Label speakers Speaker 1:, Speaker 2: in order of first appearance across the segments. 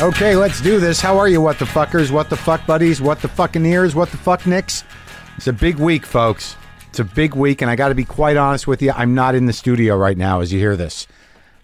Speaker 1: Okay, let's do this. How are you, what the fuckers? What the fuck buddies? What the fucking ears? What the fuck nicks? It's a big week, folks. It's a big week, and I got to be quite honest with you. I'm not in the studio right now as you hear this.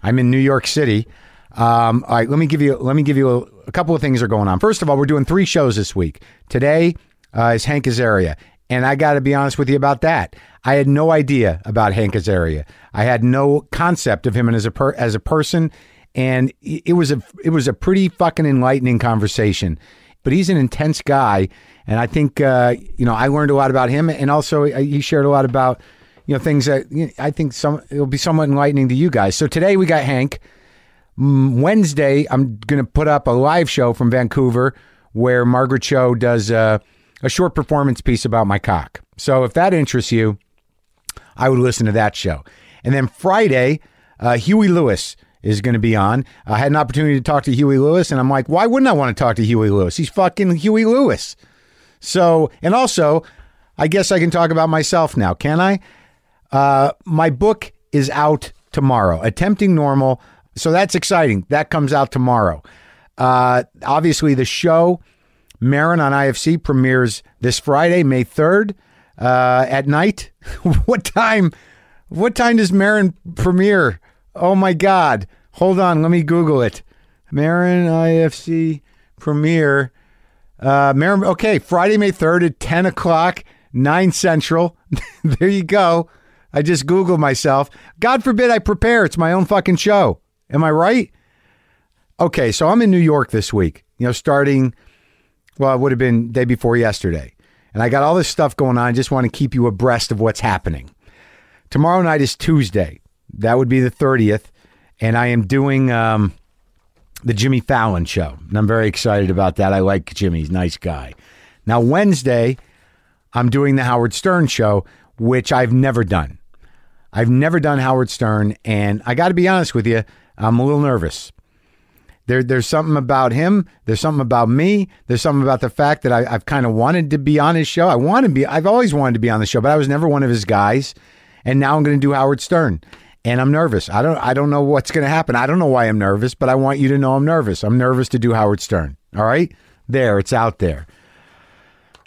Speaker 1: I'm in New York City. Um, all right, let me give you let me give you a, a couple of things are going on. First of all, we're doing three shows this week. Today uh, is Hank Azaria, and I got to be honest with you about that. I had no idea about Hank Azaria. I had no concept of him as a per, as a person, and it it was a it was a pretty fucking enlightening conversation. But he's an intense guy, and I think uh, you know I learned a lot about him, and also uh, he shared a lot about you know things that you know, I think some it'll be somewhat enlightening to you guys. So today we got Hank. Wednesday, I'm going to put up a live show from Vancouver where Margaret Cho does a, a short performance piece about my cock. So if that interests you, I would listen to that show. And then Friday, uh, Huey Lewis is going to be on. I had an opportunity to talk to Huey Lewis, and I'm like, why wouldn't I want to talk to Huey Lewis? He's fucking Huey Lewis. So, and also, I guess I can talk about myself now, can I? Uh, my book is out tomorrow, Attempting Normal. So that's exciting. That comes out tomorrow. Uh, obviously, the show, Marin on IFC, premieres this Friday, May 3rd uh, at night. what time? What time does Marin premiere? Oh my God. Hold on. Let me Google it. Marin IFC premiere. Uh, Marin, okay, Friday, May 3rd at 10 o'clock, 9 Central. there you go. I just Googled myself. God forbid I prepare. It's my own fucking show. Am I right? Okay, so I'm in New York this week, you know, starting, well, it would have been day before yesterday. And I got all this stuff going on. I just want to keep you abreast of what's happening. Tomorrow night is Tuesday. That would be the 30th. And I am doing um, the Jimmy Fallon show. And I'm very excited about that. I like Jimmy, he's a nice guy. Now, Wednesday, I'm doing the Howard Stern show, which I've never done. I've never done Howard Stern, and I got to be honest with you, I'm a little nervous. There, there's something about him. There's something about me. There's something about the fact that I, I've kind of wanted to be on his show. I want to be. I've always wanted to be on the show, but I was never one of his guys. And now I'm going to do Howard Stern, and I'm nervous. I don't. I don't know what's going to happen. I don't know why I'm nervous, but I want you to know I'm nervous. I'm nervous to do Howard Stern. All right, there, it's out there.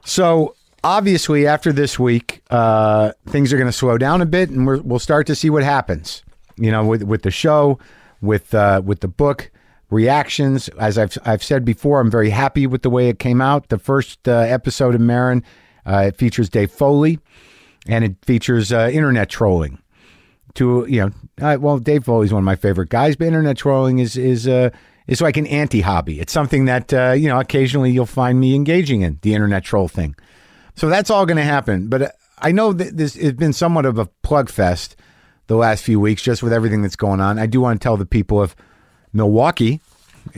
Speaker 1: So obviously, after this week, uh, things are going to slow down a bit, and we're, we'll start to see what happens. You know, with with the show, with uh, with the book reactions. As I've I've said before, I'm very happy with the way it came out. The first uh, episode of Marin uh, it features Dave Foley, and it features uh, internet trolling to you know uh, well Dave Foley's one of my favorite guys, but internet trolling is is uh is like an anti hobby. It's something that uh, you know occasionally you'll find me engaging in the internet troll thing. So that's all going to happen. But uh, I know that this has been somewhat of a plug fest the last few weeks, just with everything that's going on. I do want to tell the people of Milwaukee,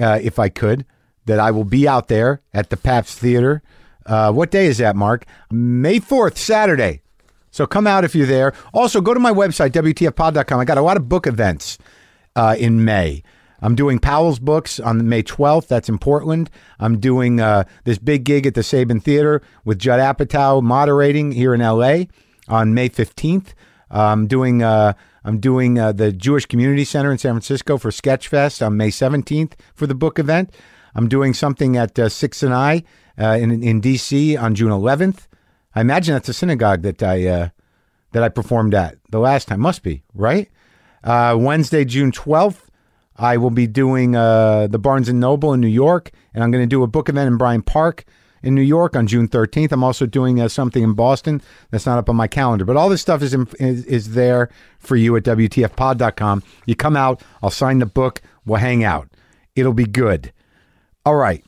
Speaker 1: uh, if I could, that I will be out there at the Paps Theater. Uh, what day is that, Mark? May 4th, Saturday. So come out if you're there. Also, go to my website, WTFpod.com. I got a lot of book events uh, in May. I'm doing Powell's Books on May 12th. That's in Portland. I'm doing uh, this big gig at the Sabin Theater with Judd Apatow moderating here in LA on May 15th. I'm doing uh, I'm doing uh, the Jewish Community Center in San Francisco for Sketchfest on May 17th for the book event. I'm doing something at uh, Six and I uh, in in DC on June 11th. I imagine that's a synagogue that I uh, that I performed at the last time. Must be right. Uh, Wednesday, June 12th, I will be doing uh, the Barnes and Noble in New York, and I'm going to do a book event in Bryan Park in New York on June 13th. I'm also doing uh, something in Boston that's not up on my calendar, but all this stuff is, in, is is there for you at WTFpod.com. You come out, I'll sign the book, we'll hang out. It'll be good. All right.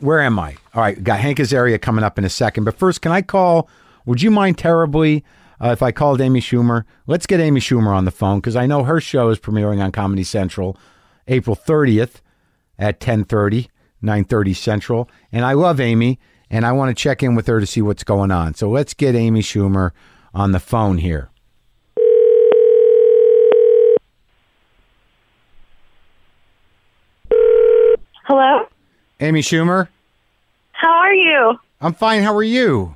Speaker 1: Where am I? All right, got Hank Azaria coming up in a second. But first, can I call? Would you mind terribly uh, if I called Amy Schumer? Let's get Amy Schumer on the phone because I know her show is premiering on Comedy Central April 30th at 10:30, 9:30 Central. And I love Amy, and I want to check in with her to see what's going on. So let's get Amy Schumer on the phone here.
Speaker 2: Hello?
Speaker 1: Amy Schumer,
Speaker 2: How are you?
Speaker 1: I'm fine. How are you?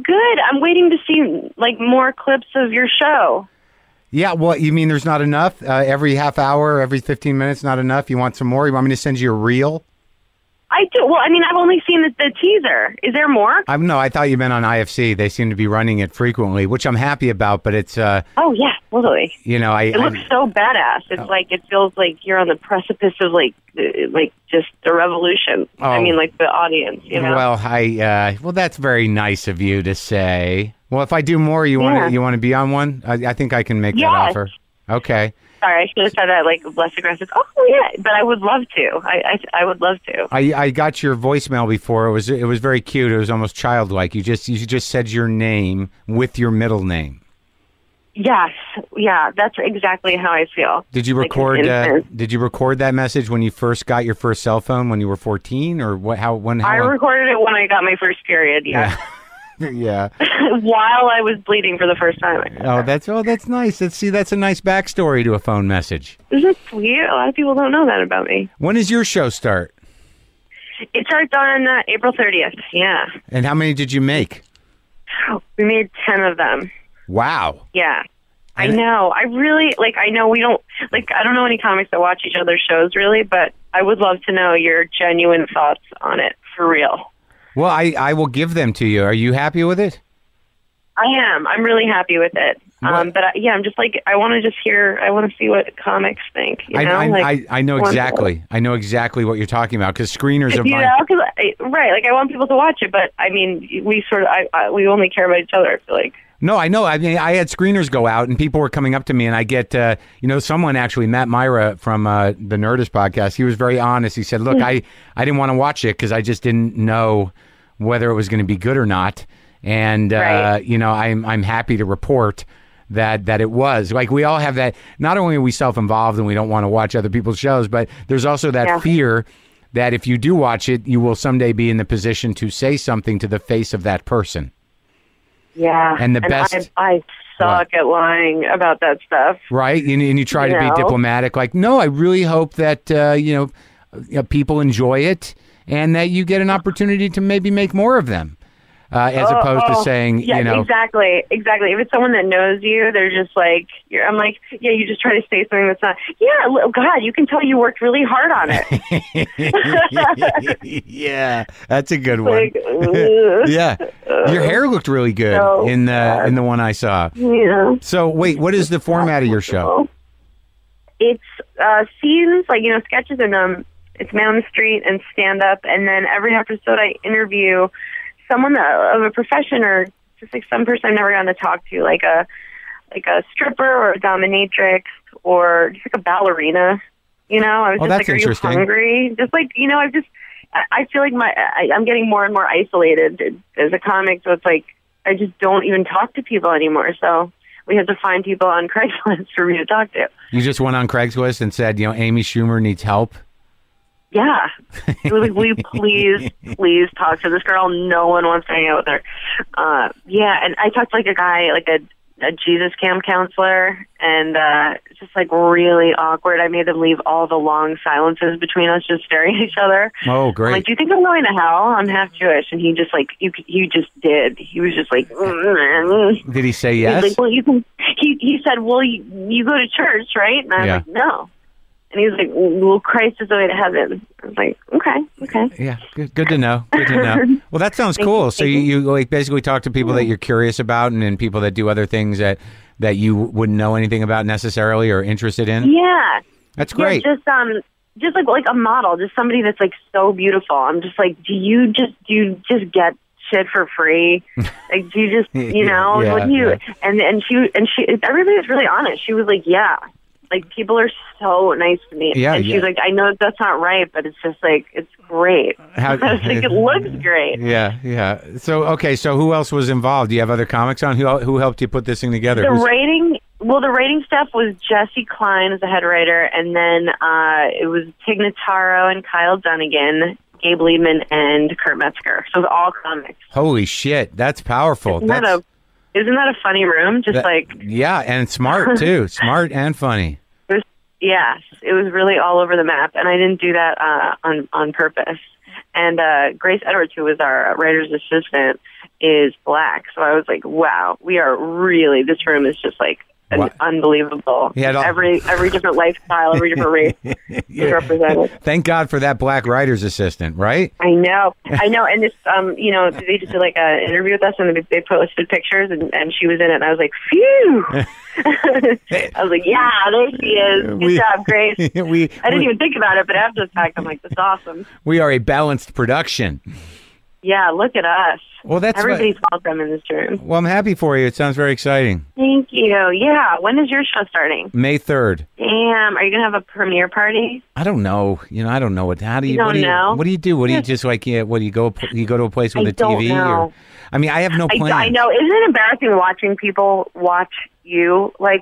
Speaker 2: Good. I'm waiting to see like more clips of your show.
Speaker 1: Yeah, well, you mean there's not enough? Uh, every half hour, every 15 minutes, not enough? You want some more? You want me to send you a reel?
Speaker 2: I do. Well, I mean, I've only seen the, the teaser. Is there more?
Speaker 1: I no, I thought you meant on IFC. They seem to be running it frequently, which I'm happy about. But it's, uh,
Speaker 2: Oh yeah, totally.
Speaker 1: you know, I, oh.
Speaker 2: It looks
Speaker 1: I
Speaker 2: so badass. It's like it feels like you're on the precipice of like uh, like just the revolution. I
Speaker 1: Oh.
Speaker 2: mean, like the audience. You know.
Speaker 1: well, I uh, well, that's very nice of you to say. Well, if I do more, you
Speaker 2: Yeah.
Speaker 1: want to you want to be on one? I, I think I can make that
Speaker 2: Yes.
Speaker 1: offer. Okay.
Speaker 2: Sorry, I should have said that like less aggressive. Oh yeah, but I would love to. I I, I would love to.
Speaker 1: I, I got your voicemail before. It was it was very cute. It was almost childlike. You just you just said your name with your middle name.
Speaker 2: Yes, yeah, that's exactly how I feel.
Speaker 1: Did you
Speaker 2: Like an
Speaker 1: record? uh,
Speaker 2: infant.
Speaker 1: did you record that message when you first got your first cell phone when you were fourteen, or what? How? When? How
Speaker 2: I
Speaker 1: long?
Speaker 2: recorded it when I got my first period. Yeah,
Speaker 1: yeah.
Speaker 2: while I was bleeding for the first time.
Speaker 1: Oh, that's oh, that's nice. Let's see. That's a nice backstory to a phone message.
Speaker 2: Isn't it sweet? A lot of people don't know that about me.
Speaker 1: When does your show start?
Speaker 2: It starts on uh, April 30th. Yeah.
Speaker 1: And how many did you make?
Speaker 2: We made 10 of them.
Speaker 1: Wow.
Speaker 2: Yeah. I
Speaker 1: And-
Speaker 2: know. I really, like, I know we don't, like, I don't know any comics that watch each other's shows really, but I would love to know your genuine thoughts on it for real.
Speaker 1: Well, I I will give them to you. Are you happy with it?
Speaker 2: I am. I'm really happy with it. Um,
Speaker 1: What-
Speaker 2: but I, yeah, I'm just like, I want to just hear, I want to see what comics think. You know?
Speaker 1: I I,
Speaker 2: like,
Speaker 1: I I know
Speaker 2: want-
Speaker 1: exactly. I know exactly what you're talking about because screeners of
Speaker 2: you
Speaker 1: mine.
Speaker 2: know, because right, like I want people to watch it, but I mean, we sort of, I, I we only care about each other. I feel like,
Speaker 1: No, I know. I mean, I had screeners go out, and people were coming up to me, and I get, uh, you know, someone actually, Matt Myra from uh, the Nerdist podcast. He was very honest. He said,
Speaker 2: Hmm.
Speaker 1: "Look, I, I didn't want to watch it because I just didn't know whether it was going to be good or not, and uh,
Speaker 2: Right.
Speaker 1: you know, I'm I'm happy to report." That, that it was like we all have that not only are we self-involved and we don't want to watch other people's shows but there's also that
Speaker 2: Yeah.
Speaker 1: fear that if you do watch it you will someday be in the position to say something to the face of that person
Speaker 2: Yeah.
Speaker 1: And the best-
Speaker 2: I, I suck at lying about that stuff.
Speaker 1: right? And, and you try to
Speaker 2: No.
Speaker 1: be diplomatic, like, no, I really hope that uh, you know you know, people enjoy it and that you get an opportunity to maybe make more of them, uh, as opposed to
Speaker 2: Oh,
Speaker 1: saying,
Speaker 2: yeah,
Speaker 1: you know,
Speaker 2: exactly, exactly. If it's someone that knows you, they're just like, you're, I'm like, yeah, you just try to say something that's not, yeah, li- God, you can tell you worked really hard on it.
Speaker 1: yeah, that's a good one.
Speaker 2: like, ugh,
Speaker 1: Yeah, your hair looked really good
Speaker 2: So
Speaker 1: in the in the one I saw.
Speaker 2: yeah.
Speaker 1: So wait, what is the format of your show?
Speaker 2: It's uh, scenes, like, you know, sketches, and um, it's man on the street and stand up. And then every episode, I interview someone that, of a profession or just like some person I've never gotten to talk to, like a like a stripper or a dominatrix or just like a ballerina. You know, I was
Speaker 1: Oh,
Speaker 2: just
Speaker 1: that's
Speaker 2: like,
Speaker 1: interesting.
Speaker 2: are you hungry? Just like, you know, I've just, I- I feel like my, I, I'm getting more and more isolated as a comic. So it's like, I just don't even talk to people anymore. So we have to find people on Craigslist for me to talk to.
Speaker 1: You just went on Craigslist and said, you know, Amy Schumer needs help.
Speaker 2: Yeah. It was like, will you please, please talk to this girl? No one wants to hang out with her. Uh, yeah, and I talked to like a guy, like a, a Jesus camp counselor, and uh, it's just like really awkward. I made them leave all the long silences between us, just staring at each other.
Speaker 1: Oh,
Speaker 2: I'm
Speaker 1: great!
Speaker 2: like, do you think I'm going to hell? I'm half Jewish, and he just like, you, you just did. He was just like, "Mm,
Speaker 1: Did he say
Speaker 2: He's
Speaker 1: yes?
Speaker 2: like, well, you can. He he said, well, you, you go to church, right? And I was
Speaker 1: Yeah.
Speaker 2: like, no. And he was like, well, Christ is the way to heaven. I was like, okay, okay.
Speaker 1: Yeah, good, good to know. Good to know. Well, that sounds cool. So you, you like basically talk to people that you're curious about, and then people that do other things that that you wouldn't know anything about necessarily or interested in.
Speaker 2: Yeah,
Speaker 1: That's great.
Speaker 2: yeah. Just um, just like like a model, just somebody that's like so beautiful. I'm just like, do you just do you just get shit for free? like, do you just you know?
Speaker 1: Yeah,
Speaker 2: what do you?
Speaker 1: yeah.
Speaker 2: And and she and she everybody was really honest. She was like, yeah. Like people are so nice to me,
Speaker 1: Yeah,
Speaker 2: and she's
Speaker 1: yeah.
Speaker 2: like, "I know that's not right, but it's just like it's great."
Speaker 1: How-
Speaker 2: I was like, "It looks great."
Speaker 1: Yeah, yeah. So okay, so who else was involved? Do you have other comics on who who helped you put this thing together?
Speaker 2: The
Speaker 1: Who's-
Speaker 2: writing, well, the writing stuff was Jesse Klein as the head writer, and then uh, it was Tig Notaro and Kyle Dunnigan, Gabe Liebman, and Kurt Metzger. So it was all comics.
Speaker 1: Holy shit, that's powerful.
Speaker 2: Isn't that
Speaker 1: That's-
Speaker 2: a isn't that a funny room? Just
Speaker 1: that-
Speaker 2: like
Speaker 1: yeah, and smart too, smart and funny.
Speaker 2: yes, it was really all over the map, and I didn't do that uh, on on purpose. And uh, Grace Edwards, who was our writer's assistant, is black, so I was like, wow, we are really this room is just like an
Speaker 1: Wow.
Speaker 2: unbelievable.
Speaker 1: He had all-
Speaker 2: every every different lifestyle, every different race was represented.
Speaker 1: Thank God for that black writer's assistant, right?
Speaker 2: I know, I know. And this, um, you know, they just did like an interview with us, and they, they posted pictures, and, and she was in it, and I was like, phew. I was like, yeah, there she is. Good
Speaker 1: We-
Speaker 2: job, Grace.
Speaker 1: we,
Speaker 2: I didn't
Speaker 1: we-
Speaker 2: even think about it, but after the fact, I'm like, that's awesome.
Speaker 1: we are a balanced production.
Speaker 2: Yeah, look at us.
Speaker 1: Well, that's what-
Speaker 2: everybody's welcome in this room.
Speaker 1: Well, I'm happy for you. It sounds very exciting.
Speaker 2: Thank you. Yeah. When is your show starting?
Speaker 1: May 3rd.
Speaker 2: Damn. Are you gonna have a premiere party?
Speaker 1: I don't know. You know, I don't know what. How do you?
Speaker 2: You don't
Speaker 1: what do you,
Speaker 2: know?
Speaker 1: What do you do? What do you just like? Yeah, what do you go? You go to a place with
Speaker 2: I
Speaker 1: a
Speaker 2: don't
Speaker 1: TV? Or,
Speaker 2: know.
Speaker 1: I mean, I have no
Speaker 2: I,
Speaker 1: plan.
Speaker 2: I know. Isn't it embarrassing watching people watch you? Like,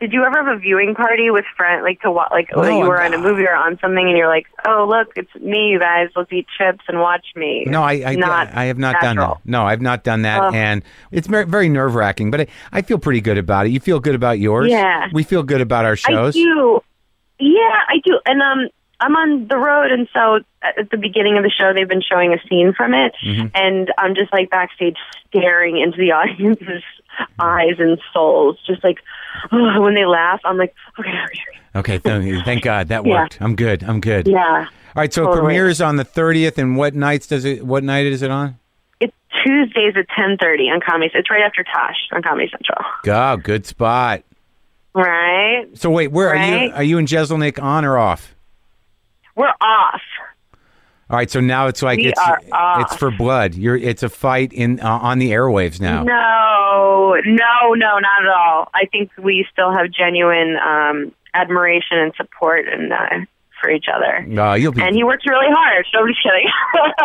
Speaker 2: did you ever have a viewing party with friends, like to watch, like
Speaker 1: No,
Speaker 2: you were
Speaker 1: I'm-
Speaker 2: on a movie or on something, and you're like, oh look, it's me, you guys. Let's eat chips and watch me.
Speaker 1: No, I I,
Speaker 2: It's not
Speaker 1: I have not done
Speaker 2: natural.
Speaker 1: that. No, I've not done that,
Speaker 2: Ugh.
Speaker 1: and it's mer- very nerve wracking. But I, I feel pretty good about it. You feel good about yours.
Speaker 2: Yeah.
Speaker 1: we feel good about our
Speaker 2: I
Speaker 1: shows.
Speaker 2: do. Yeah, I do. And um, I'm on the road, and so at at the beginning of the show, they've been showing a scene from it, and I'm just like backstage staring into the audience's eyes and souls, just like oh, when they laugh, I'm like, okay, okay,
Speaker 1: Okay,
Speaker 2: okay.
Speaker 1: thank, thank God that
Speaker 2: Yeah.
Speaker 1: worked. I'm good. I'm good.
Speaker 2: yeah.
Speaker 1: All right, so it
Speaker 2: Totally.
Speaker 1: premieres on the 30th, and what nights does it? What night is it on?
Speaker 2: It's Tuesdays at ten thirty on Comedy. It's right after Tosh on Comedy Central,
Speaker 1: Go, good spot.
Speaker 2: right?
Speaker 1: So wait, where are you?
Speaker 2: Right.
Speaker 1: Are you in Jeselnik on or off?
Speaker 2: We're off.
Speaker 1: All right, so now it's like
Speaker 2: We
Speaker 1: it's
Speaker 2: are off.
Speaker 1: it's for blood. You're it's a fight in uh, on the airwaves now.
Speaker 2: No, no, no, not at all. I think we still have genuine um, admiration and support and uh, for each other.
Speaker 1: Uh, you'll be
Speaker 2: And he works really hard. So I'm just kidding.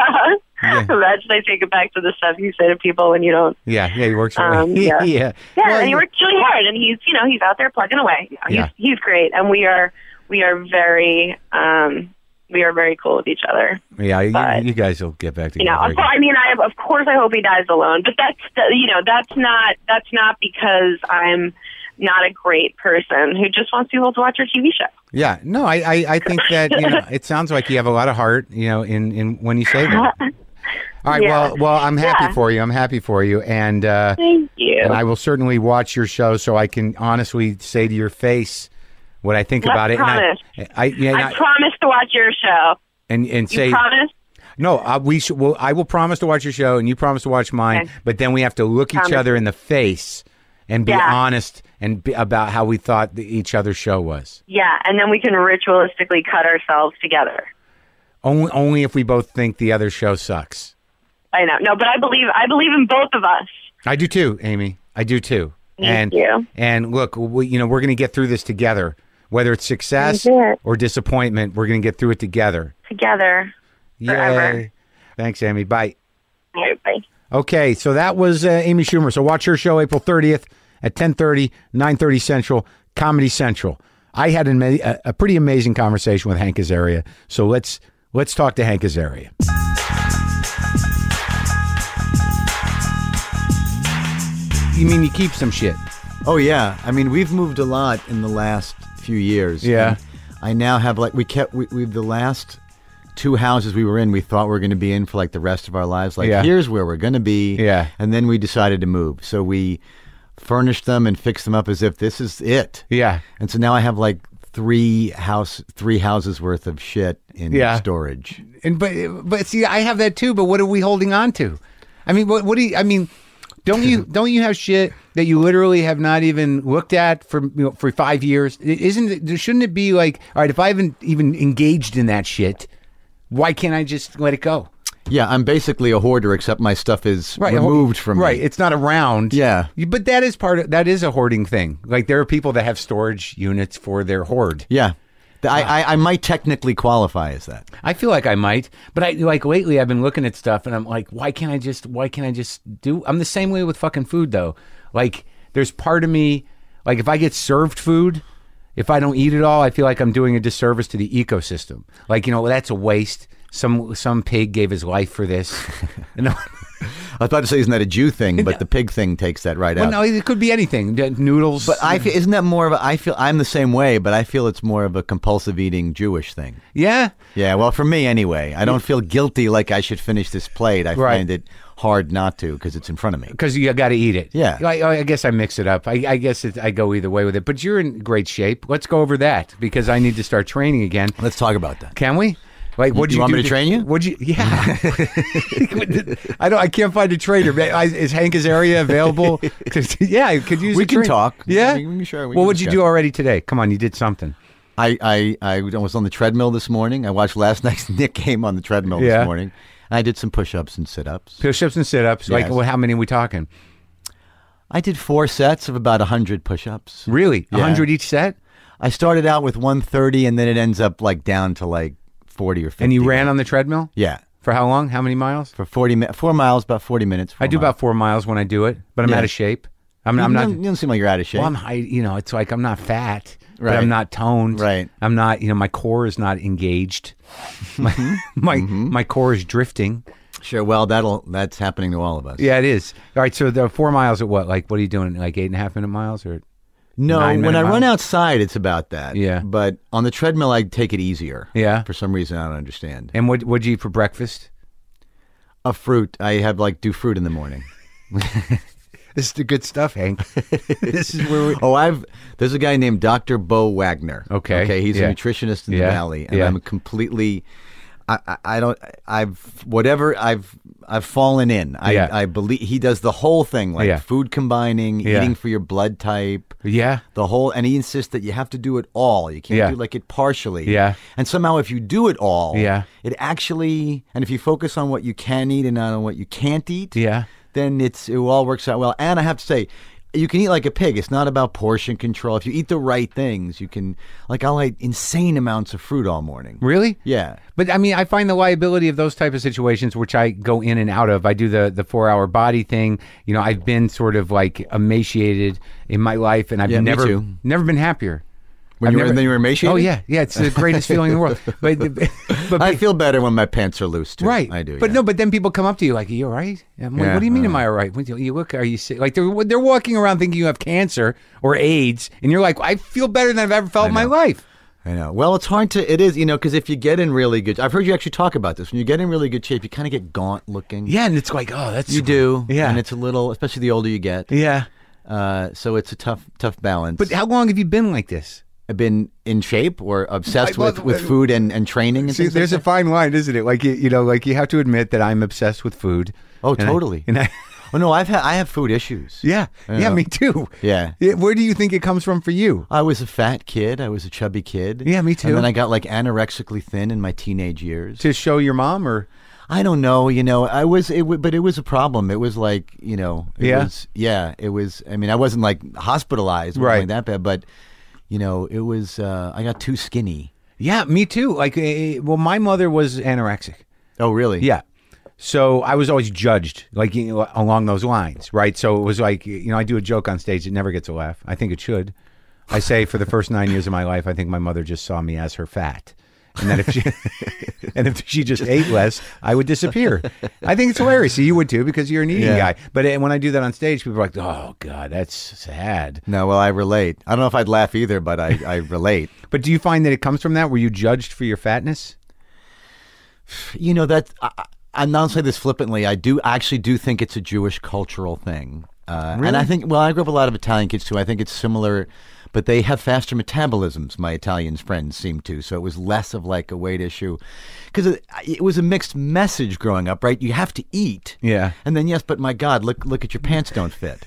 Speaker 2: Imagine I take it back to the stuff you say to people when you don't.
Speaker 1: yeah yeah he works really
Speaker 2: Um,
Speaker 1: yeah
Speaker 2: yeah. Yeah,
Speaker 1: Well,
Speaker 2: and he
Speaker 1: you-
Speaker 2: works really hard, and he's you know he's out there plugging away. He's,
Speaker 1: Yeah.
Speaker 2: he's great, and we are we are very um, we are very cool with each other.
Speaker 1: yeah
Speaker 2: but-
Speaker 1: you, you guys will get back
Speaker 2: you
Speaker 1: together.
Speaker 2: know of course, i mean i of course i hope he dies alone but that's the, you know that's not that's not because i'm not a great person who just wants people to watch her tv show
Speaker 1: Yeah, no, I, I, I think that you know it sounds like you have a lot of heart, you know, in, in when you say that. All right,
Speaker 2: Yeah.
Speaker 1: well, well, I'm happy
Speaker 2: Yeah.
Speaker 1: for you. I'm happy for you, and uh,
Speaker 2: thank you
Speaker 1: and I will certainly watch your show so I can honestly say to your face what I think
Speaker 2: Let's
Speaker 1: about it. And I, I, yeah, and,
Speaker 2: I,
Speaker 1: I-
Speaker 2: promise to watch your show
Speaker 1: and, and
Speaker 2: you
Speaker 1: say
Speaker 2: promise
Speaker 1: no. Uh, we should. Well, I will promise to watch your show, and you promise to watch mine.
Speaker 2: Okay.
Speaker 1: But then we have to look each
Speaker 2: Promise.
Speaker 1: other in the face and be
Speaker 2: Yeah.
Speaker 1: honest and be, about how we thought the, each other's show was.
Speaker 2: yeah and then we can ritualistically cut ourselves together
Speaker 1: Only, only if we both think the other show sucks.
Speaker 2: i know no but i believe i believe in both of us
Speaker 1: I do too, Amy. I do too.
Speaker 2: Thank
Speaker 1: and
Speaker 2: you.
Speaker 1: and look, we, you know, we're going to get through this together. Whether it's success
Speaker 2: Thank you.
Speaker 1: or disappointment, we're going to get through it together.
Speaker 2: together Forever.
Speaker 1: Yay. Thanks, Amy. Bye.
Speaker 2: All right, bye.
Speaker 1: Okay, so that was uh, Amy Schumer. So watch her show April 30th at 10:30, 9:30 Central, Comedy Central. I had an, ama- a, a pretty amazing conversation with Hank Azaria. So let's let's talk to Hank Azaria. You mean you keep some shit?
Speaker 3: Oh yeah, I mean we've moved a lot in the last few years.
Speaker 1: Yeah.
Speaker 3: And I now have like we kept we we the last two houses we were in we thought we were going to be in for like the rest of our lives. Like
Speaker 1: Yeah.
Speaker 3: here's where we're going to be.
Speaker 1: Yeah.
Speaker 3: and then we decided to move, so we furnished them and fixed them up as if this is it.
Speaker 1: Yeah.
Speaker 3: and so now I have like three house three houses worth of shit in
Speaker 1: Yeah.
Speaker 3: storage.
Speaker 1: And but but see, I have that too. But what are we holding on to? I mean, what what do you? I mean, don't you don't you have shit that you literally have not even looked at for you know, for five years? I- Isn't it, there- shouldn't it be like all right? If I haven't even engaged in that shit, why can't I just let it go?
Speaker 3: Yeah, I'm basically a hoarder, except my stuff is
Speaker 1: Right,
Speaker 3: removed from me.
Speaker 1: right. It's not around.
Speaker 3: Yeah.
Speaker 1: You- but that is part of that is a hoarding thing. Like there are people that have storage units for their hoard.
Speaker 3: Yeah. The-
Speaker 1: Ah.
Speaker 3: I, I, I might technically qualify as that.
Speaker 1: I feel like I might, but I like lately I've been looking at stuff and I'm like, why can't I just why can't I just do I'm the same way with fucking food though. Like there's part of me like if I get served food, if I don't eat it all, I feel like I'm doing a disservice to the ecosystem. Like, you know, that's a waste. Some some pig gave his life for this. no,
Speaker 3: I was about to say, isn't that a Jew thing? But the pig thing takes that right
Speaker 1: well,
Speaker 3: out.
Speaker 1: no, it could be anything. The Noodles.
Speaker 3: But I feel, isn't that more of a, I feel, I'm the same way, but I feel it's more of a compulsive eating Jewish thing.
Speaker 1: yeah.
Speaker 3: Yeah, well, for me anyway, I don't feel guilty like I should finish this plate. I
Speaker 1: Right.
Speaker 3: find it hard not to because it's in front of me.
Speaker 1: because you got to eat it.
Speaker 3: Yeah.
Speaker 1: I, I guess I mix it up. I, I guess it, I go either way with it. But you're in great shape. Let's go over that because I need to start training again.
Speaker 3: Let's talk about that.
Speaker 1: Can we? Like, what
Speaker 3: you
Speaker 1: you,
Speaker 3: want
Speaker 1: do
Speaker 3: me to train you?
Speaker 1: Would you? Yeah. I don't. I can't find a trainer. man. I- Is Hank area available? To, yeah, could you?
Speaker 3: We can talk.
Speaker 1: Yeah.
Speaker 3: We can- sure, we
Speaker 1: what
Speaker 3: can
Speaker 1: would you do
Speaker 3: discuss.
Speaker 1: already today? Come on, you did something.
Speaker 3: I, I, I was on the treadmill this morning. I watched last night's Nick game on the treadmill
Speaker 1: Yeah.
Speaker 3: this morning. And I did some push ups and sit ups.
Speaker 1: Push-ups and sit-ups. Like,
Speaker 3: Yes.
Speaker 1: well, how many are we talking?
Speaker 3: I did four sets of about 100 push ups.
Speaker 1: Really, a
Speaker 3: Yeah.
Speaker 1: hundred each set,
Speaker 3: I started out with 130 and then it ends up like down to like 40 or 50.
Speaker 1: and you ran on the treadmill
Speaker 3: Yeah.
Speaker 1: for how long? How many miles?
Speaker 3: For 40 mi- 4 miles, about 40 minutes.
Speaker 1: I do about four miles when I do it, but I'm
Speaker 3: Yeah.
Speaker 1: out of shape. I'm,
Speaker 3: You,
Speaker 1: I'm not.
Speaker 3: don't, you don't seem like you're out of shape.
Speaker 1: Well, I'm high. You know, it's like I'm not fat, but
Speaker 3: Right.
Speaker 1: I'm not toned.
Speaker 3: Right.
Speaker 1: I'm not. You know, my core is not engaged. My my, my core is drifting.
Speaker 3: sure. Well, that'll that's happening to all of us.
Speaker 1: Yeah, it is. All right. So the four miles at what? Like, what are you doing? Like eight and a half minute miles or?
Speaker 3: No,
Speaker 1: Nine
Speaker 3: when I
Speaker 1: minute
Speaker 3: run
Speaker 1: miles.
Speaker 3: outside, it's about that.
Speaker 1: Yeah.
Speaker 3: But on the treadmill, I take it easier.
Speaker 1: Yeah.
Speaker 3: For some reason, I don't understand.
Speaker 1: And what what'd you eat for breakfast?
Speaker 3: A fruit. I have like do fruit in the morning.
Speaker 1: This is the good stuff, Hank. this is where we.
Speaker 3: Oh, I've there's a guy named Dr. Bo Wagner.
Speaker 1: Okay,
Speaker 3: Okay. He's
Speaker 1: yeah.
Speaker 3: a nutritionist in
Speaker 1: Yeah,
Speaker 3: the Valley, and
Speaker 1: yeah.
Speaker 3: I'm completely. I, I- I don't. I've whatever I've I've fallen in. I
Speaker 1: Yeah.
Speaker 3: I believe he does the whole thing, like
Speaker 1: Yeah.
Speaker 3: food combining,
Speaker 1: Yeah.
Speaker 3: eating for your blood type,
Speaker 1: Yeah.
Speaker 3: the whole. And he insists that you have to do it all. You can't
Speaker 1: Yeah.
Speaker 3: do like it partially.
Speaker 1: Yeah.
Speaker 3: And somehow, if you do it all,
Speaker 1: Yeah.
Speaker 3: it actually. And if you focus on what you can eat and not on what you can't eat,
Speaker 1: Yeah.
Speaker 3: then it's it all works out well. And I have to say, you can eat like a pig. It's not about portion control. If you eat the right things, you can like I'll eat insane amounts of fruit all morning.
Speaker 1: Really?
Speaker 3: Yeah.
Speaker 1: But I mean, I find the liability of those type of situations, which I go in and out of. I do the the four hour body thing. You know, I've been sort of like emaciated in my life, and I've
Speaker 3: Yeah, me
Speaker 1: never
Speaker 3: too.
Speaker 1: never been happier.
Speaker 3: When
Speaker 1: I've
Speaker 3: you were-
Speaker 1: never-
Speaker 3: then you were emaciated?
Speaker 1: Oh yeah, yeah. It's the greatest feeling in the world. But but
Speaker 3: I feel better when my pants are loose too.
Speaker 1: right,
Speaker 3: I do.
Speaker 1: But
Speaker 3: yeah.
Speaker 1: no, but then people come up to you like, "Are you all right?" And I'm like,
Speaker 3: Yeah,
Speaker 1: what do you mean?
Speaker 3: uh.
Speaker 1: am I all right? What do you- you look? Are you sick? like they're they're walking around thinking you have cancer or AIDS, and you're like, "I feel better than I've ever felt in my
Speaker 3: know.
Speaker 1: life."
Speaker 3: I know. Well, it's hard to. It is, you know, because if you get in really good, I've heard you actually talk about this. When you get in really good shape, you kind of get gaunt looking.
Speaker 1: Yeah, and it's like, oh, that's
Speaker 3: You do.
Speaker 1: Yeah.
Speaker 3: And it's a little, especially the older you get.
Speaker 1: yeah.
Speaker 3: Uh, so it's a tough, tough balance.
Speaker 1: But how long have you been like this?
Speaker 3: I've been in shape or obsessed
Speaker 1: I- well,
Speaker 3: with, with food and, and training. And
Speaker 1: See,
Speaker 3: things like
Speaker 1: there's a fine line, isn't it? Like you, you know, like you have to admit that I'm obsessed with food.
Speaker 3: Oh,
Speaker 1: And I-
Speaker 3: totally.
Speaker 1: and I,
Speaker 3: Oh no, I've had I have food issues.
Speaker 1: yeah, yeah,
Speaker 3: Yeah.
Speaker 1: me too.
Speaker 3: Yeah.
Speaker 1: Where do you think it comes from for you?
Speaker 3: I was a fat kid. I was a chubby kid.
Speaker 1: Yeah, me too.
Speaker 3: And then I got like anorexically thin in my teenage years.
Speaker 1: To show your mom, or
Speaker 3: I don't know, you know, I was it, w- but it was a problem. It was like, you know, it
Speaker 1: Yeah.
Speaker 3: was, yeah, it was. I mean, I wasn't like hospitalized, or
Speaker 1: Right.
Speaker 3: anything like that bad, but you know, it was. Uh, I got too skinny.
Speaker 1: yeah, me too. Like, eh, well, my mother was anorexic.
Speaker 3: Oh, really?
Speaker 1: Yeah. So I was always judged, like you know, along those lines, right? So it was like, you know, I do a joke on stage; it never gets a laugh. I think it should. I say, for the first nine years of my life, I think my mother just saw me as her fat, and that if she, and if she just ate less, I would disappear. I think it's hilarious. So you would too, because you're an eating
Speaker 3: Yeah.
Speaker 1: guy. But eh, when I do that on stage, people are like, "Oh God, that's sad."
Speaker 3: No, well, I relate. I don't know if I'd laugh either, but I, I relate.
Speaker 1: But do you find that it comes from that? Were you judged for your fatness?
Speaker 3: You know that I, I- I'm not saying this flippantly. I do I actually do think it's a Jewish cultural thing, uh, and I think well, I grew up with a lot of Italian kids too. I think it's similar, but they have faster metabolisms. My Italian friends seem to, so it was less of like a weight issue, because it, it was a mixed message growing up. Right, you have to eat.
Speaker 1: Yeah.
Speaker 3: and then yes, but my God, look look at your pants don't fit,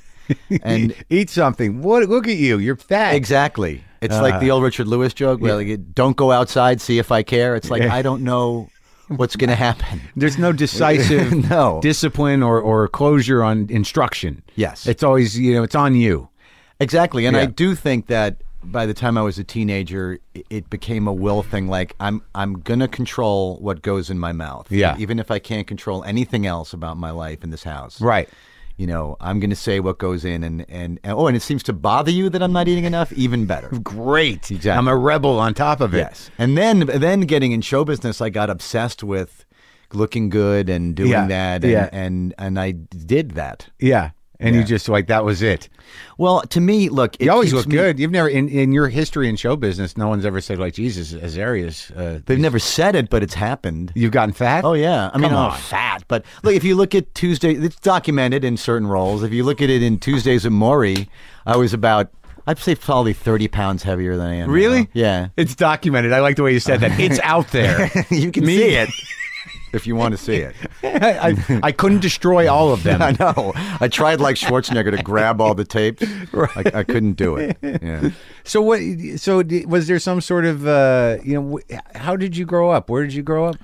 Speaker 3: and
Speaker 1: Eat something. What? Look at you. You're fat.
Speaker 3: Exactly. It's like the old Richard Lewis joke where like, don't go outside, see if I care. It's like, I don't know what's going to happen.
Speaker 1: There's no decisive
Speaker 3: No.
Speaker 1: discipline or, or closure on instruction.
Speaker 3: Yes.
Speaker 1: It's always, you know, it's on you.
Speaker 3: Exactly. And I
Speaker 1: Yeah.
Speaker 3: do think that by the time I was a teenager, i- it became a will thing. Like I'm, I'm gonna control what goes in my mouth.
Speaker 1: Yeah.
Speaker 3: Even if I can't control anything else about my life in this house.
Speaker 1: Right.
Speaker 3: You know, I'm gonna say what goes in, and and, and oh, and it seems to bother you that I'm not eating enough. Even better.
Speaker 1: Great.
Speaker 3: Exactly.
Speaker 1: I'm a rebel on top of it.
Speaker 3: Yes. And then then getting in show business, I got obsessed with looking good and doing
Speaker 1: Yeah.
Speaker 3: that and,
Speaker 1: Yeah.
Speaker 3: and and I did that.
Speaker 1: Yeah. and you just like that was it.
Speaker 3: Well, to me, look, it
Speaker 1: You always
Speaker 3: keeps
Speaker 1: look
Speaker 3: me-
Speaker 1: good. You've never in, in your history in show business, no one's ever said like Jesus as areas. Uh,
Speaker 3: They've never said it, but it's happened.
Speaker 1: you've gotten fat.
Speaker 3: Oh yeah, I mean,
Speaker 1: Come
Speaker 3: I'm
Speaker 1: on.
Speaker 3: fat, but look, if you look at Tuesday, it's documented in certain roles. If you look at it in Tuesdays at Maury, I was about, I'd say probably thirty pounds heavier than I am. now.
Speaker 1: Really?
Speaker 3: Yeah,
Speaker 1: It's documented. I like the way you said that. It's out there.
Speaker 3: you can
Speaker 1: Me-
Speaker 3: see it if you want to see it.
Speaker 1: I, I couldn't destroy all of them.
Speaker 3: I know. I tried like Schwarzenegger to grab all the tapes. I, I couldn't do it. Yeah.
Speaker 1: So what? So d- was there some sort of uh, you know? wh- How did you grow up? Where did you grow up?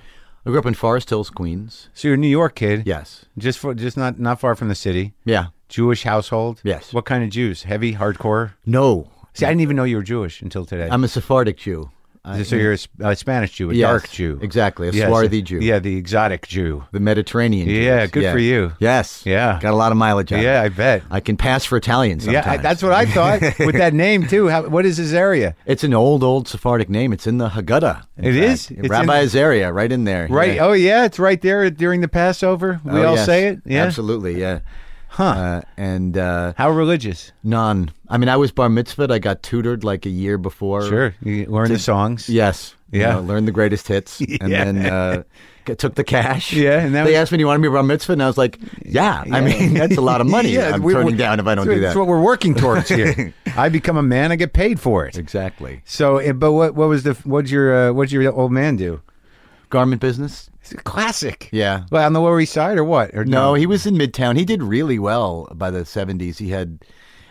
Speaker 3: I grew up in Forest Hills, Queens.
Speaker 1: So you're a New York kid.
Speaker 3: Yes.
Speaker 1: Just for just not not far from the city.
Speaker 3: Yeah.
Speaker 1: Jewish household.
Speaker 3: Yes.
Speaker 1: What kind of Jews? Heavy, hardcore.
Speaker 3: No,
Speaker 1: See, I didn't even know you were Jewish until today.
Speaker 3: I'm a Sephardic Jew. I-
Speaker 1: so you're a, S- a Spanish Jew, a
Speaker 3: Yes,
Speaker 1: dark Jew,
Speaker 3: exactly, a
Speaker 1: Yes.
Speaker 3: swarthy Jew.
Speaker 1: Yeah, the exotic Jew.
Speaker 3: the Mediterranean. Jews.
Speaker 1: Yeah, good for you.
Speaker 3: Yes.
Speaker 1: Yeah.
Speaker 3: Got a lot of mileage out. of
Speaker 1: Yeah,
Speaker 3: it.
Speaker 1: I bet.
Speaker 3: I can pass for Italian sometimes.
Speaker 1: Yeah, I, that's what I thought with that name too. How, what is his area?
Speaker 3: It's an old, old Sephardic name. It's in the Haggadah. in
Speaker 1: It is?
Speaker 3: fact.
Speaker 1: It's in-
Speaker 3: Rabbi Azaria, right in there.
Speaker 1: Right.
Speaker 3: Yeah.
Speaker 1: Oh yeah, it's right there during the Passover. We
Speaker 3: Oh,
Speaker 1: all
Speaker 3: yes.
Speaker 1: say it. Yeah.
Speaker 3: Absolutely. Yeah.
Speaker 1: Huh.
Speaker 3: Uh, and uh,
Speaker 1: How religious?
Speaker 3: non. I mean, I was bar mitzvahed. I got tutored like a year before.
Speaker 1: Sure. You learn the songs.
Speaker 3: Yes. You
Speaker 1: Yeah.
Speaker 3: know, learn the greatest hits, and
Speaker 1: Yeah.
Speaker 3: then uh, g- took the cash.
Speaker 1: Yeah, and that
Speaker 3: they
Speaker 1: was-
Speaker 3: asked me, "Do you want to be a bar mitzvah?" And I was like, "Yeah." I mean, that's a lot of money. I'm
Speaker 1: we-
Speaker 3: turning
Speaker 1: we-
Speaker 3: down if I don't do
Speaker 1: That's
Speaker 3: that.
Speaker 1: what we're working towards here. I become a man. I get paid for it.
Speaker 3: exactly.
Speaker 1: So, eh, but what what was the what'd your uh, what'd your old man do?
Speaker 3: Garment business.
Speaker 1: It's a classic.
Speaker 3: Yeah.
Speaker 1: Well, on the Lower East Side or what? Or
Speaker 3: No, he was in Midtown. He did really well by the '70s. He had.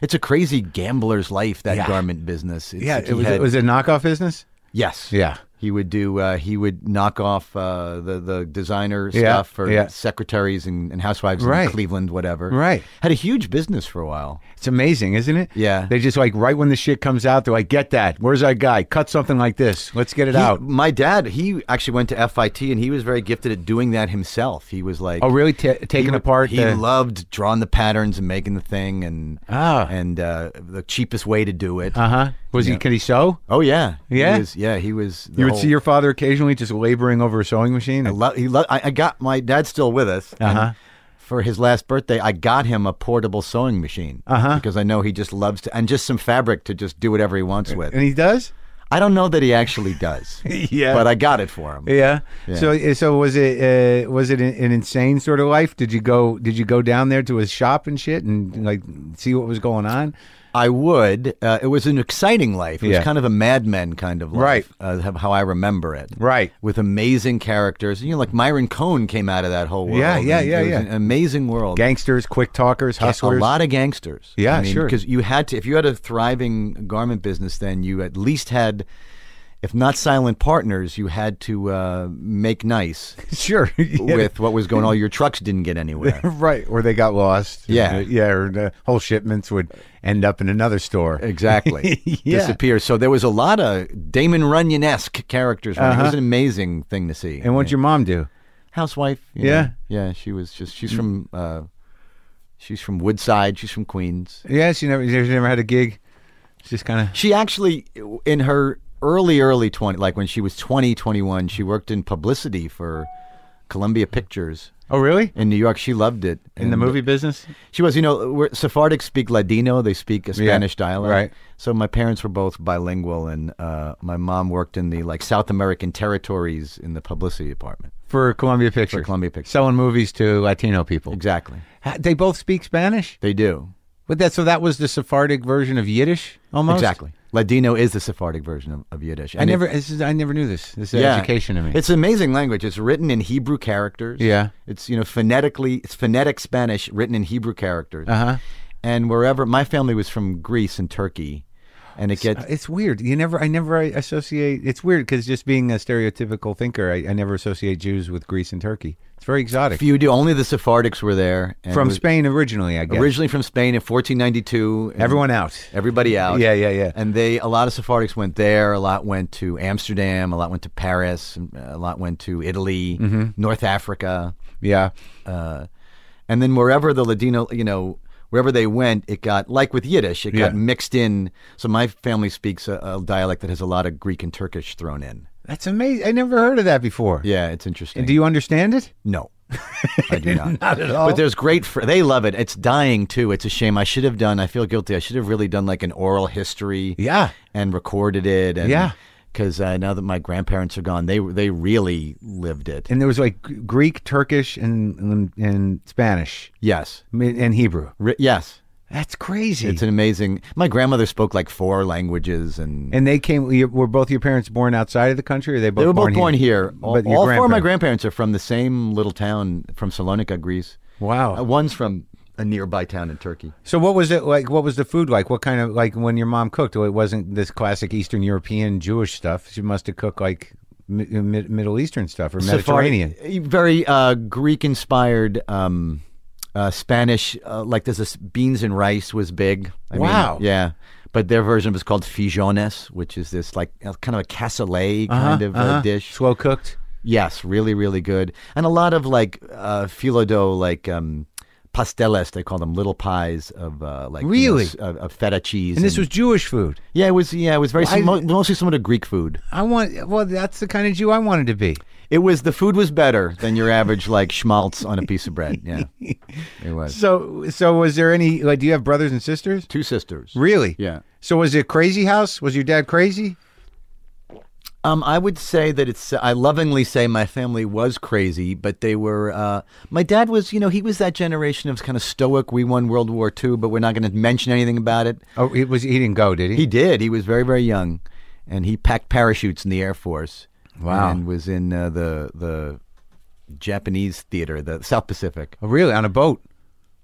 Speaker 3: It's a crazy gambler's life that
Speaker 1: Yeah.
Speaker 3: garment business. It's
Speaker 1: yeah.
Speaker 3: like
Speaker 1: It
Speaker 3: he
Speaker 1: was
Speaker 3: had-
Speaker 1: it was a knockoff business.
Speaker 3: Yes.
Speaker 1: Yeah.
Speaker 3: He would do. Uh, he would knock off uh, the the designer
Speaker 1: Yeah,
Speaker 3: stuff for
Speaker 1: yeah.
Speaker 3: secretaries and, and housewives
Speaker 1: Right.
Speaker 3: in Cleveland, whatever.
Speaker 1: Right.
Speaker 3: Had a huge business for a while.
Speaker 1: It's amazing, isn't it?
Speaker 3: Yeah.
Speaker 1: They just like right when the shit comes out, they're like, "Get that! Where's that guy? Cut something like this. Let's get it
Speaker 3: He-
Speaker 1: out."
Speaker 3: my dad, he actually went to FIT, and he was very gifted at doing that himself. He was like,
Speaker 1: Oh, really? Ta taking
Speaker 3: he,
Speaker 1: apart.
Speaker 3: He
Speaker 1: the-
Speaker 3: loved drawing the patterns and making the thing, and
Speaker 1: Ah.
Speaker 3: and uh, the cheapest way to do it.
Speaker 1: Uh huh. Was he?
Speaker 3: Yeah.
Speaker 1: Could he sew?
Speaker 3: Oh yeah,
Speaker 1: Yeah?
Speaker 3: He was, yeah, he was. the
Speaker 1: You would
Speaker 3: whole-
Speaker 1: see your father occasionally just laboring over a sewing machine.
Speaker 3: I lo- he lo- I, I got my dad's still with us. and
Speaker 1: Uh-huh.
Speaker 3: For his last birthday, I got him a portable sewing machine
Speaker 1: Uh-huh.
Speaker 3: because I know he just loves to, and just some fabric to just do whatever he wants with.
Speaker 1: and he does.
Speaker 3: I don't know that he actually does,
Speaker 1: Yeah.
Speaker 3: but I got it for him.
Speaker 1: Yeah.
Speaker 3: Yeah.
Speaker 1: So eh, so was it uh, was it an, an insane sort of life? Did you go did you go down there to his shop and shit and like see what was going on?
Speaker 3: I would. Uh, it was an exciting life. It
Speaker 1: Yeah.
Speaker 3: was kind of a Mad Men kind of life,
Speaker 1: Right.
Speaker 3: Uh, have- how I remember it,
Speaker 1: Right.
Speaker 3: With amazing characters, you know, like Myron Cohn came out of that whole world.
Speaker 1: Yeah, yeah,
Speaker 3: and
Speaker 1: yeah,
Speaker 3: it was
Speaker 1: yeah.
Speaker 3: An amazing world.
Speaker 1: Gangsters, quick talkers, hustlers.
Speaker 3: A lot of gangsters.
Speaker 1: Yeah, sure.
Speaker 3: Because you had to, if you had a thriving garment business, then you at least had, if not silent partners, you had to uh, make nice
Speaker 1: sure. Yeah.
Speaker 3: with what was going. on. Your trucks didn't get anywhere.
Speaker 1: right, or they got lost.
Speaker 3: Yeah.
Speaker 1: yeah, or the whole shipments would end up in another store.
Speaker 3: Exactly.
Speaker 1: Yeah.
Speaker 3: Disappear. So there was a lot of Damon Runyon esque characters. running. It was an amazing thing to see.
Speaker 1: Uh-huh. And what'd your mom do?
Speaker 3: housewife? you
Speaker 1: Yeah. Mm.
Speaker 3: know. yeah. She was just. She's from. Uh, she's from Woodside. She's from Queens.
Speaker 1: Yeah, she never she never had a gig. She Just kind of
Speaker 3: She actually, in her early, early 20, like when she was 20, 21, she worked in publicity for Columbia Pictures
Speaker 1: Oh, really?
Speaker 3: in New York. She loved it.
Speaker 1: In the
Speaker 3: And
Speaker 1: movie business?
Speaker 3: She was, you know, we're, Sephardic speak Ladino. They speak a Spanish dialect.
Speaker 1: right.
Speaker 3: So my parents were both bilingual, and uh, my mom worked in the, like, South American territories in the publicity department.
Speaker 1: For Columbia Pictures.
Speaker 3: Columbia Pictures.
Speaker 1: Selling movies to Latino people.
Speaker 3: Exactly.
Speaker 1: Ha- They both speak Spanish?
Speaker 3: They do.
Speaker 1: But that so that was the Sephardic version of Yiddish, almost.
Speaker 3: Exactly. Ladino is the Sephardic version of, of Yiddish.
Speaker 1: I never, this is, I never knew this. This is education to me.
Speaker 3: It's an amazing language. It's written in Hebrew characters.
Speaker 1: Yeah.
Speaker 3: It's you know phonetically it's phonetic Spanish written in Hebrew characters.
Speaker 1: Uh-huh.
Speaker 3: And wherever my family was from Greece and Turkey, and it gets
Speaker 1: Uh, it's weird. You never, I never associate. It's weird because just being a stereotypical thinker, I, I never associate Jews with Greece and Turkey. It's very exotic.
Speaker 3: few do only the Sephardics were there and
Speaker 1: From
Speaker 3: it was
Speaker 1: Spain originally, I guess.
Speaker 3: originally from Spain in 1492. and
Speaker 1: Everyone out.
Speaker 3: Everybody out.
Speaker 1: Yeah, yeah, yeah.
Speaker 3: And they a lot of Sephardics went there. A lot went to Amsterdam. A lot went to Paris. and A lot went to Italy,
Speaker 1: Mm-hmm.
Speaker 3: North Africa.
Speaker 1: Yeah.
Speaker 3: uh, and then wherever the Ladino, you know, wherever they went, it got like with Yiddish, it
Speaker 1: Yeah.
Speaker 3: got mixed in. So my family speaks a, a dialect that has a lot of Greek and Turkish thrown in.
Speaker 1: That's amazing. I never heard of that before.
Speaker 3: Yeah, it's interesting.
Speaker 1: And do you understand it?
Speaker 3: no, I do not.
Speaker 1: Not at all.
Speaker 3: But there's great. Fr- they love it. It's dying too. It's a shame. I should have done. I feel guilty. I should have really done like an oral history.
Speaker 1: Yeah.
Speaker 3: And recorded it. And,
Speaker 1: Yeah.
Speaker 3: Because uh, now that my grandparents are gone, they they really lived it.
Speaker 1: and there was like G- Greek, Turkish, and and, and Spanish,
Speaker 3: yes.
Speaker 1: I mean, and Hebrew.
Speaker 3: Ri yes.
Speaker 1: That's crazy.
Speaker 3: It's an amazing. My grandmother spoke like four languages, and,
Speaker 1: and they came. you- Were both your parents born outside of the country? Or they both
Speaker 3: they were
Speaker 1: born
Speaker 3: both born here. All,
Speaker 1: But your
Speaker 3: all four of my
Speaker 1: grandparents-
Speaker 3: grandparents are from the same little town from Salonika, Greece.
Speaker 1: Wow.
Speaker 3: Uh, one's from a nearby town in Turkey.
Speaker 1: So what was it like? What was the food like? What kind of like when your mom cooked? It wasn't this classic Eastern European Jewish stuff. She must have cooked like mi- uh, mi- Middle Eastern stuff or Mediterranean.
Speaker 3: Sephardi- very uh, Greek inspired um, uh, Spanish. Uh, like there's this beans and rice was big. I
Speaker 1: Wow.
Speaker 3: yeah. But their version was called fijones, which is this like uh, kind of a cassoulet
Speaker 1: Uh-huh,
Speaker 3: kind of uh, dish.
Speaker 1: Slow cooked.
Speaker 3: Yes, really, really good. And a lot of like uh, filo dough, like um, pasteles, they call them little pies of uh, like you know,
Speaker 1: Really?
Speaker 3: s- of, of feta cheese.
Speaker 1: And this was Jewish food.
Speaker 3: yeah, it was yeah, it was very
Speaker 1: Why-
Speaker 3: mo- mostly some of the Greek food.
Speaker 1: I want. Well, that's the kind of Jew I wanted to be.
Speaker 3: It was the food was better than your average like schmaltz on a piece of bread. Yeah, it was.
Speaker 1: So, so was there any? Like, do you have brothers and sisters?
Speaker 3: Two sisters.
Speaker 1: Really?
Speaker 3: Yeah.
Speaker 1: So was it a crazy house? Was your dad crazy?
Speaker 3: Um, I would say that it's. I lovingly say my family was crazy, but they were. Uh, my dad was. You know, he was that generation of kind of stoic. We won World War II, but we're not going to mention anything about it.
Speaker 1: Oh, he was. He didn't go, did he?
Speaker 3: He did. He was very, very young, and he packed parachutes in the Air Force.
Speaker 1: Wow.
Speaker 3: And was in uh, the the Japanese theater, the South Pacific.
Speaker 1: oh, really? On a boat?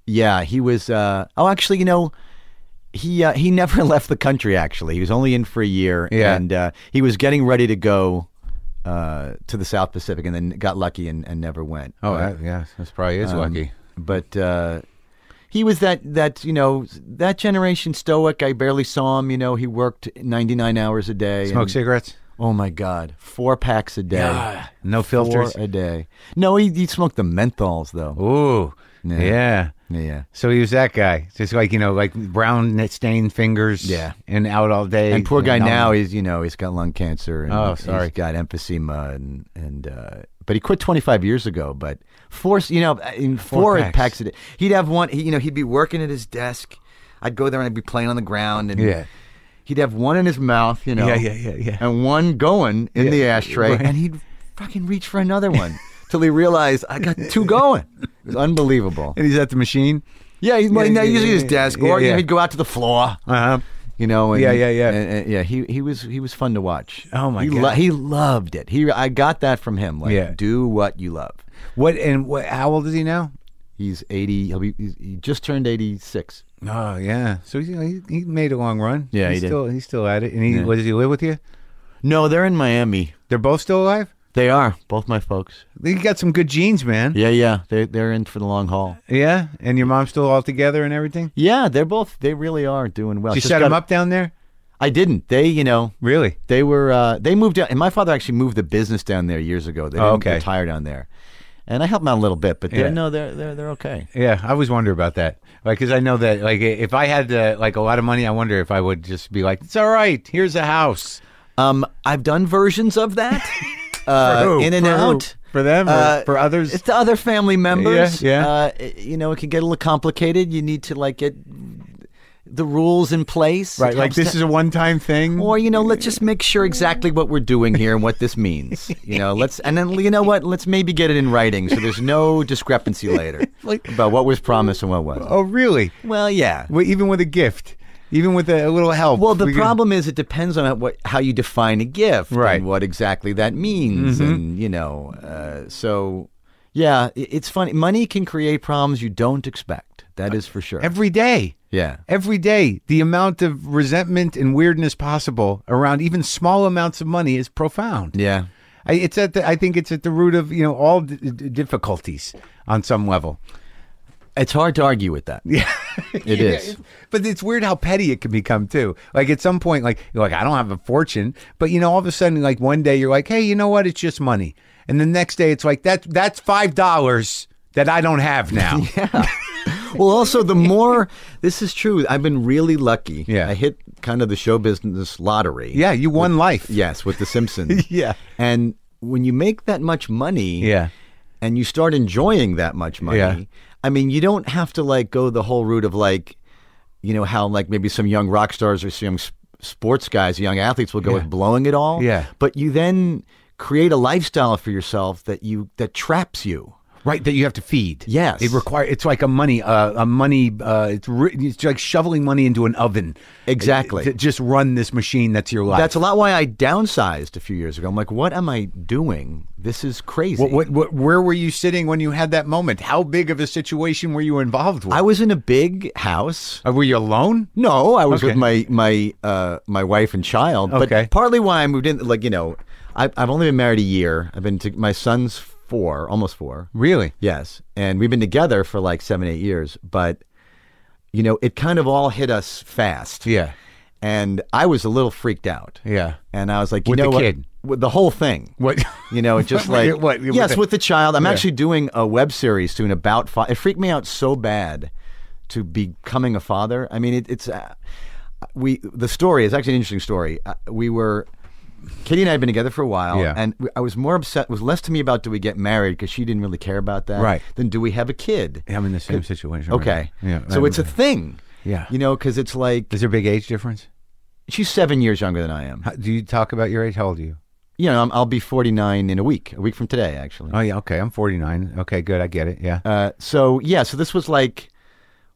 Speaker 3: Yeah, he was. Uh, oh, actually, you know, he uh, he never left the country. Actually, he was only in for a year,
Speaker 1: Yeah.
Speaker 3: and uh, he was getting ready to go uh, to the South Pacific, and then got lucky and, and never went.
Speaker 1: Oh,
Speaker 3: But-
Speaker 1: that, yeah. That's probably is
Speaker 3: um,
Speaker 1: lucky.
Speaker 3: But uh, he was that that you know that generation stoic. I barely saw him. You know, he worked ninety nine hours a day.
Speaker 1: Smoke
Speaker 3: and-
Speaker 1: cigarettes?
Speaker 3: Oh my God, four packs a day.
Speaker 1: No filters.
Speaker 3: Four a day. No, he, he smoked the menthols though.
Speaker 1: Ooh.
Speaker 3: Yeah.
Speaker 1: yeah.
Speaker 3: Yeah.
Speaker 1: So he was that guy, just like you know, like brown stained fingers,
Speaker 3: Yeah.
Speaker 1: and out all day.
Speaker 3: And poor guy
Speaker 1: all-
Speaker 3: now, he's you know he's got lung cancer. And
Speaker 1: Oh, sorry.
Speaker 3: He's got emphysema and and uh, but he quit 25 years ago. But four, you know, uh, in
Speaker 1: Four
Speaker 3: four,
Speaker 1: packs.
Speaker 3: packs a day, he'd have one. He, you know, he'd be working at his desk. I'd go there and I'd be playing on the ground. And
Speaker 1: Yeah.
Speaker 3: he'd have one in his mouth, you know.
Speaker 1: Yeah, yeah, yeah, yeah.
Speaker 3: And one going in the ashtray,
Speaker 1: right.
Speaker 3: and he'd fucking reach for another one till he realized I got two going. It was unbelievable.
Speaker 1: and he's at the machine.
Speaker 3: Yeah, he's well,
Speaker 1: Yeah,
Speaker 3: no,
Speaker 1: yeah,
Speaker 3: usually
Speaker 1: yeah,
Speaker 3: his desk,
Speaker 1: yeah,
Speaker 3: or you know,
Speaker 1: yeah.
Speaker 3: he'd go out to the floor
Speaker 1: Uh huh.
Speaker 3: you know. And,
Speaker 1: Yeah, yeah, yeah.
Speaker 3: and- and- yeah, he he was he was fun to watch.
Speaker 1: Oh, my
Speaker 3: he
Speaker 1: God.
Speaker 3: he loved it. He I got that from him. Like,
Speaker 1: Yeah.
Speaker 3: do what you love.
Speaker 1: What and what? How old is he now?
Speaker 3: He's eighty. He'll be he's- he just turned eighty six.
Speaker 1: Oh yeah. So he's, you know, he he made a long run.
Speaker 3: Yeah,
Speaker 1: he's
Speaker 3: he did.
Speaker 1: still he's still at it. And he what, does he live with you?
Speaker 3: No, they're in Miami.
Speaker 1: They're both still alive.
Speaker 3: They are both my folks.
Speaker 1: You got some good genes, man.
Speaker 3: Yeah, yeah, they they're in for the long haul.
Speaker 1: Yeah? and your mom's still all together and everything.
Speaker 3: Yeah, they're both. They really are doing well.
Speaker 1: She
Speaker 3: Just
Speaker 1: set
Speaker 3: got-
Speaker 1: him up down there.
Speaker 3: I didn't. They, you know,
Speaker 1: Really?
Speaker 3: They were uh, they moved down, and my father actually moved the business down there years ago. They didn't
Speaker 1: Oh, okay.
Speaker 3: retire down there, and I helped them out a little bit, but they're,
Speaker 1: Yeah.
Speaker 3: no, they're they're they're okay.
Speaker 1: Yeah, I always wonder about that. Like, because I know that, like, if I had uh, like a lot of money, I wonder if I would just be like, "It's all right. Here's a house."
Speaker 3: Um, I've done versions of that. uh,
Speaker 1: For who?
Speaker 3: In and
Speaker 1: For who?
Speaker 3: out. Uh,
Speaker 1: For them or for others?
Speaker 3: It's to other family members.
Speaker 1: yeah.
Speaker 3: Uh, i- you know, it can get a little complicated. You need to like get the rules in place. It
Speaker 1: Right, like
Speaker 3: helps
Speaker 1: this
Speaker 3: to-
Speaker 1: is a one-time thing.
Speaker 3: Or you know, let's just make sure exactly what we're doing here and what this means. You know, let's and then you know what? Let's maybe get it in writing so there's no discrepancy later
Speaker 1: Like-
Speaker 3: about what was promised and what wasn't.
Speaker 1: oh, really?
Speaker 3: Well, yeah.
Speaker 1: Well, even with a gift, even with a, a little help.
Speaker 3: Well, the
Speaker 1: we can-
Speaker 3: problem is it depends on what how you define a gift
Speaker 1: Right. Mm-hmm.
Speaker 3: and what exactly that means, and you know, uh, so yeah, i- it's funny. Money can create problems you don't expect. That is for sure.
Speaker 1: every day,
Speaker 3: yeah,
Speaker 1: every day, the amount of resentment and weirdness possible around even small amounts of money is profound.
Speaker 3: yeah.
Speaker 1: I, it's at the, I think it's at the root of you know all d- d- difficulties on some level.
Speaker 3: It's hard to argue with that. Yeah, it is.
Speaker 1: But it's weird how petty it can become too. Like at some point, like you're like I don't have a fortune, but you know, all of a sudden, like one day you're like, hey, you know what? It's just money, and the next day it's like that that's five dollars that I don't have now.
Speaker 3: Well, also the more this is true. I've been really lucky.
Speaker 1: Yeah.
Speaker 3: I hit kind of the show business lottery.
Speaker 1: yeah, you won life.
Speaker 3: Yes, with The Simpsons.
Speaker 1: Yeah.
Speaker 3: and when you make that much money,
Speaker 1: yeah.
Speaker 3: and you start enjoying that much money,
Speaker 1: Yeah.
Speaker 3: I mean, you don't have to like go the whole route of like, you know, how like maybe some young rock stars or some young s- sports guys, young athletes will go with blowing it all.
Speaker 1: Yeah.
Speaker 3: But you then create a lifestyle for yourself that you that traps you.
Speaker 1: Right, that you have to feed.
Speaker 3: Yes.
Speaker 1: it require. It's like a money, uh, a money. Uh, it's, ri it's like shoveling money into an oven.
Speaker 3: Exactly.
Speaker 1: To just run this machine that's your life.
Speaker 3: That's a lot why I downsized a few years ago. I'm like, what am I doing? This is crazy.
Speaker 1: What, what, what, where were you sitting when you had that moment? How big of a situation were you involved with?
Speaker 3: I was in a big house.
Speaker 1: Uh, were you alone?
Speaker 3: No, I was
Speaker 1: Okay.
Speaker 3: with my my uh, my wife and child.
Speaker 1: Okay.
Speaker 3: But partly why I moved in, like you know, I, I've only been married a year. I've been to my son's four, almost four.
Speaker 1: Really?
Speaker 3: Yes, and we've been together for like seven, eight years. But you know, it kind of all hit us fast.
Speaker 1: Yeah.
Speaker 3: And I was a little freaked out.
Speaker 1: Yeah.
Speaker 3: And I was like, you
Speaker 1: With
Speaker 3: know
Speaker 1: the
Speaker 3: what?
Speaker 1: kid?
Speaker 3: With the whole thing.
Speaker 1: What?
Speaker 3: You know, it just
Speaker 1: What-
Speaker 3: like
Speaker 1: what- what-
Speaker 3: yes, with the child. I'm actually doing a web series soon about. Fa- it freaked me out so bad to becoming a father. I mean, it, it's uh, we. The story is actually an interesting story. Uh, we were. Katie and I had been together for a while,
Speaker 1: Yeah.
Speaker 3: and we- I was more upset. It was less to me about do we get married because she didn't really care about that,
Speaker 1: Right.
Speaker 3: Than do we have a kid?
Speaker 1: I'm in the same situation. right
Speaker 3: Okay,
Speaker 1: now. Yeah.
Speaker 3: So
Speaker 1: I-
Speaker 3: it's a thing,
Speaker 1: Yeah.
Speaker 3: You know, because it's like
Speaker 1: Is there a big age difference?
Speaker 3: she's seven years younger than I am.
Speaker 1: How, Uh, do you talk about your age? How old are you?
Speaker 3: You know, I'm, I'll be 49 in a week, a week from today, actually.
Speaker 1: Oh yeah. Okay, I'm 49. Okay, good. I get it. Yeah.
Speaker 3: Uh, so yeah, so this was like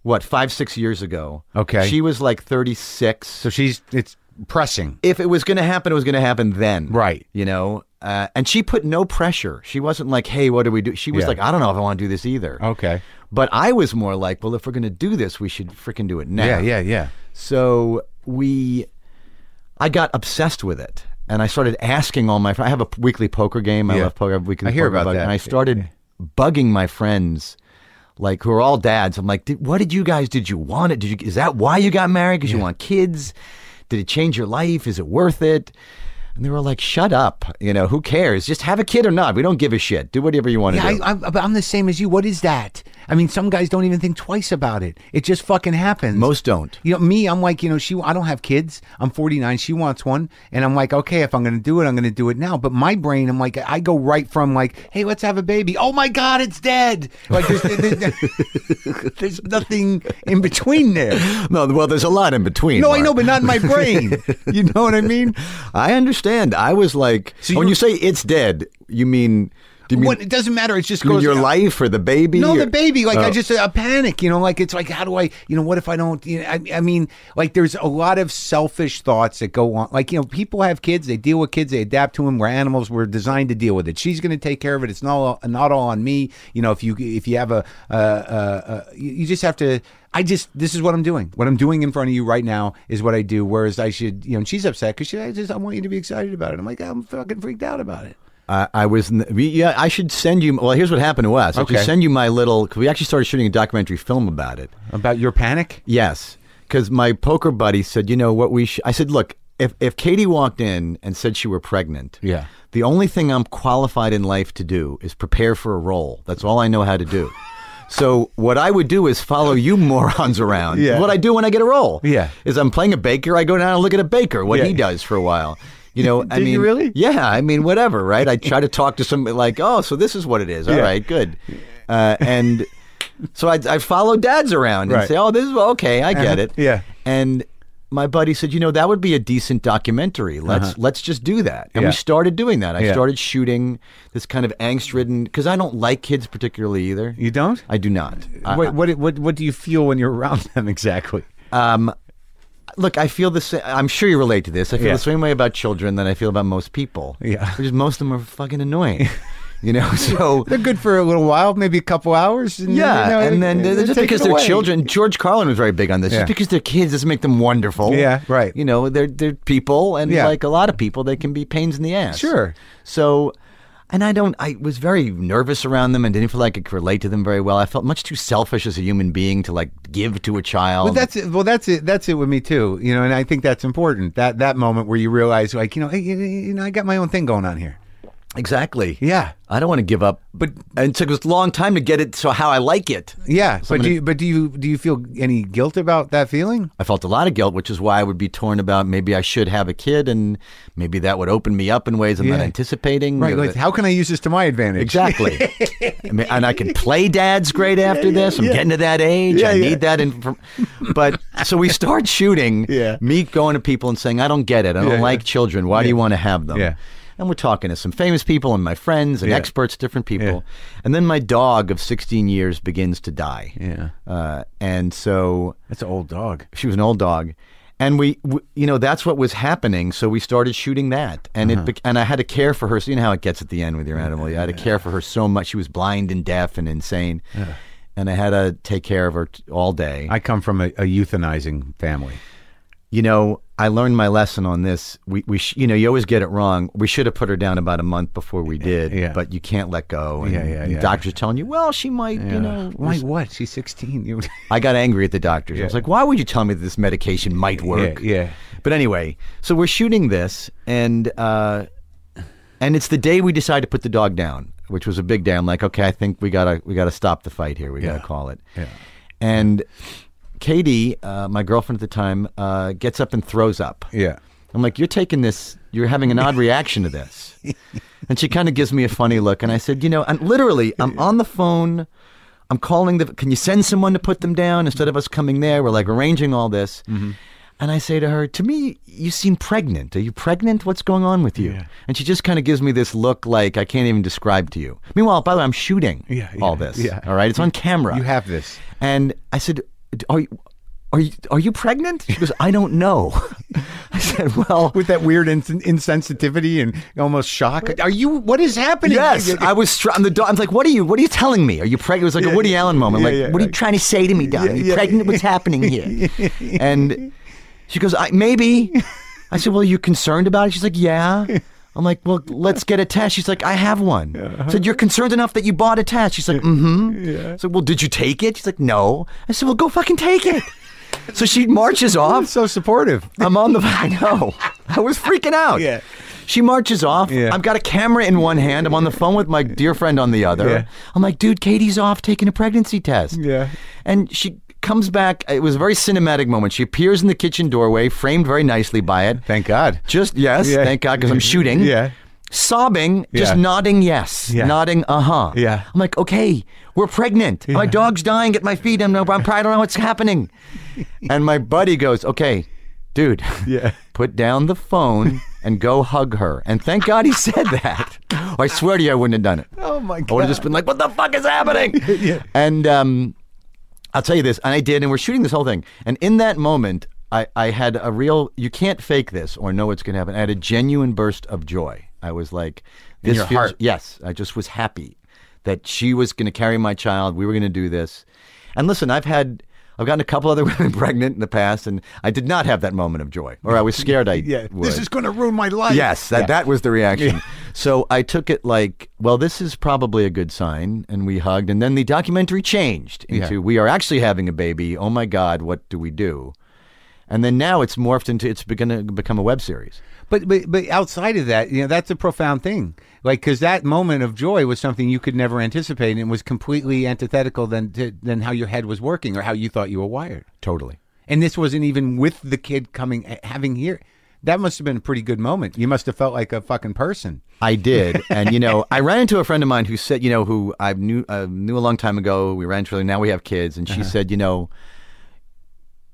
Speaker 3: what five six years ago.
Speaker 1: Okay.
Speaker 3: she was like thirty six.
Speaker 1: so
Speaker 3: So
Speaker 1: she's it's pressing.
Speaker 3: if it was going to happen, it was going to happen then.
Speaker 1: Right.
Speaker 3: You know, uh, and she put no pressure. She wasn't like, "Hey, what do we do?" She was
Speaker 1: Yeah.
Speaker 3: like, "I don't know if I want to do this either."
Speaker 1: Okay.
Speaker 3: But I was more like, "Well, if we're going to do this, we should freaking do it now."
Speaker 1: Yeah. Yeah. Yeah.
Speaker 3: So we, I got obsessed with it, and I started asking all my. fr- I have a p- weekly poker game. I
Speaker 1: Yeah.
Speaker 3: love poker. I have a weekly
Speaker 1: I hear
Speaker 3: poker
Speaker 1: about
Speaker 3: bug,
Speaker 1: that.
Speaker 3: And I started bugging my friends, like who are all dads. I'm like, "Did- what did you guys? Did you want it? Did you? Is that why you got married? Because you want kids? Did it change your life? Is it worth it? And they were like, "Shut up! You know who cares? Just have a kid or not. We don't give a shit. Do whatever you want to do."
Speaker 1: I, I'm, but I'm the same as you. What is that? I mean, some guys don't even think twice about it. It just fucking happens.
Speaker 3: Most don't.
Speaker 1: You know, me, I'm like, you know, she. I don't have kids. I'm 49. She wants one, and I'm like, okay, if I'm going to do it, I'm going to do it now. But my brain, I'm like, I go right from like, hey, let's have a baby. Oh my god, it's dead. Like, there's, there's, there's nothing in between there.
Speaker 3: no, well, there's a lot in between.
Speaker 1: No, I
Speaker 3: Mark.
Speaker 1: know, but not in my brain. You know what I mean?
Speaker 3: I understand. I was like,
Speaker 1: So
Speaker 3: when
Speaker 1: you-
Speaker 3: you say it's dead, you mean do you mean,
Speaker 1: What, it doesn't matter. It just
Speaker 3: you mean
Speaker 1: goes
Speaker 3: your life or the baby?
Speaker 1: No,
Speaker 3: or-
Speaker 1: the baby. Like I
Speaker 3: Oh.
Speaker 1: just a panic. You know, like it's like how do I? You know, what if I don't? You know, I, I mean, like there's a lot of selfish thoughts that go on. Like you know, people have kids. They deal with kids. They adapt to them. We're animals. We're designed to deal with it. She's going to take care of it. It's not all, not all on me. You know, if you if you have a uh, uh, uh, you you just have to. I just this is what I'm doing. What I'm doing in front of you right now is what I do. Whereas I should, you know, and she's upset because she I just I want you to be excited about it. I'm like I'm fucking freaked out about it.
Speaker 3: I, I was. n- we- Yeah, I should send you. Well, here's what happened to us. I should
Speaker 1: Okay.
Speaker 3: send you my little. Cause we actually started shooting a documentary film about it.
Speaker 1: About your panic.
Speaker 3: Yes, because my poker buddy said, you know what we. Sh-? I said, look, if if Katie walked in and said she were pregnant,
Speaker 1: Yeah.
Speaker 3: the only thing I'm qualified in life to do is prepare for a role. That's all I know how to do. So what I would do is follow you morons around.
Speaker 1: Yeah.
Speaker 3: What I do when I get a role.
Speaker 1: Yeah.
Speaker 3: Is I'm playing a baker, I go down and look at a baker, what he does for a while. You know,
Speaker 1: Did
Speaker 3: I
Speaker 1: you
Speaker 3: mean,
Speaker 1: really?
Speaker 3: Yeah, I mean, whatever, right? I try to talk to somebody like, oh, so this is what it is. All right,
Speaker 1: Yeah.
Speaker 3: good. Uh, and so I, I follow dads around
Speaker 1: Right.
Speaker 3: and say, oh, this is okay, I get
Speaker 1: Uh-huh.
Speaker 3: it.
Speaker 1: Yeah.
Speaker 3: And my buddy said, you know, that would be a decent documentary. Let's let's just do that. And
Speaker 1: Uh-huh. Yeah.
Speaker 3: we started doing that. I
Speaker 1: Yeah.
Speaker 3: started shooting this kind of angst-ridden because I don't like kids particularly either.
Speaker 1: You don't. Uh,
Speaker 3: I do not. I-
Speaker 1: What, what what what do you feel when you're around them exactly?
Speaker 3: Um, Look, I feel the same. I'm sure you relate to this. I feel
Speaker 1: Yeah.
Speaker 3: the same way about children that I feel about most people.
Speaker 1: Yeah.
Speaker 3: because most of them are fucking annoying. you know, so
Speaker 1: They're good for a little while, maybe a couple hours. And,
Speaker 3: yeah,
Speaker 1: you know,
Speaker 3: and then
Speaker 1: they- they
Speaker 3: just
Speaker 1: take
Speaker 3: because
Speaker 1: it
Speaker 3: they're
Speaker 1: away.
Speaker 3: children, George Carlin was very big on this.
Speaker 1: Yeah.
Speaker 3: Just because they're kids doesn't make them wonderful.
Speaker 1: Yeah, right.
Speaker 3: You know, they're they're people, and
Speaker 1: Yeah.
Speaker 3: like a lot of people, they can be pains in the ass.
Speaker 1: Sure.
Speaker 3: So. And I don't. I was very nervous around them, and didn't feel like I could relate to them very well. I felt much too selfish as a human being to like give to a child.
Speaker 1: Well, that's it. Well, that's it. That's it with me too. You know, and I think that's important. That that moment where you realize, like, you know, hey, you you know, I got my own thing going on here.
Speaker 3: Exactly.
Speaker 1: Yeah.
Speaker 3: I don't want to give up, but and it took us a long time to get it so how I like it.
Speaker 1: Yeah, but do you, but do you do you feel any guilt about that feeling?
Speaker 3: I felt a lot of guilt, which is why I would be torn about maybe I should have a kid, and maybe that would open me up in ways I'm not
Speaker 1: Yeah.
Speaker 3: anticipating.
Speaker 1: Right,
Speaker 3: You know,
Speaker 1: like
Speaker 3: that-
Speaker 1: how can I use this to my advantage?
Speaker 3: exactly. I mean, and I can play dad's great after this. I'm getting to that age. I
Speaker 1: yeah.
Speaker 3: need that. Inf- but so we start shooting.
Speaker 1: Yeah.
Speaker 3: Me going to people and saying, I don't get it. I don't
Speaker 1: Yeah, yeah.
Speaker 3: like children. Why do you want to have them?
Speaker 1: Yeah.
Speaker 3: And we're talking to some famous people and my friends and
Speaker 1: Yeah.
Speaker 3: experts, different people. And then my dog of 16 years begins to die.
Speaker 1: Yeah.
Speaker 3: Uh, and so
Speaker 1: That's an old dog.
Speaker 3: she was an old dog and we, we you know that's what was happening so we started shooting that and
Speaker 1: Uh-huh.
Speaker 3: it bec and i had to care for her so you know how it gets at the end with your animal i had to care for her so much she was blind and deaf and insane and i had to take care of her t- all day
Speaker 1: I come from a, a euthanizing family.
Speaker 3: you know i learned my lesson on this we, we sh- you know you always get it wrong we should have put her down about a month before we did
Speaker 1: Yeah.
Speaker 3: but you can't let go and,
Speaker 1: Yeah, yeah,
Speaker 3: and
Speaker 1: yeah.
Speaker 3: doctors telling you well she might you know
Speaker 1: Why what? She's 16. You-
Speaker 3: I got angry at the doctors. I was like, why would you tell me that this medication might work?
Speaker 1: Yeah, yeah.
Speaker 3: But anyway, so we're shooting this, and uh, and it's the day we decide to put the dog down, which was a big day. I'm like, okay, I think we gotta we gotta stop the fight here. We
Speaker 1: Yeah.
Speaker 3: gotta call it.
Speaker 1: Yeah.
Speaker 3: And Katie, uh, my girlfriend at the time, uh, gets up and throws up.
Speaker 1: yeah.
Speaker 3: I'm like, you're taking this, you're having an odd reaction to this. And she kind of gives me a funny look. And I said, you know, and literally, I'm on the phone. I'm calling the, can you send someone to put them down instead of us coming there? We're like arranging all this.
Speaker 1: Mm-hmm.
Speaker 3: And I say to her, to me, you seem pregnant. Are you pregnant? What's going on with you? And she just kind of gives me this look like I can't even describe to you. Meanwhile, by the way, I'm shooting
Speaker 1: Yeah, yeah,
Speaker 3: all this.
Speaker 1: yeah.
Speaker 3: All right. It's on camera.
Speaker 1: You have this.
Speaker 3: And I said, "Are you, are you, are you pregnant?" She goes, "I don't know." I said, "Well,
Speaker 1: With that weird ins- insensitivity and almost shock. Are you what is happening?
Speaker 3: yes." I was. Str- I'm the. Do- I'm like, "What are you? What are you telling me? Are you pregnant?" It was like a Woody Allen moment.
Speaker 1: yeah,
Speaker 3: like,
Speaker 1: yeah,
Speaker 3: "What are you
Speaker 1: like-
Speaker 3: trying to say to me, Don? are you
Speaker 1: yeah.
Speaker 3: pregnant? What's happening here?" and she goes, I, "Maybe." I said, "Well, are you concerned about it?" She's like, "Yeah." I'm like, "Well, let's get a test." She's like, "I have one."
Speaker 1: Uh-huh.
Speaker 3: I said, "You're concerned enough that you bought a test?" She's like, "Mm-hmm." I said, "Well, did you take it?" She's like, "No." I said, "Well, go fucking take it." So she marches off.
Speaker 1: I'm so supportive.
Speaker 3: I'm on the. I know. I was freaking out.
Speaker 1: Yeah.
Speaker 3: She marches off.
Speaker 1: Yeah.
Speaker 3: I've got a camera in one hand. I'm on the phone with my dear friend on the other.
Speaker 1: Yeah.
Speaker 3: I'm like, dude, Katie's off taking a pregnancy test.
Speaker 1: Yeah.
Speaker 3: And she comes back. It was a very cinematic moment. She appears in the kitchen doorway, framed very nicely by it.
Speaker 1: Thank God.
Speaker 3: Just yes,
Speaker 1: Yeah.
Speaker 3: thank God, because I'm shooting.
Speaker 1: Yeah.
Speaker 3: Sobbing, just
Speaker 1: Yeah.
Speaker 3: nodding yes,
Speaker 1: Yeah.
Speaker 3: nodding uh huh.
Speaker 1: Yeah.
Speaker 3: I'm like, okay, we're pregnant. My dog's dying at my feet. I'm, I'm I don't know what's happening. And my buddy goes, okay, dude,
Speaker 1: Yeah.
Speaker 3: put down the phone and go hug her. And thank God he said that. Or I swear to you, I wouldn't have done it.
Speaker 1: Oh my
Speaker 3: I would
Speaker 1: God.
Speaker 3: have just been like, what the fuck is happening?
Speaker 1: Yeah.
Speaker 3: And um, I'll tell you this, and I did, and we're shooting this whole thing. And in that moment, I, I had a real, you can't fake this or know what's going to happen. I had a genuine burst of joy. I was like, this
Speaker 1: your
Speaker 3: feels,
Speaker 1: heart.
Speaker 3: yes, I just was happy that she was going to carry my child. We were going to do this. And listen, I've had, I've gotten a couple other women pregnant in the past, and I did not have that moment of joy, or I was scared I
Speaker 1: yeah.
Speaker 3: would.
Speaker 1: This is going to ruin my life.
Speaker 3: Yes, that,
Speaker 1: Yeah.
Speaker 3: that was the reaction. So I took it like, well, this is probably a good sign. And we hugged. And then the documentary changed into, we are actually having a baby. Oh my God, what do we do? And then now it's morphed into, it's going to become a web series.
Speaker 1: But, but but outside of that, you know, that's a profound thing. Like because that moment of joy was something you could never anticipate, and was completely antithetical than to, than how your head was working or how you thought you were wired.
Speaker 3: Totally.
Speaker 1: And this wasn't even with the kid coming eh, having here. That must have been a pretty good moment. You must have felt like a fucking person.
Speaker 3: I did, and you know, I ran into a friend of mine who said, you know, who I knew uh, knew a long time ago. We ran into, her, now we have kids,
Speaker 1: Uh-huh.
Speaker 3: and she said, you know,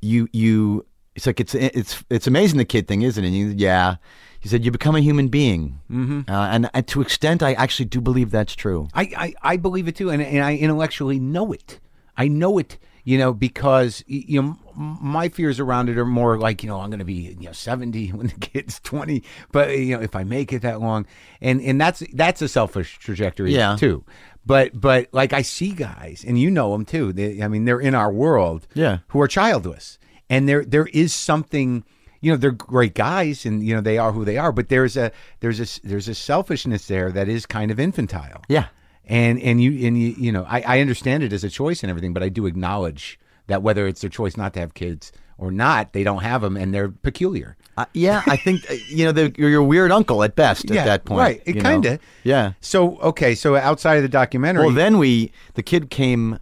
Speaker 3: you you, it's like it's it's it's amazing the kid thing, isn't it? And you, yeah, he said you become a human being, mm-hmm. uh, and, and to extent, I actually do believe that's true.
Speaker 1: I, I, I believe it too, and, and I intellectually know it. I know it, you know, because y- you know m- my fears around it are more like you know I'm going to be you know 70 when the kid's 20, but you know if I make it that long, and and that's that's a selfish trajectory
Speaker 3: Yeah.
Speaker 1: too. But but like I see guys, and you know them too. They, I mean, they're in our world,
Speaker 3: Yeah.
Speaker 1: who are childless, and there there is something. You know they're great guys, and you know they are who they are. But there's a there's a s- there's a selfishness there that is kind of infantile
Speaker 3: Yeah.
Speaker 1: and and you and you you know I, I understand it as a choice and everything but i do acknowledge that whether it's their choice not to have kids or not, they don't have them and they're peculiar.
Speaker 3: Uh, yeah, I think uh, you know the, you're your weird uncle at best
Speaker 1: Yeah,
Speaker 3: at that point.
Speaker 1: right. It
Speaker 3: you know?
Speaker 1: kinda-
Speaker 3: Yeah.
Speaker 1: So okay, so outside of the documentary,
Speaker 3: Well, then we the kid came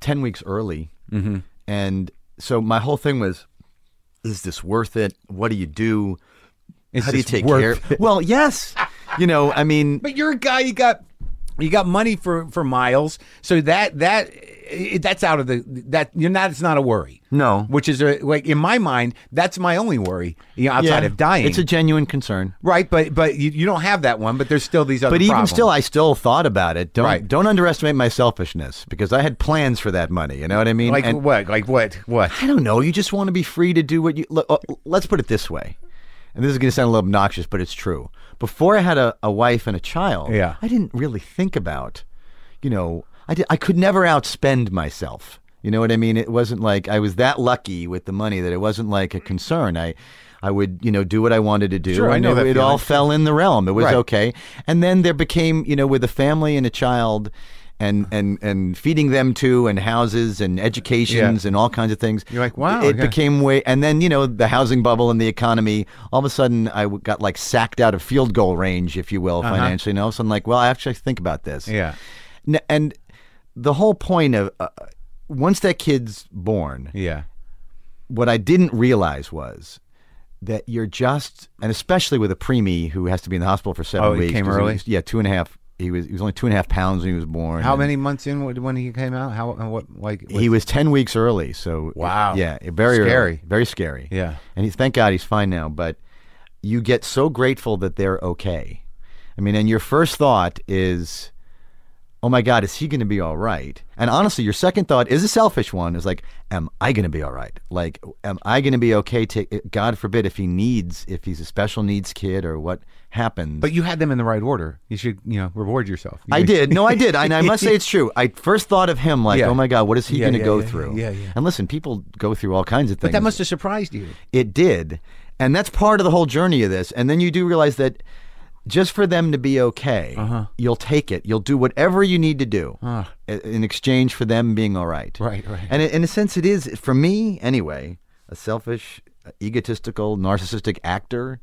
Speaker 3: ten weeks early,
Speaker 1: Mm-hmm.
Speaker 3: and so my whole thing was, is this worth it? What do you do?
Speaker 1: is
Speaker 3: How do you
Speaker 1: this
Speaker 3: take
Speaker 1: worth
Speaker 3: care?
Speaker 1: it?
Speaker 3: Well, yes. You know, I mean,
Speaker 1: But you're a guy. You got you got money for for miles. So that that eh, that's out of the that you're not. It's not a worry.
Speaker 3: No.
Speaker 1: which is a, like in my mind, that's my only worry. You know, outside
Speaker 3: yeah,
Speaker 1: of dying,
Speaker 3: it's a genuine concern.
Speaker 1: right. But but you, you don't have that one. But there's still these other.
Speaker 3: But even
Speaker 1: problems.
Speaker 3: still, I still thought about it. Don't
Speaker 1: Right.
Speaker 3: don't underestimate my selfishness because I had plans for that money. You know what I mean?
Speaker 1: like
Speaker 3: And-
Speaker 1: what? Like what? What?
Speaker 3: I don't know. You just want to be free to do what you. Look, uh, let's put it this way, and this is going to sound a little obnoxious, but it's true. Before I had a, a wife and a child,
Speaker 1: Yeah.
Speaker 3: I didn't really think about, you know, I did, I could never outspend myself. You know what I mean? It wasn't like I was that lucky with the money that it wasn't like a concern. I. I would, you know, do what I wanted to do.
Speaker 1: Sure, I
Speaker 3: and
Speaker 1: know
Speaker 3: it,
Speaker 1: that
Speaker 3: it all
Speaker 1: feeling.
Speaker 3: fell in the realm. It was
Speaker 1: Right.
Speaker 3: okay. And then there became, you know, with a family and a child and and and feeding them too and houses and educations and all kinds of things.
Speaker 1: You're like, wow,
Speaker 3: It
Speaker 1: okay.
Speaker 3: became way and then, you know, the housing bubble and the economy, all of a sudden I w- got like sacked out of field goal range, if you will, financially. And all of a sudden like, well, I actually think about this.
Speaker 1: Uh-huh. Yeah.
Speaker 3: N- and the whole point of uh, once that kid's born,
Speaker 1: Yeah.
Speaker 3: what I didn't realize was that you're just, and especially with a preemie who has to be in the hospital for seven
Speaker 1: Oh, he
Speaker 3: weeks.
Speaker 1: came
Speaker 3: 'cause
Speaker 1: early?
Speaker 3: was- yeah, two and a half. He was he was only two and a half pounds when he was born.
Speaker 1: How
Speaker 3: and
Speaker 1: many months in when when he came out? How what like what-
Speaker 3: He was ten weeks early. So
Speaker 1: Wow.
Speaker 3: yeah, very early,
Speaker 1: Scary.
Speaker 3: very scary.
Speaker 1: Yeah.
Speaker 3: and he thank God he's fine now. But you get so grateful that they're okay. I mean, and your first thought is, "Oh my God, is he going to be all right?" And honestly, your second thought is a selfish one. Is like, "Am I going to be all right? Like, am I going to be okay? To eh, God forbid if he needs, if he's a special needs kid or what happens."
Speaker 1: But you had them in the right order. You should you know reward yourself.
Speaker 3: I did. No, I did. And I must say it's true. I first thought of him like,
Speaker 1: Yeah.
Speaker 3: oh my God, what is he
Speaker 1: Yeah,
Speaker 3: going to
Speaker 1: yeah,
Speaker 3: go
Speaker 1: yeah,
Speaker 3: through?
Speaker 1: yeah, yeah.
Speaker 3: And listen, people go through all kinds of
Speaker 1: But
Speaker 3: things.
Speaker 1: that must have surprised you.
Speaker 3: it did. And that's part of the whole journey of this. And then you do realize that just for them to be okay,
Speaker 1: Uh-huh.
Speaker 3: you'll take it. You'll do whatever you need to do i- in exchange for them being all right.
Speaker 1: Right, right.
Speaker 3: And i- in a sense, it is, for me anyway, a selfish, egotistical, narcissistic actor.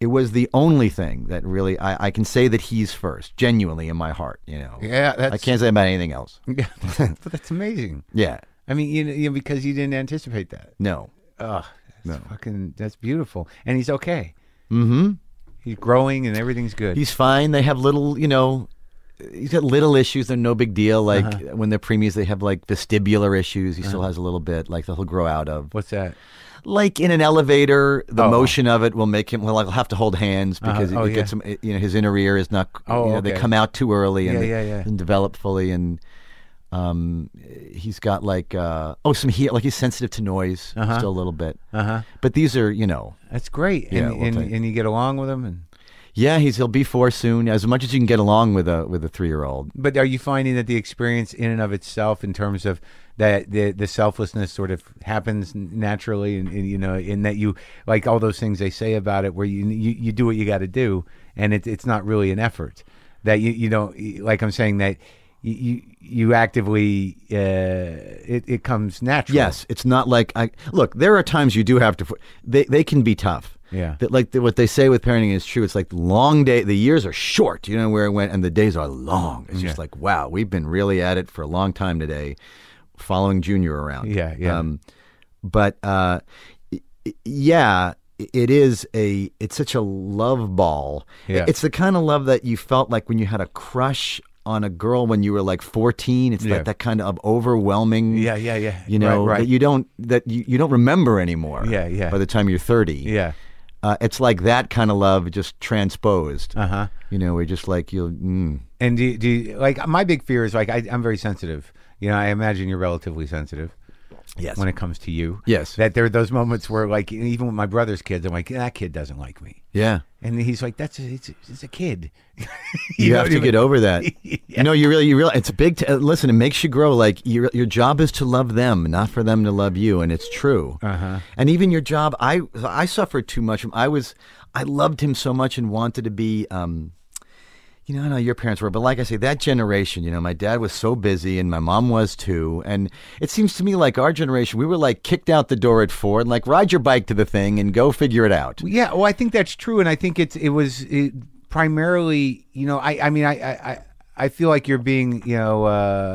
Speaker 3: It was the only thing that really I, I can say that he's first, genuinely in my heart. You know,
Speaker 1: Yeah, that's
Speaker 3: I can't say about anything else.
Speaker 1: Yeah, but that's amazing.
Speaker 3: Yeah,
Speaker 1: I mean, you know, you know, because you didn't anticipate that.
Speaker 3: no,
Speaker 1: Ugh, that's fucking that's beautiful. And he's okay. Mm-hmm. He's growing and everything's good.
Speaker 3: he's fine. They have little, you know, he's got little issues. They're no big deal.
Speaker 1: Uh-huh.
Speaker 3: Like when they're preemies, they have like vestibular issues. He still has a little bit, like that he'll grow out of.
Speaker 1: What's that?
Speaker 3: Like in an elevator, the
Speaker 1: Oh.
Speaker 3: motion of it will make him. Well, I'll have to hold hands because
Speaker 1: Oh,
Speaker 3: it, it gets him. it- you know, his inner ear is not.
Speaker 1: Oh,
Speaker 3: you know, they
Speaker 1: okay.
Speaker 3: come out too early and
Speaker 1: Yeah,
Speaker 3: they
Speaker 1: yeah, yeah.
Speaker 3: didn't develop fully and. Um, he's got like uh oh some heat like he's sensitive to noise still a little bit.
Speaker 1: Uh-huh.
Speaker 3: But these are you know
Speaker 1: That's great.
Speaker 3: Yeah,
Speaker 1: and,
Speaker 3: well,
Speaker 1: and,
Speaker 3: thank-
Speaker 1: and you get along with him. And
Speaker 3: yeah he's he'll be four soon as much as you can get along with a with a three year old
Speaker 1: but are you finding that the experience in and of itself, in terms of that the the selflessness, sort of happens n- naturally, and, and, you know, in that you like all those things they say about it, where you you, you do what you got to do, and it, it's not really an effort. That you you don't like I'm saying that. You you, you actively uh, it it comes naturally.
Speaker 3: Yes, it's not like I look. There are times you do have to. They they can be tough.
Speaker 1: Yeah.
Speaker 3: That like what they say with parenting is true. It's like long day. The years are short. You know where it went, and the days are long. It's just like wow, we've been really at it for a long time today, following Junior around.
Speaker 1: Yeah, yeah.
Speaker 3: Um, but uh, y- y- yeah, it is a. It's such a love ball.
Speaker 1: Yeah.
Speaker 3: It's the kind of love that you felt like when you had a crush on a girl when you were like 14 it's
Speaker 1: Yeah.
Speaker 3: like that kind of overwhelming
Speaker 1: Yeah, yeah, yeah.
Speaker 3: you know
Speaker 1: Right, right.
Speaker 3: that you don't that you, you don't remember anymore
Speaker 1: Yeah, yeah.
Speaker 3: by the time you're 30
Speaker 1: Yeah.
Speaker 3: uh, it's like that kind of love just transposed
Speaker 1: Uh huh.
Speaker 3: you know we're just like you'll mm.
Speaker 1: And do you, do you, like my big fear is like I, I'm very sensitive. You know, I imagine you're relatively sensitive
Speaker 3: yes
Speaker 1: when it comes to you.
Speaker 3: Yes.
Speaker 1: That there are those moments where like even with my brother's kids, I'm like that kid doesn't like me,
Speaker 3: yeah
Speaker 1: and he's like that's a, it's, it's a kid.
Speaker 3: you,
Speaker 1: know
Speaker 3: have
Speaker 1: what
Speaker 3: to
Speaker 1: I mean?
Speaker 3: get over that you know you really you really it's a big t- uh, listen it makes you grow like your, your job is to love them not for them to love you and it's true uh-huh. and even your job i i suffered too much i was i loved him so much and wanted to be um You know, I know your parents were, but like I say, that generation, you know, my dad was so busy and my mom was too. And it seems to me like our generation, we were like kicked out the door at four and like ride your bike to the thing and go figure it out.
Speaker 1: Yeah, well, I think that's true, and I think it's it was it primarily, you know, I I mean, I I. I I feel like you're being, you know,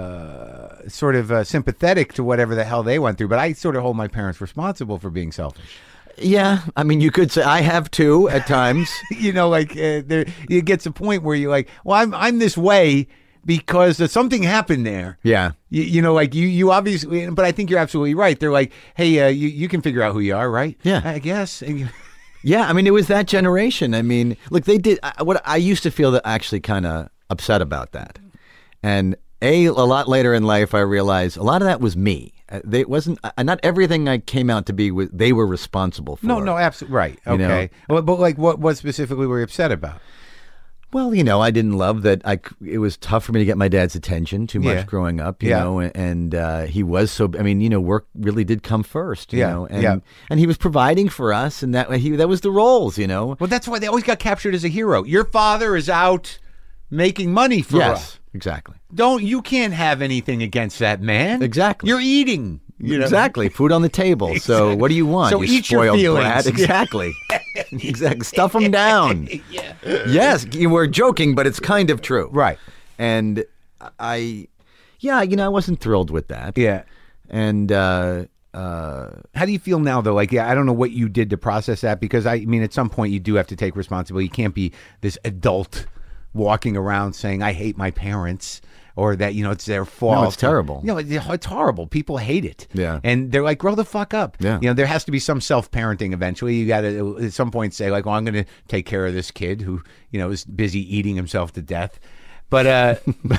Speaker 1: uh, sort of uh, sympathetic to whatever the hell they went through, but I sort of hold my parents responsible for being selfish.
Speaker 3: Yeah. I mean, you could say I have too at times.
Speaker 1: You know, like uh, there, it gets a point where you're like, well, I'm I'm this way because uh, something happened there.
Speaker 3: yeah.
Speaker 1: You, you know, like you, you obviously, but I think you're absolutely right. They're like, hey, uh, you, you can figure out who you are, right?
Speaker 3: Yeah.
Speaker 1: I guess. And you-
Speaker 3: Yeah, I mean, it was that generation. I mean, look, they did I- what I used to feel that actually kind of upset about that, and a a lot later in life, I realized a lot of that was me. Uh, They wasn't uh, not everything I came out to be. Was, they were responsible for.
Speaker 1: no, no, absolutely right.
Speaker 3: You know?
Speaker 1: Okay. Well, but like, what, what specifically were you upset about?
Speaker 3: Well, you know, I didn't love that. I c- it was tough for me to get my dad's attention too much
Speaker 1: Yeah.
Speaker 3: growing up. You
Speaker 1: Yeah.
Speaker 3: know, and, and uh, he was so. I mean, you know, work really did come first. You
Speaker 1: Yeah,
Speaker 3: know, and
Speaker 1: yeah.
Speaker 3: and he was providing for us, and that he that was the roles. You know,
Speaker 1: Well, that's why they always got captured as a hero. Your father is out making money for us.
Speaker 3: yes, exactly.
Speaker 1: Don't you can't have anything against that man.
Speaker 3: Exactly.
Speaker 1: You're eating. You know?
Speaker 3: Exactly, food on the table. So what do you want?
Speaker 1: So
Speaker 3: you
Speaker 1: eat your
Speaker 3: spoiled
Speaker 1: feelings.
Speaker 3: brat. Exactly, exactly. Stuff them down. Yes, you were joking, but it's kind of true,
Speaker 1: Right.
Speaker 3: And I, yeah, you know, I wasn't thrilled with that.
Speaker 1: Yeah.
Speaker 3: and uh, uh,
Speaker 1: How do you feel now, though? Like, yeah, I don't know what you did to process that because I mean, at some point, you do have to take responsibility. You can't be this adult walking around saying, I hate my parents or that, you know, it's their fault.
Speaker 3: terrible.
Speaker 1: You know, it- it's horrible. People hate it.
Speaker 3: Yeah.
Speaker 1: And they're like, grow the fuck up.
Speaker 3: Yeah.
Speaker 1: You know, there has to be some self parenting eventually. You got to, at some point, say, like, well, I'm going to take care of this kid who, you know, is busy eating himself to death. But, uh,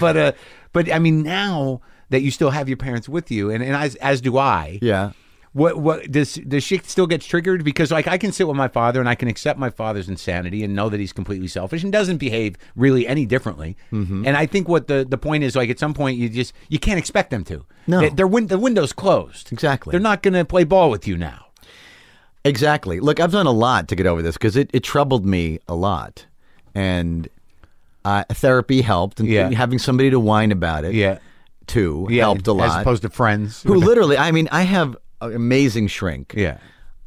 Speaker 1: but uh but I mean now that you still have your parents with you and, and as as do I.
Speaker 3: yeah,
Speaker 1: What what does does shit still gets triggered? Because like I can sit with my father and I can accept my father's insanity and know that he's completely selfish and doesn't behave really any differently.
Speaker 3: Mm-hmm.
Speaker 1: And I think what the the point is like at some point you just you can't expect them to.
Speaker 3: No.
Speaker 1: They- their win- the window's closed.
Speaker 3: Exactly.
Speaker 1: They're not going to play ball with you now.
Speaker 3: exactly. Look, I've done a lot to get over this because it, it troubled me a lot, and uh, therapy helped, and
Speaker 1: Yeah.
Speaker 3: having somebody to whine about it,
Speaker 1: Yeah.
Speaker 3: too, helped a lot.
Speaker 1: as opposed to friends.
Speaker 3: who literally i mean i have an amazing shrink
Speaker 1: yeah.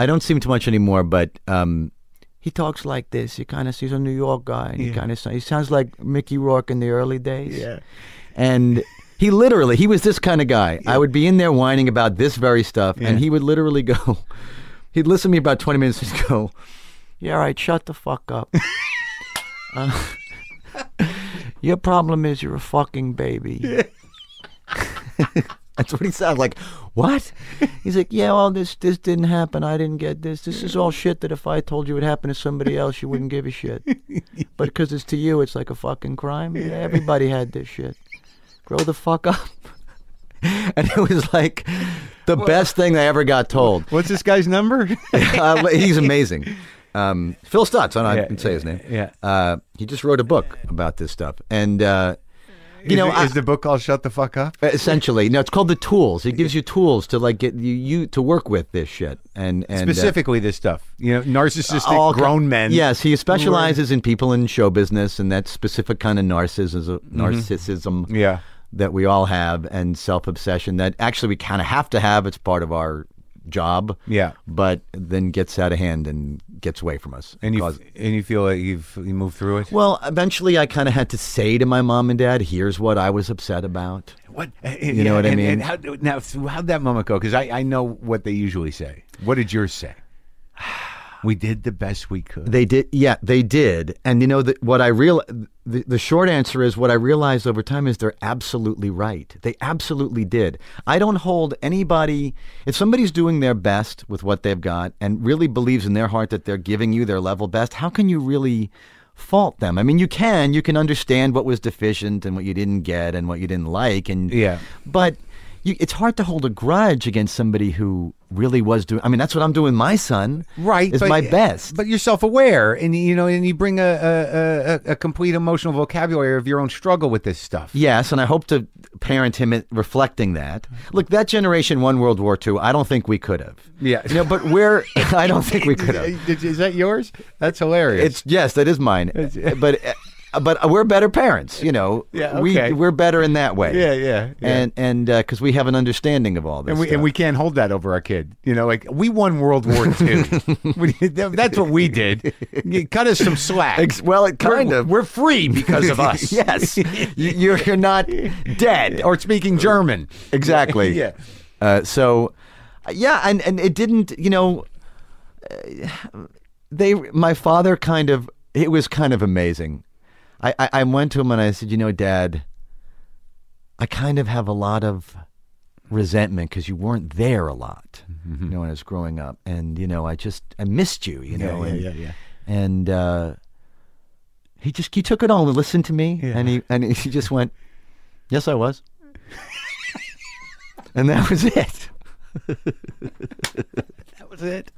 Speaker 3: i don't see him too much anymore but um he talks like this he kind of he's a new york guy and he kind of he sounds like mickey rourke in the early days yeah and he literally he was this kind of guy i would be in there whining about this very stuff and he would literally go he'd listen to me about 20 minutes and go yeah all right shut the fuck up Uh, your problem is you're a fucking baby that's what he sounds like. What? He's like, yeah, well, this this didn't happen. I didn't get this. This is all shit that if I told you it happened to somebody else, you wouldn't give a shit. But because it's to you, it's like a fucking crime. Yeah, everybody had this shit. Grow the fuck up. And it was like the best thing I ever got told.
Speaker 1: What's this guy's number?
Speaker 3: Uh, he's amazing. Um, Phil Stutz, I don't know I can say his name.
Speaker 1: yeah.
Speaker 3: Uh, he just wrote a book about this stuff. And, uh, you know, I-
Speaker 1: is the book called "Shut the Fuck Up"?
Speaker 3: Uh, Essentially, no. It's called the tools. It gives you tools to like get you, you to work with this shit and and uh,
Speaker 1: Specifically, this stuff. You know, narcissistic
Speaker 3: all ki-
Speaker 1: grown men.
Speaker 3: Yes, he specializes in people in show business and that specific kind of narcissism, narcissism,
Speaker 1: Mm-hmm. Yeah.
Speaker 3: that we all have and self obsession that actually we kind of have to have. It's part of our job.
Speaker 1: Yeah.
Speaker 3: but then gets out of hand and gets away from us.
Speaker 1: and you
Speaker 3: cause-
Speaker 1: and you feel like you've you moved through it.
Speaker 3: well, eventually, I kind of had to say to my mom and dad, "Here's what I was upset about."
Speaker 1: What eh,
Speaker 3: know what I
Speaker 1: and,
Speaker 3: mean?
Speaker 1: And how, now, so how'd that moment go? Because I, I know what they usually say. What did yours say? We did the best we could.
Speaker 3: They did, yeah, they did. And you know that what I real the, the short answer is what I realized over time is they're absolutely right. They absolutely did. I don't hold anybody if somebody's doing their best with what they've got and really believes in their heart that they're giving you their level best. How can you really fault them? I mean, you can, you can understand what was deficient and what you didn't get and what you didn't like and
Speaker 1: Yeah.
Speaker 3: but you, it's hard to hold a grudge against somebody who really was doing. I mean, that's what I'm doing. with My son,
Speaker 1: right
Speaker 3: is
Speaker 1: but- eh,
Speaker 3: my best.
Speaker 1: But you're self-aware, and you know, and you bring a a, a a complete emotional vocabulary of your own struggle with this stuff.
Speaker 3: Yes, and I hope to parent him in- reflecting that. Look, that generation won World War II. I don't think we could have.
Speaker 1: Yeah.
Speaker 3: You know, but we're, I don't think we could have.
Speaker 1: Did- Is that yours? That's hilarious.
Speaker 3: It's, yes, that is mine. But uh, but we're better parents, you know.
Speaker 1: Yeah, okay.
Speaker 3: we we're better in that way.
Speaker 1: Yeah, yeah, yeah.
Speaker 3: and and because we have an understanding of all this.
Speaker 1: And we, and we can't hold that over our kid. You know, like we won World War II. We- That's what we did. You cut us some slack.
Speaker 3: Ex- well, it kind
Speaker 1: we're,
Speaker 3: of.
Speaker 1: We're free because of us.
Speaker 3: yes, you, you're you're not dead.
Speaker 1: Or speaking German.
Speaker 3: Exactly.
Speaker 1: Yeah.
Speaker 3: Uh, so, uh, yeah, and and it didn't. You know, uh, they. My father kind of. It was kind of amazing. I, I I went to him and I said, you know, Dad, I kind of have a lot of resentment because you weren't there a lot. You know, when I was growing up, and you know, I just I missed you. You know,
Speaker 1: yeah,
Speaker 3: and
Speaker 1: yeah, yeah.
Speaker 3: and. Uh, he just he took it all and listened to me and he and he just went yes i was and that was it
Speaker 1: That was it.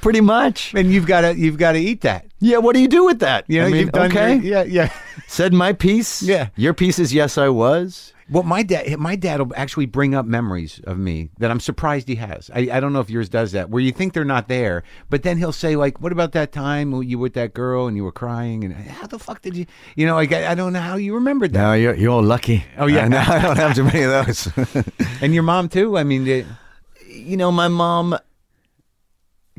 Speaker 3: pretty much
Speaker 1: And you've got to you've got to eat that.
Speaker 3: yeah what do you do with that
Speaker 1: You know,
Speaker 3: I mean,
Speaker 1: you've done
Speaker 3: okay
Speaker 1: your- yeah, yeah.
Speaker 3: said my piece
Speaker 1: Yeah.
Speaker 3: your piece is yes i was
Speaker 1: Well, my dad, my dad will actually bring up memories of me that I'm surprised he has. I, I don't know if yours does that, where you think they're not there, but then he'll say like, "What about that time when you were with that girl and you were crying and how the fuck did you, you know, like I, I don't know how you remembered that."
Speaker 3: no you're, you're lucky
Speaker 1: Oh, yeah.
Speaker 3: I, know, I don't have too many of those
Speaker 1: And your mom too. I mean, they-
Speaker 3: you know my mom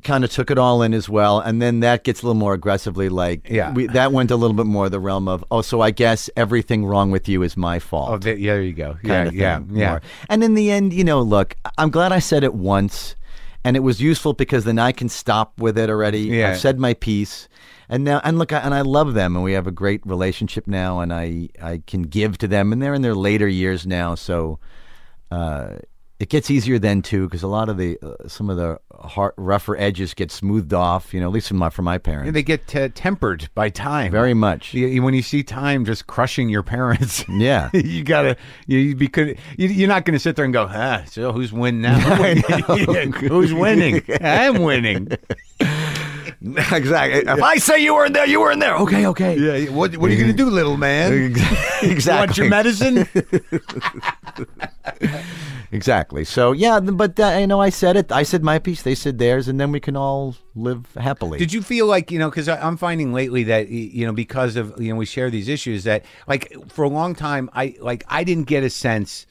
Speaker 3: kind of took it all in as well and then that gets a little more aggressively like
Speaker 1: Yeah.
Speaker 3: we, that went a little bit more the realm of oh so i guess everything wrong with you is my fault
Speaker 1: oh, they- yeah, there you go.
Speaker 3: kind
Speaker 1: Yeah,
Speaker 3: of
Speaker 1: yeah,
Speaker 3: thing
Speaker 1: yeah.
Speaker 3: more. And in the end, you know, look, I- I'm glad I said it once, and it was useful because then I can stop with it already.
Speaker 1: Yeah.
Speaker 3: I've said my piece, and now and look, I, and I love them, and we have a great relationship now, and I I can give to them, and they're in their later years now, so. Uh, it gets easier then too, because a lot of the uh, some of the hard, rougher edges get smoothed off. You know, at least from my from my parents,
Speaker 1: And they get uh, tempered by time.
Speaker 3: very much.
Speaker 1: You- you- when you see time just crushing your parents.
Speaker 3: Yeah,
Speaker 1: you gotta you, you be could you, you're not gonna sit there and go ah so who's winning now Yeah, who's winning i'm winning
Speaker 3: exactly. If I say you were in there, you were in there. Okay, okay.
Speaker 1: yeah what, what are you gonna do little man
Speaker 3: exactly.
Speaker 1: want your medicine
Speaker 3: Exactly. So yeah, th- but uh, you know, I said it. I said my piece. They said theirs, and then we can all live happily.
Speaker 1: Did you feel like you know? Because I'm finding lately that y- you know because of you know we share these issues that like for a long time I like I didn't get a sense.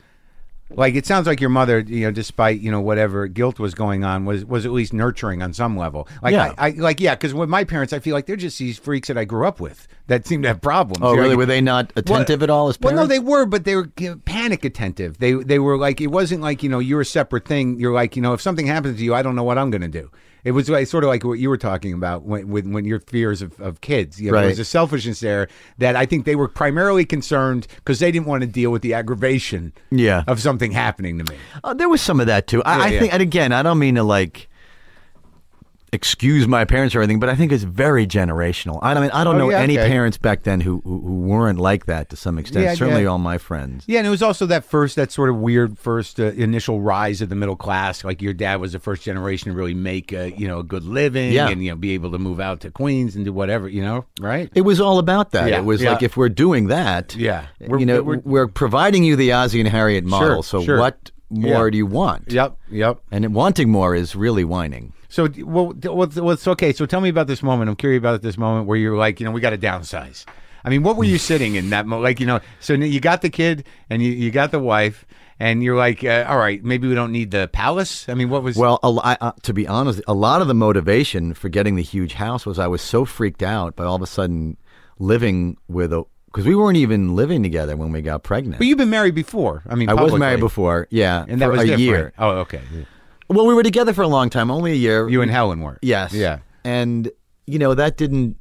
Speaker 1: Like it sounds like your mother, you know, despite you know whatever guilt was going on, was was at least nurturing on some level. Like
Speaker 3: Yeah.
Speaker 1: I, I like yeah, because with my parents, I feel like they're just these freaks that I grew up with that seem to have problems.
Speaker 3: oh,
Speaker 1: You know,
Speaker 3: really?
Speaker 1: like-
Speaker 3: Were they not attentive
Speaker 1: well,
Speaker 3: at all as parents?
Speaker 1: Well, no, they were, but they were you know, panic attentive. They they were like it wasn't like you know you're a separate thing. You're like you know if something happens to you, I don't know what I'm going to do. It was like, sort of like what you were talking about when when, when your fears of, of kids. You know, There
Speaker 3: Right.
Speaker 1: was a selfishness there that I think they were primarily concerned because they didn't want to deal with the aggravation
Speaker 3: Yeah.
Speaker 1: of something happening to me.
Speaker 3: Uh, there was some of that too. I,
Speaker 1: Yeah,
Speaker 3: I
Speaker 1: yeah.
Speaker 3: think, and again, I don't mean to like excuse my parents or anything, but I think it's very generational. I mean, I don't
Speaker 1: Oh,
Speaker 3: know
Speaker 1: yeah,
Speaker 3: any
Speaker 1: okay.
Speaker 3: parents back then who, who who weren't like that to some extent.
Speaker 1: Yeah,
Speaker 3: Certainly,
Speaker 1: yeah.
Speaker 3: all my friends.
Speaker 1: Yeah, and it was also that first, that sort of weird first uh, initial rise of the middle class. Like your dad was the first generation to really make a you know a good living,
Speaker 3: Yeah.
Speaker 1: and you know be able to move out to Queens and do whatever, you know, right?
Speaker 3: It was all about that.
Speaker 1: Yeah,
Speaker 3: it was
Speaker 1: yeah.
Speaker 3: like if we're doing that,
Speaker 1: Yeah.
Speaker 3: we're,
Speaker 1: We're-
Speaker 3: you know,
Speaker 1: we're-
Speaker 3: we're, providing you the Ozzy and Harriet model. so
Speaker 1: sure.
Speaker 3: what more
Speaker 1: Yeah.
Speaker 3: do you want?
Speaker 1: Yep, yep.
Speaker 3: And wanting more is really whining.
Speaker 1: So, d- well, d- well, well, it's okay. So, tell me about this moment. I'm curious about this moment where you're like, you know, we got to downsize. I mean, what were you sitting in that moment? Like, you know, so now you got the kid and you, you got the wife, and you're like, uh, all right, maybe we don't need the palace. I mean, what was?
Speaker 3: Well, a lo- I- uh, to be honest, a lot of the motivation for getting the huge house was I was so freaked out by all of a sudden living with a because we weren't even living together when we got pregnant.
Speaker 1: but you've been married before. I mean,
Speaker 3: I was
Speaker 1: publicly.
Speaker 3: married before, yeah,
Speaker 1: and that
Speaker 3: for
Speaker 1: was
Speaker 3: a
Speaker 1: different.
Speaker 3: year.
Speaker 1: Oh, okay.
Speaker 3: Well, we were together for a long time, only a year.
Speaker 1: You and Helen were.
Speaker 3: yes,
Speaker 1: Yeah.
Speaker 3: and you know that didn't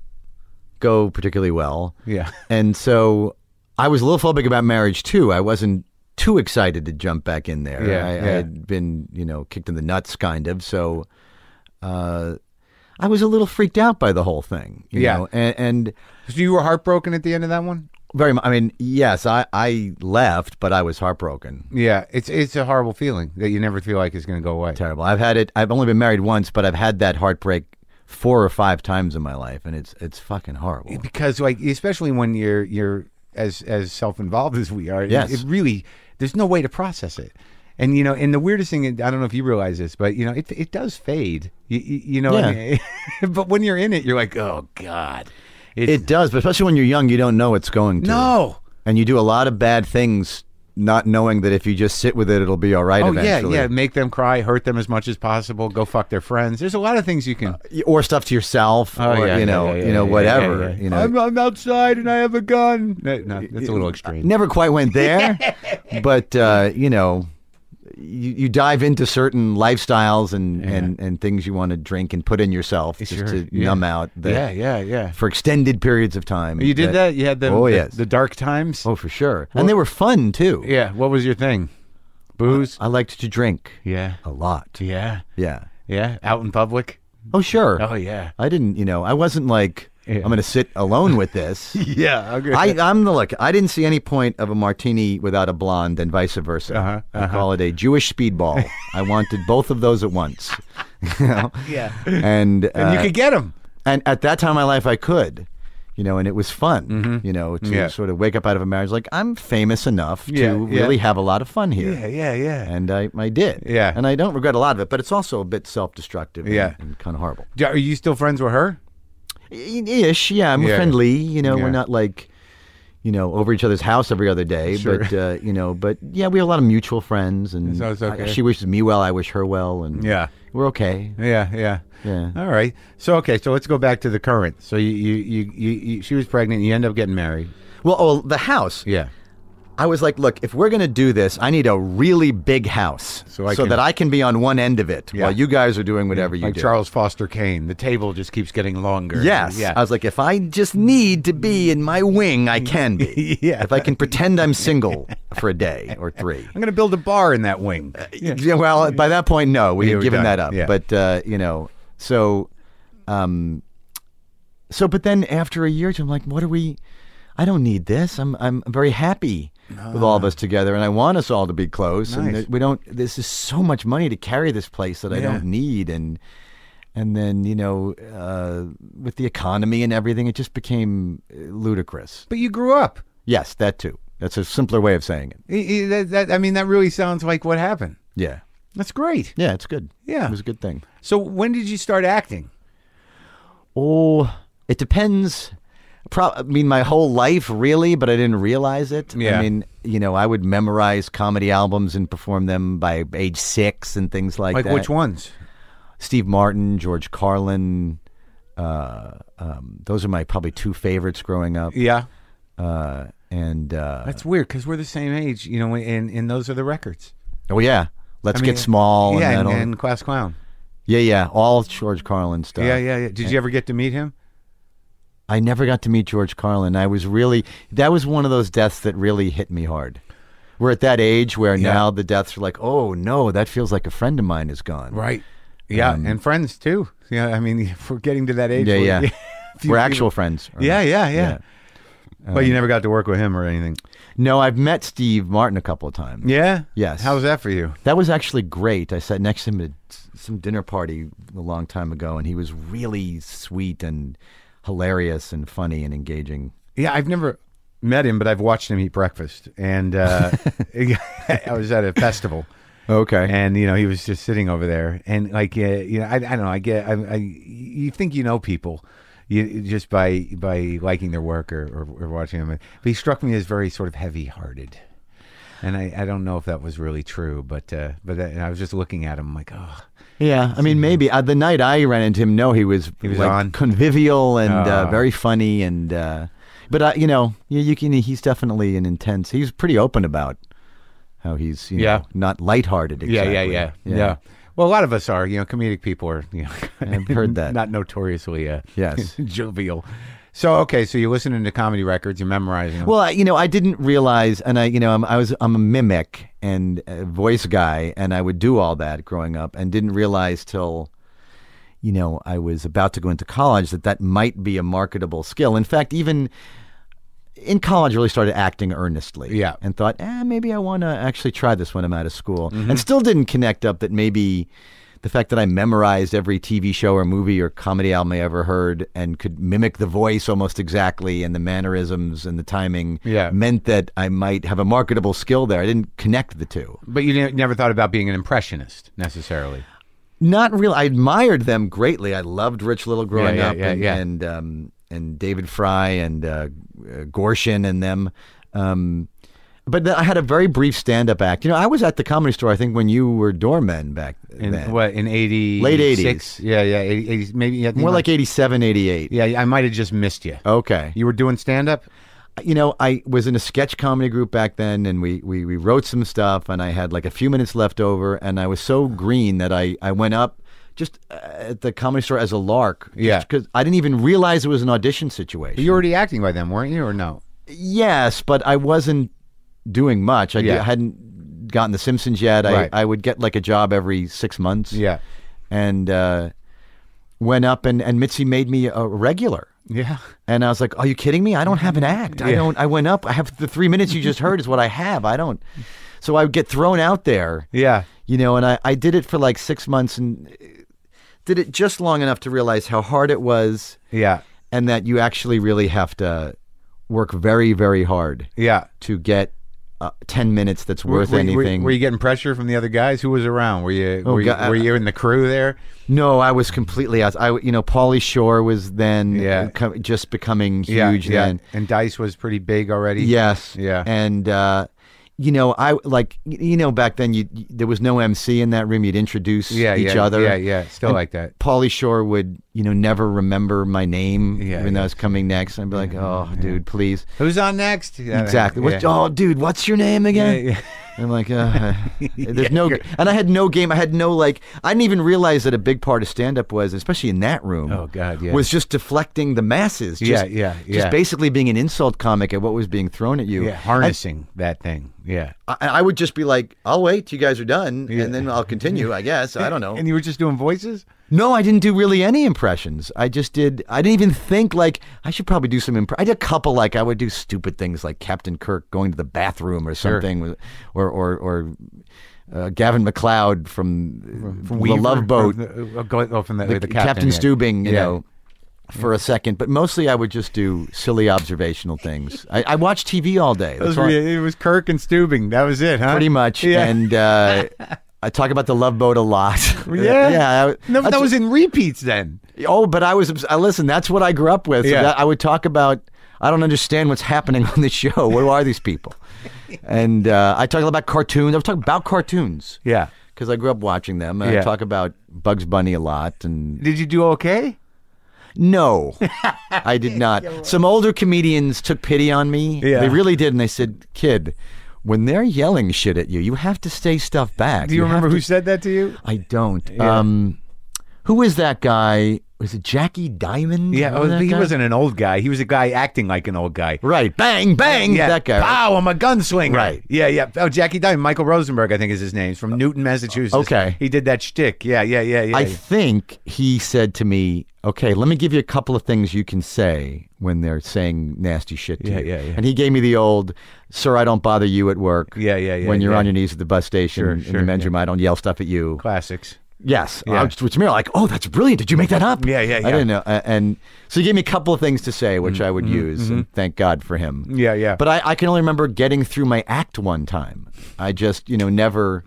Speaker 3: go particularly well.
Speaker 1: Yeah.
Speaker 3: and so I was a little phobic about marriage too. I wasn't too excited to jump back in there.
Speaker 1: Yeah,
Speaker 3: I, I
Speaker 1: yeah.
Speaker 3: had been, you know, kicked in the nuts kind of. So uh, I was a little freaked out by the whole thing. you
Speaker 1: Yeah.
Speaker 3: know, and, and
Speaker 1: So you were heartbroken at the end of that one.
Speaker 3: very. mu- I mean, yes, I I left, but I was heartbroken.
Speaker 1: Yeah, it's it's a horrible feeling that you never feel like it's going to go away.
Speaker 3: Terrible. I've had it. I've only been married once, but I've had that heartbreak four or five times in my life, and it's it's fucking horrible.
Speaker 1: because like especially when you're you're as as self-involved as we are it-
Speaker 3: Yes.
Speaker 1: it, really there's no way to process it and you know and the weirdest thing i don't know if you realize this but you know it, it does fade you, you, you know
Speaker 3: Yeah.
Speaker 1: I mean? but when you're in it you're like oh god It's,
Speaker 3: It does, but especially when you're young, you don't know it's going to.
Speaker 1: no.
Speaker 3: And you do a lot of bad things not knowing that if you just sit with it, it'll be all right
Speaker 1: Oh
Speaker 3: eventually.
Speaker 1: yeah, yeah. Make them cry, hurt them as much as possible. Go fuck their friends. There's a lot of things you can.
Speaker 3: yeah. Or stuff to yourself,
Speaker 1: Oh,
Speaker 3: or,
Speaker 1: yeah, yeah,
Speaker 3: you know,
Speaker 1: yeah,
Speaker 3: you know,
Speaker 1: yeah,
Speaker 3: whatever.
Speaker 1: yeah, yeah.
Speaker 3: You know,
Speaker 1: I'm, I'm outside and I have a gun. No, no, that's a little extreme.
Speaker 3: never quite went there, but uh, you know, you, you dive into certain lifestyles and, and, and things you want to drink and put in yourself just
Speaker 1: Sure,
Speaker 3: to
Speaker 1: yeah.
Speaker 3: numb out the,
Speaker 1: yeah, yeah, yeah.
Speaker 3: for extended periods of time.
Speaker 1: You did that. You had the
Speaker 3: Oh,
Speaker 1: the,
Speaker 3: yes.
Speaker 1: the dark times.
Speaker 3: Oh, for sure. and they were fun too.
Speaker 1: Yeah. What was your thing? Booze.
Speaker 3: I liked to drink
Speaker 1: yeah.
Speaker 3: a lot.
Speaker 1: Yeah.
Speaker 3: Yeah.
Speaker 1: Yeah. Out in public.
Speaker 3: Oh, sure.
Speaker 1: Oh yeah.
Speaker 3: I didn't, you know, I wasn't like,
Speaker 1: Yeah.
Speaker 3: I'm going to sit alone with this.
Speaker 1: Yeah. Okay.
Speaker 3: I, I'm the look. I didn't see any point of a martini without a blonde, and vice versa.
Speaker 1: Uh-huh,
Speaker 3: I call it a Jewish speedball. I wanted both of those at once. you know?
Speaker 1: yeah.
Speaker 3: And
Speaker 1: And you
Speaker 3: uh,
Speaker 1: could get them.
Speaker 3: and at that time in my life, I could, you know, and it was fun, you know, to
Speaker 1: Mm-hmm. Yeah.
Speaker 3: sort of wake up out of a marriage like I'm famous enough
Speaker 1: Yeah,
Speaker 3: to
Speaker 1: yeah.
Speaker 3: really have a lot of fun here.
Speaker 1: Yeah. Yeah. Yeah.
Speaker 3: And I, I did.
Speaker 1: Yeah.
Speaker 3: And I don't regret a lot of it, but it's also a bit self destructive
Speaker 1: Yeah.
Speaker 3: and, kind of horrible.
Speaker 1: Are you still friends with her?
Speaker 3: Ish, yeah. I'm
Speaker 1: Yeah.
Speaker 3: friendly, you know.
Speaker 1: Yeah.
Speaker 3: We're not like, you know, over each other's house every other day.
Speaker 1: Sure.
Speaker 3: But uh, you know, but yeah, we have a lot of mutual friends, and
Speaker 1: So it's
Speaker 3: I-
Speaker 1: okay.
Speaker 3: she wishes me well. I wish her well, and
Speaker 1: Yeah.
Speaker 3: we're okay.
Speaker 1: Yeah, yeah,
Speaker 3: Yeah.
Speaker 1: All right. So okay. So let's go back to the current. So you, you, you, you, you she was pregnant. You end up getting married.
Speaker 3: Well, oh, the house.
Speaker 1: Yeah.
Speaker 3: I was like, look, if we're gonna do this, I need a really big house
Speaker 1: So I can-
Speaker 3: that I can be on one end of it
Speaker 1: Yeah.
Speaker 3: while you guys are doing whatever you
Speaker 1: like
Speaker 3: do.
Speaker 1: Charles Foster Kane. The table just keeps getting longer.
Speaker 3: Yes. Uh,
Speaker 1: Yeah.
Speaker 3: I was like, if I just need to be in my wing, I can be.
Speaker 1: Yeah.
Speaker 3: If I can pretend I'm single for a day or three.
Speaker 1: I'm gonna build a bar in that wing.
Speaker 3: Uh, Yeah. well, by that point, no, we
Speaker 1: Yeah,
Speaker 3: had
Speaker 1: we're
Speaker 3: given
Speaker 1: done.
Speaker 3: that up.
Speaker 1: Yeah.
Speaker 3: But uh, you know, so, um, so but then after a year, or two, I'm like, what are we? I don't need this. I'm I'm very happy with all of us together, and I want us all to be close. And
Speaker 1: Ah. Nice.
Speaker 3: th- we don't. This is so much money to carry this place that I
Speaker 1: Yeah.
Speaker 3: don't need, and. And then you know, uh, with the economy and everything, it just became uh, ludicrous.
Speaker 1: But you grew up.
Speaker 3: Yes, that too. That's a simpler way of saying it.
Speaker 1: Y- y- That, that, I mean, that really sounds like what happened.
Speaker 3: Yeah,
Speaker 1: That's great.
Speaker 3: yeah, it's good.
Speaker 1: Yeah.
Speaker 3: it was a good thing.
Speaker 1: So when did you start acting?
Speaker 3: Oh, it depends. Pro- I mean, my whole life, really, but I didn't realize it.
Speaker 1: Yeah.
Speaker 3: I mean, you know, I would memorize comedy albums and perform them by age six and things like,
Speaker 1: Like
Speaker 3: that.
Speaker 1: which ones?
Speaker 3: Steve Martin, George Carlin. Uh, um, those are my probably two favorites growing up.
Speaker 1: Yeah.
Speaker 3: Uh, and uh,
Speaker 1: That's weird because we're the same age, you know, and, and those are the records.
Speaker 3: oh yeah, Let's
Speaker 1: I mean,
Speaker 3: Get Small.
Speaker 1: Yeah,
Speaker 3: and,
Speaker 1: and,
Speaker 3: that'll-
Speaker 1: and Class Clown.
Speaker 3: yeah, yeah, all George Carlin stuff.
Speaker 1: Yeah, yeah, yeah. Did you ever get to meet him?
Speaker 3: I never got to meet George Carlin. I was really that was one of those deaths that really hit me hard. We're at that age where
Speaker 1: Yeah.
Speaker 3: now the deaths are like, oh no, that feels like a friend of mine is gone.
Speaker 1: Right. Yeah, and friends too. Yeah, I mean, if we're getting to that age.
Speaker 3: Um, Yeah,
Speaker 1: where-
Speaker 3: yeah.
Speaker 1: few people-
Speaker 3: We're actual Um, friends. or-
Speaker 1: Yeah, yeah, yeah. but you never got to work with him or anything.
Speaker 3: No, I've met Steve Martin a couple of times.
Speaker 1: Yeah.
Speaker 3: Yes.
Speaker 1: How was that for you?
Speaker 3: That was actually great. I sat next to him at some dinner party a long time ago, and he was really sweet and hilarious and funny and engaging.
Speaker 1: Yeah, I've never met him, but I've watched him eat breakfast, and uh, I was at a festival.
Speaker 3: Okay.
Speaker 1: And you know he was just sitting over there, and like uh, you know, I, I don't know. I get, I, I, you think you know people, you just by by liking their work or, or, or watching them. But he struck me as very sort of heavy-hearted, and I, I don't know if that was really true, but uh, but that, and I was just looking at him like, oh,
Speaker 3: Yeah, I mean, maybe uh, the night I ran into him, no, he was he
Speaker 1: was
Speaker 3: like,
Speaker 1: on.
Speaker 3: convivial and uh,
Speaker 1: Ah.
Speaker 3: very funny, and uh, but uh, you know, you, you can he's definitely an intense. He's pretty open about how he's you
Speaker 1: Yeah.
Speaker 3: know, not lighthearted. Exactly.
Speaker 1: Well, a lot of us are, you know, comedic people are, you know,
Speaker 3: I've heard that.
Speaker 1: not notoriously, uh,
Speaker 3: Yes.
Speaker 1: jovial. So okay, so you're listening to comedy records, you're memorizing. Them.
Speaker 3: Well, I, you know, I didn't realize, and I, you know, I'm, I was, I'm a mimic and a voice guy, and I would do all that growing up, and didn't realize till, you know, I was about to go into college that that might be a marketable skill. In fact, even in college, I really started acting earnestly.
Speaker 1: Yeah.
Speaker 3: and thought, eh, maybe I want to actually try this when I'm out of school,
Speaker 1: Mm-hmm.
Speaker 3: and still didn't connect up that maybe. The fact that I memorized every TV show or movie or comedy album I ever heard and could mimic the voice almost exactly and the mannerisms and the timing
Speaker 1: Yeah.
Speaker 3: meant that I might have a marketable skill there. I didn't connect the two.
Speaker 1: but you ne- never thought about being an impressionist necessarily.
Speaker 3: Not real. I admired them greatly. I loved Rich Little growing
Speaker 1: yeah,
Speaker 3: up,
Speaker 1: yeah,
Speaker 3: and,
Speaker 1: yeah.
Speaker 3: and um, and David Fry and uh, uh, Gorshin and them. Um, but then I had a very brief stand-up act. You know, I was at the comedy store. I think when you were doorman back
Speaker 1: In
Speaker 3: then,
Speaker 1: what in eighty
Speaker 3: Late 80s.
Speaker 1: Yeah, yeah, 80, 80s, maybe. Yeah, I think
Speaker 3: more
Speaker 1: I-
Speaker 3: like Oh. 87, 88.
Speaker 1: yeah, I might have just missed you.
Speaker 3: Okay.
Speaker 1: You were doing stand up.
Speaker 3: you know, I was in a sketch comedy group back then, and we, we, we wrote some stuff, and I had like a few minutes left over, and I was so green that I, I went up just uh, at the comedy store as a lark.
Speaker 1: Yeah.
Speaker 3: Because I didn't even realize it was an audition situation.
Speaker 1: You were already acting by then, weren't you, or no?
Speaker 3: yes, but I wasn't doing much. I d-
Speaker 1: Yeah.
Speaker 3: hadn't gotten The Simpsons yet.
Speaker 1: Right.
Speaker 3: I, I would get like a job every six months.
Speaker 1: Yeah.
Speaker 3: And uh, went up, and, and Mitzi made me a regular.
Speaker 1: Yeah.
Speaker 3: And I was like, "Are you kidding me? I don't have an act. I
Speaker 1: Yeah.
Speaker 3: don't. I went up. I have the three minutes you just heard is what I have. I don't." So I would get thrown out there,
Speaker 1: Yeah.
Speaker 3: you know. And I, I did it for like six months and uh, did it just long enough to realize how hard it was,
Speaker 1: Yeah.
Speaker 3: and that you actually really have to work very, very hard
Speaker 1: Yeah.
Speaker 3: to get uh, ten minutes that's worth
Speaker 1: Were- were-
Speaker 3: anything. Oh,
Speaker 1: Were, you getting pressure from the other guys? Who was around? Were you? Were,
Speaker 3: God,
Speaker 1: you, were you in the crew there?
Speaker 3: no, I was completely out. I, you know, Paulie Shore was then
Speaker 1: Yeah.
Speaker 3: co- just becoming huge.
Speaker 1: yeah.
Speaker 3: then.
Speaker 1: And Dice was pretty big already.
Speaker 3: Yes.
Speaker 1: Yeah.
Speaker 3: And uh, you know, I like y- you know back then you, y- there was no MC in that room. You'd introduce
Speaker 1: Yeah.
Speaker 3: each
Speaker 1: yeah,
Speaker 3: other.
Speaker 1: Yeah. Yeah. Still
Speaker 3: And
Speaker 1: like that.
Speaker 3: Pauly Shore would you know never remember my name
Speaker 1: Yeah,
Speaker 3: even though
Speaker 1: yeah.
Speaker 3: I was coming next. I'd be like, oh, dude, please.
Speaker 1: Who's on next? Yeah,
Speaker 3: Exactly. What's,
Speaker 1: yeah.
Speaker 3: Oh, dude, what's your name
Speaker 1: Yeah,
Speaker 3: again?
Speaker 1: yeah.
Speaker 3: I'm like, uh, there's no, and I had no game. I had no like. I didn't even realize that a big part of stand up was, especially in that room.
Speaker 1: Oh, God, yeah.
Speaker 3: was just deflecting the masses. Just,
Speaker 1: Yeah, yeah, yeah.
Speaker 3: Just basically being an insult comic at what was being thrown at you.
Speaker 1: Yeah, Harnessing that thing. Yeah.
Speaker 3: I, I would just be like, I'll wait. You guys are done, and then I'll continue. I guess I don't know.
Speaker 1: And you were just doing voices.
Speaker 3: no, I didn't do really any impressions. I just did. I didn't even think like I should probably do some. Imp- I did a couple. Like I would do stupid things like Captain Kirk going to the bathroom or something, with- or or or. Uh, Gavin McLeod from, from
Speaker 1: Weaver?
Speaker 3: the Love
Speaker 1: Or
Speaker 3: Boat,
Speaker 1: the- oh, go- oh, from the, the
Speaker 3: Captain,
Speaker 1: captain. yeah.
Speaker 3: Steubing, you
Speaker 1: Yeah.
Speaker 3: know, for a second. But mostly, I would just do silly observational things. I, I watch TV all day.
Speaker 1: Those
Speaker 3: That's all
Speaker 1: were-
Speaker 3: I-
Speaker 1: it was Kirk and Steubing. That was it, huh?
Speaker 3: pretty much.
Speaker 1: Yeah.
Speaker 3: And uh, I talk about the love boat a lot.
Speaker 1: Yeah.
Speaker 3: yeah. I-
Speaker 1: no,
Speaker 3: that's-
Speaker 1: that was in repeats then.
Speaker 3: Oh, but I was. obs- I listen. That's what I grew up with. So
Speaker 1: Yeah.
Speaker 3: that- I would talk about. I don't understand what's happening on this show. Who are these people? and uh, I talk about cartoons. I was talking about cartoons
Speaker 1: Yeah.
Speaker 3: because I grew up watching them. I
Speaker 1: Yeah.
Speaker 3: talk about Bugs Bunny a lot, and
Speaker 1: Did you do okay?
Speaker 3: no, I did not. Some older comedians took pity on me.
Speaker 1: Yeah.
Speaker 3: They really did, and they said, "Kid, when they're yelling shit at you, you have to say stuff back."
Speaker 1: Do you,
Speaker 3: have
Speaker 1: remember
Speaker 3: to
Speaker 1: who said that to you?
Speaker 3: I don't. Um, who is that guy? Was it Jackie Diamond?
Speaker 1: Yeah,
Speaker 3: Remember
Speaker 1: oh,
Speaker 3: that
Speaker 1: he
Speaker 3: guy?
Speaker 1: wasn't an old guy. He was a guy acting like an old guy.
Speaker 3: Right. Bang, bang.
Speaker 1: Yeah,
Speaker 3: That guy. right?
Speaker 1: Wow, I'm a gunslinger.
Speaker 3: Right.
Speaker 1: Yeah, yeah. Oh, Jackie Diamond. Michael Rosenberg, I think is his name. He's from Newton, Massachusetts.
Speaker 3: okay.
Speaker 1: He did that shtick. Yeah, yeah, yeah, yeah.
Speaker 3: I
Speaker 1: yeah.
Speaker 3: think he said to me, "Okay, let me give you a couple of things you can say when they're saying nasty shit to
Speaker 1: Yeah,
Speaker 3: you."
Speaker 1: yeah, yeah.
Speaker 3: And he gave me the old, "Sir, I don't bother you at work."
Speaker 1: Yeah, yeah, yeah,
Speaker 3: When you're
Speaker 1: yeah.
Speaker 3: on your knees at the bus station
Speaker 1: Sure,
Speaker 3: in
Speaker 1: sure,
Speaker 3: the men's room, I don't yell stuff at you.
Speaker 1: Classics.
Speaker 3: Yes,
Speaker 1: Yeah.
Speaker 3: I was, which made like, oh, that's brilliant. Did you make that up?
Speaker 1: Yeah, yeah, yeah. Mm-hmm,
Speaker 3: I didn't know. Uh, and so he gave me a couple of things to say, which I would use, and thank God for him.
Speaker 1: Yeah, yeah.
Speaker 3: But I, I can only remember getting through my act one time. I just, you know, never.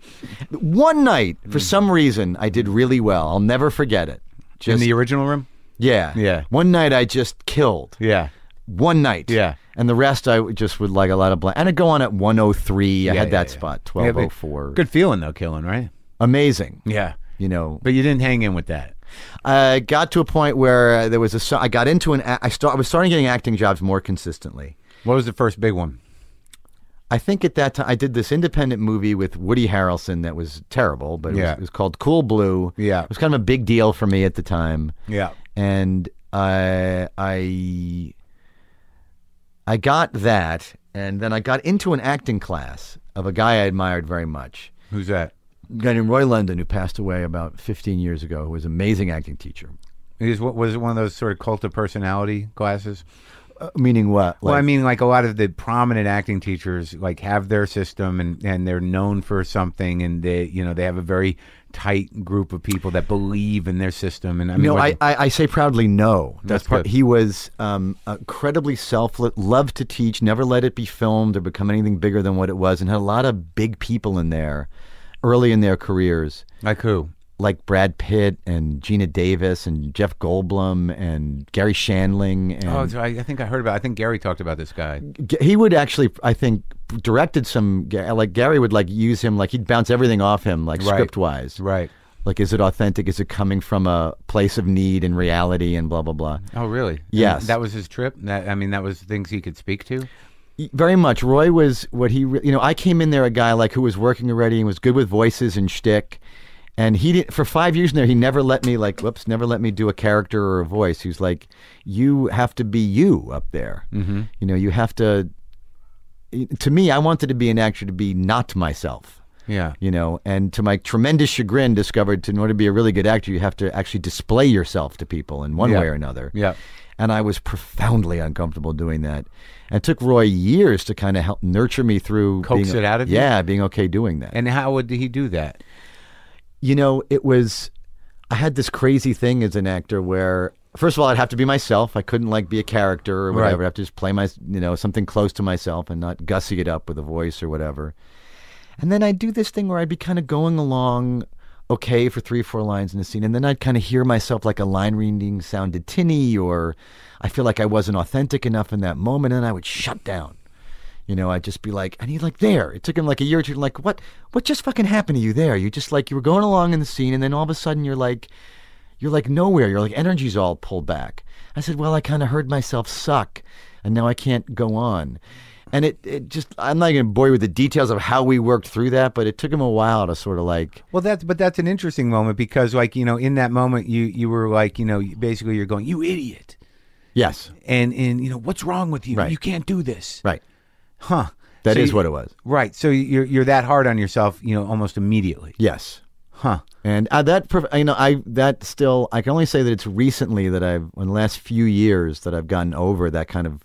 Speaker 3: One night, for some reason, I did really well. I'll never forget it.
Speaker 1: Hmm. In
Speaker 3: Just
Speaker 1: the original room?
Speaker 3: yeah,
Speaker 1: Yeah.
Speaker 3: One night, I just killed.
Speaker 1: Yeah.
Speaker 3: One night.
Speaker 1: Yeah.
Speaker 3: And the rest, I would just would like a lot of blank. And I'd go on at 103. I
Speaker 1: Yeah,
Speaker 3: had
Speaker 1: yeah,
Speaker 3: that
Speaker 1: yeah.
Speaker 3: spot,
Speaker 1: Yeah, but
Speaker 3: 1204.
Speaker 1: Good feeling though, killing, right?
Speaker 3: Amazing.
Speaker 1: Yeah.
Speaker 3: You know,
Speaker 1: But you didn't hang in with that.
Speaker 3: I got to a point where uh, there was a. so- I got into an. a- I start. I was starting getting acting jobs more consistently.
Speaker 1: What was the first big one?
Speaker 3: I think at that time I did this independent movie with Woody Harrelson that was terrible, but it,
Speaker 1: Yeah.
Speaker 3: was, it was called Cool Blue.
Speaker 1: Yeah.
Speaker 3: it was kind of a big deal for me at the time,
Speaker 1: Yeah.
Speaker 3: and I I I got that, and then I got into an acting class of a guy I admired very much,
Speaker 1: Who's that?
Speaker 3: a guy named Roy London who passed away about 15 years ago, who was an amazing acting teacher.
Speaker 1: Is what was it one of those sort of cult of personality classes?
Speaker 3: Uh, meaning what?
Speaker 1: well, I
Speaker 3: Like-
Speaker 1: mean, like a lot of the prominent acting teachers, like have their system and and they're known for something, and they you know they have a very tight group of people that believe in their system. And I mean,
Speaker 3: No,
Speaker 1: what-
Speaker 3: I, I, I say proudly no. That's,
Speaker 1: That's
Speaker 3: part.
Speaker 1: good.
Speaker 3: He was um, incredibly selfless, loved to teach, never let it be filmed or become anything bigger than what it was, and had a lot of big people in there early in their careers.
Speaker 1: like who?
Speaker 3: like Brad Pitt and Gina Davis and Jeff Goldblum and Gary Shandling. And
Speaker 1: Um,
Speaker 4: Oh, so I, I think I heard about. I think Gary talked about this guy.
Speaker 3: G- he would actually, I think, directed some Ga- like Gary would like use him like he'd bounce everything off him like
Speaker 4: Right.
Speaker 3: script wise.
Speaker 4: Right.
Speaker 3: Like, is it authentic? Is it coming from a place of need and reality and blah blah blah?
Speaker 4: Oh, really? And
Speaker 3: Yes.
Speaker 4: that was his trip. That I mean, that was things he could speak to.
Speaker 3: Very much. Roy was what he, re- you know, I came in there a guy like who was working already and was good with voices and shtick. And he did, for five years in there, he never let me, like, whoops, never let me do a character or a voice. He was like, you have to be you up there. Mm-hmm. You know, you have to, to me, I wanted to be an actor to be not myself,
Speaker 4: Yeah.
Speaker 3: you know, and to my tremendous chagrin, discovered to, in order to be a really good actor, you have to actually display yourself to people in one
Speaker 4: Yeah.
Speaker 3: way or another.
Speaker 4: Yeah.
Speaker 3: And I was profoundly uncomfortable doing that. And it took Roy years to kind of help nurture me through
Speaker 4: Coax
Speaker 3: being,
Speaker 4: it out of you?
Speaker 3: yeah, being okay doing that.
Speaker 4: And how would he do that?
Speaker 3: you know, it was I had this crazy thing as an actor where first of all I'd have to be myself. I couldn't like be a character or whatever.
Speaker 4: Right.
Speaker 3: I'd have to just play my you know, something close to myself and not gussy it up with a voice or whatever. And then I'd do this thing where I'd be kind of going along okay for three or four lines in a scene. And then I'd kind of hear myself like a line reading sounded tinny or I feel like I wasn't authentic enough in that moment. And I would shut down. You know, I'd just be like, and he's like, there. It took him like a year or two. Like, what? What just fucking happened to you there? You just like you were going along in the scene, and then all of a sudden you're like, you're like nowhere. You're like energy's all pulled back. I said, well, I kind of heard myself suck, and now I can't go on. And it, it just, I'm not going to bore you with the details of how we worked through that, but it took him a while to sort of like,
Speaker 1: Well, that's but that's an interesting moment because, like you know, in that moment, you you were like, you know, basically you're going, you idiot,
Speaker 3: yes,
Speaker 1: and and you know, what's wrong with you?
Speaker 3: Right.
Speaker 1: You can't do this,
Speaker 3: right.
Speaker 1: huh?
Speaker 3: That
Speaker 1: So
Speaker 3: is
Speaker 1: you-
Speaker 3: what it was.
Speaker 1: right. So you're you're that hard on yourself, you know, almost immediately,
Speaker 3: Yes.
Speaker 1: huh?
Speaker 3: And uh, that, perf- you know, I that still, I can only say that it's recently that I've, in the last few years, that I've gotten over that kind of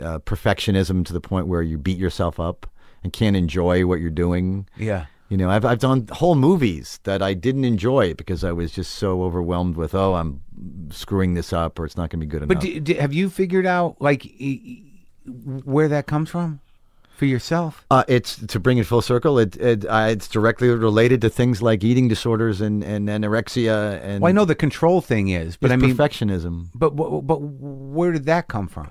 Speaker 3: uh, perfectionism to the point where you beat yourself up and can't enjoy what you're doing.
Speaker 1: Yeah.
Speaker 3: You know, I've I've done whole movies that I didn't enjoy because I was just so overwhelmed with, oh, I'm screwing this up or it's not going to be good
Speaker 1: But
Speaker 3: enough.
Speaker 1: d d have you figured out like e- e- where that comes from for yourself?
Speaker 3: Uh, it's to bring it full circle. It, it uh, it's directly related to things like eating disorders and, and anorexia and
Speaker 1: Well, I know the control thing is, but
Speaker 3: it's
Speaker 1: I mean,
Speaker 3: perfectionism.
Speaker 1: but wh- but where did that come from?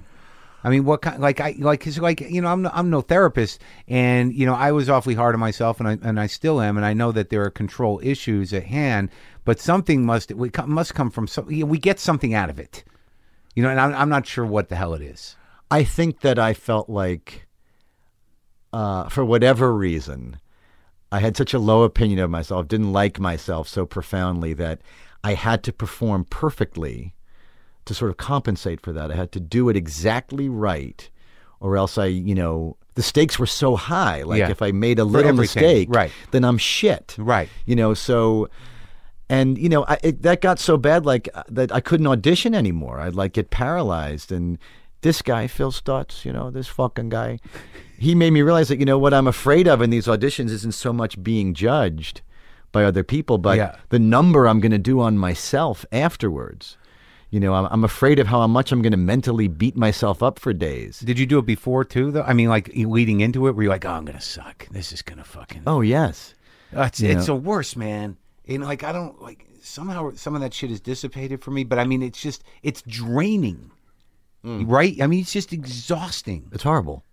Speaker 1: I mean, what kind? Like I like 'cause, like you know, I'm no, I'm no therapist, and you know, I was awfully hard on myself, and I and I still am, and I know that there are control issues at hand, but something must we co- must come from some. You know, we get something out of it, you know, and I'm I'm not sure what the hell it is.
Speaker 3: I think that I felt like, uh, for whatever reason, I had such a low opinion of myself, didn't like myself so profoundly that I had to perform perfectly to sort of compensate for that. I had to do it exactly right, or else I, you know, the stakes were so high. Like
Speaker 4: Yeah.
Speaker 3: if I made a little
Speaker 1: everything,
Speaker 3: mistake,
Speaker 1: right.
Speaker 3: then I'm shit.
Speaker 1: Right.
Speaker 3: You know, so and you know I, it, that got so bad like uh, that i couldn't audition anymore i'd like get paralyzed and this guy phil stutz you know this fucking guy he made me realize that you know what i'm afraid of in these auditions isn't so much being judged by other people but
Speaker 1: Yeah.
Speaker 3: the number i'm going to do on myself afterwards you know i'm, I'm afraid of how much i'm going to mentally beat myself up for days
Speaker 1: Did you do it before too? Though I mean, like leading into it, were you like, oh, I'm gonna suck. This is gonna fucking.
Speaker 3: oh yes
Speaker 1: Uh, it's it's the worst, man. And like I don't like somehow some of that shit is dissipated for me, but I mean it's just it's draining. Right? I mean it's just exhausting.
Speaker 3: It's horrible.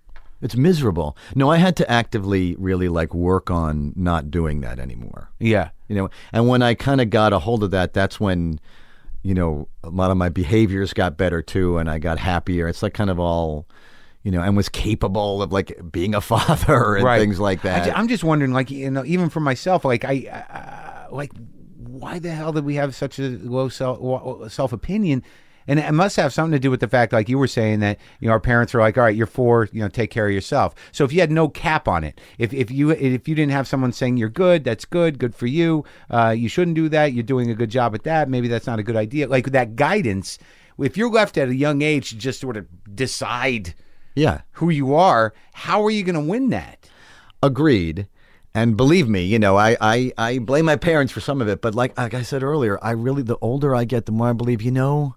Speaker 3: It's miserable. No, I had to actively really like work on not doing that anymore.
Speaker 1: Yeah.
Speaker 3: You know, and when I kind of got a hold of that, that's when, you know, a lot of my behaviors got better too, and I got happier. It's like kind of all, you know, and was capable of like being a father and things like that.
Speaker 1: I, am just wondering, like you know, even for myself, like I, uh, like why the hell did we have such a low self self opinion? And it must have something to do with the fact, like you were saying, that you know our parents were like, "All right, you're four, you know, take care of yourself." So if you had no cap on it, if if you if you didn't have someone saying you're good, that's good, good for you. Uh, you shouldn't do that. You're doing a good job at that. Maybe that's not a good idea. Like that guidance. If you're left at a young age to just sort of decide
Speaker 3: yeah.
Speaker 1: who you are, how are you going to win that?
Speaker 3: Agreed. And believe me, you know, I, I, I blame my parents for some of it, but like like I said earlier, I really the older I get, the more I believe, you know,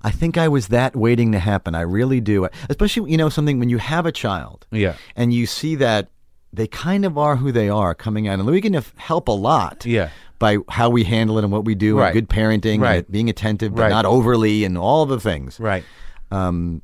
Speaker 3: I think I was that waiting to happen. I really do. Especially, you know, something when you have a child.
Speaker 1: Yeah.
Speaker 3: And you see that they kind of are who they are coming out. And we can help a lot.
Speaker 1: Yeah.
Speaker 3: by how we handle it and what we do,
Speaker 1: Right.
Speaker 3: and good parenting,
Speaker 1: Right.
Speaker 3: and being attentive but
Speaker 1: Right.
Speaker 3: not overly, and all the things.
Speaker 1: Right.
Speaker 3: Um,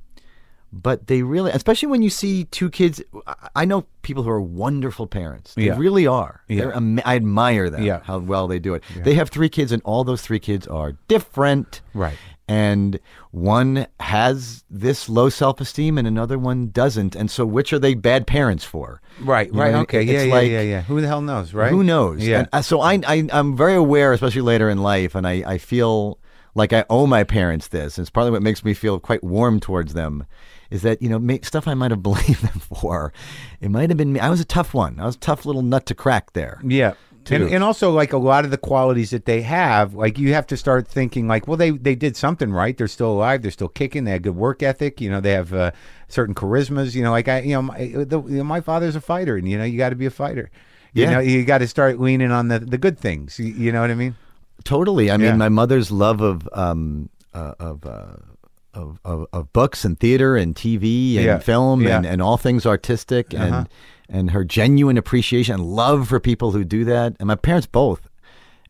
Speaker 3: but they really, especially when you see two kids. I- I know people who are wonderful parents. They
Speaker 1: Yeah.
Speaker 3: really are. They're am- I admire them.
Speaker 1: Yeah.
Speaker 3: How well they do it. They have three kids, and all those three kids are different.
Speaker 1: Right.
Speaker 3: And one has this low self esteem, and another one doesn't. And so, which are they bad parents for?
Speaker 1: Right.
Speaker 3: You know
Speaker 1: Right.
Speaker 3: what I mean?
Speaker 1: okay.
Speaker 3: It's
Speaker 1: Yeah. Yeah.
Speaker 3: like-
Speaker 1: yeah. Yeah. Who the hell knows? Right.
Speaker 3: Who knows?
Speaker 1: Yeah.
Speaker 3: And, uh, so I, I, I'm very aware, especially later in life, and I, I feel like I owe my parents this. It's probably what makes me feel quite warm towards them, is that you know ma- stuff I might have blamed them for. It might have been me. I was a tough one. I was a tough little nut to crack there.
Speaker 1: yeah. And,
Speaker 3: Too.
Speaker 1: and also like a lot of the qualities that they have, like you have to start thinking like, well, they they did something right. They're still alive. They're still kicking. They have good work ethic. You know, they have uh, certain charismas. You know, like I, you know, my, uh, the, you know, my father's a fighter, and you know, you got to be a fighter. You
Speaker 3: Yeah.
Speaker 1: know, you got to start leaning on the the good things. You, you know what I mean?
Speaker 3: Totally. I mean,
Speaker 1: Yeah.
Speaker 3: my mother's love of um, uh, of, uh, of of of books and theater and TV and
Speaker 1: Yeah.
Speaker 3: film
Speaker 1: Yeah. Uh-huh.
Speaker 3: and, and all things artistic and and her genuine appreciation and love for people who do that. And my parents both.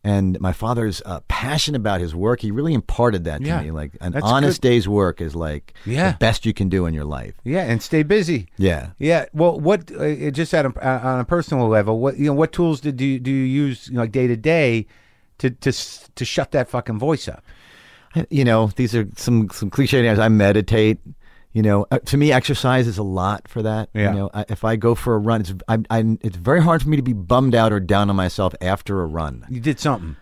Speaker 3: And my father's uh, passion about his work, he really imparted that to
Speaker 1: Yeah.
Speaker 3: me. Like an
Speaker 1: That's
Speaker 3: honest day's work is like
Speaker 1: Yeah.
Speaker 3: the best you can do in your life.
Speaker 1: Yeah, and stay busy.
Speaker 3: Yeah.
Speaker 1: Yeah. Well, what uh, it- just at a, uh, on a personal level, what you know, what tools did do you, do you use you know, like day to day to to s- to shut that fucking voice up?
Speaker 3: you know, these are some some cliche answers. I meditate. You know, Uh, to me, exercise is a lot for that.
Speaker 1: Yeah.
Speaker 3: You know, I, if I go for a run, it's I, I, it's very hard for me to be bummed out or down on myself after a run.
Speaker 1: You did something.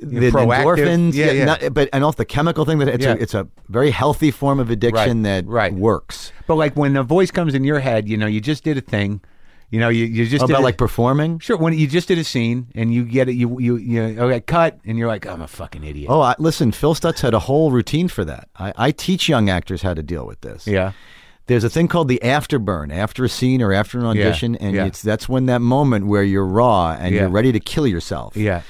Speaker 3: The,
Speaker 1: You're proactive.
Speaker 3: endorphins,
Speaker 1: Yeah, yeah.
Speaker 3: not- but and also the chemical thing that it's
Speaker 1: Yeah.
Speaker 3: a, it's a very healthy form of addiction
Speaker 1: Right,
Speaker 3: that
Speaker 1: right.
Speaker 3: works.
Speaker 1: But like when the voice comes in your head, you know, you just did a thing. You know, you, you just
Speaker 3: Oh,
Speaker 1: did
Speaker 3: about
Speaker 1: a-
Speaker 3: like performing.
Speaker 1: sure when you just did a scene and you get it, you you you okay cut and you're like I'm a fucking idiot.
Speaker 3: Oh, I, listen, Phil Stutz had a whole routine for that. I, I teach young actors how to deal with this.
Speaker 1: Yeah.
Speaker 3: There's a thing called the afterburn, after a scene or after an audition, and
Speaker 1: yeah.
Speaker 3: it's that's when that moment where you're raw and
Speaker 1: Yeah.
Speaker 3: you're ready to kill yourself.
Speaker 1: Yeah.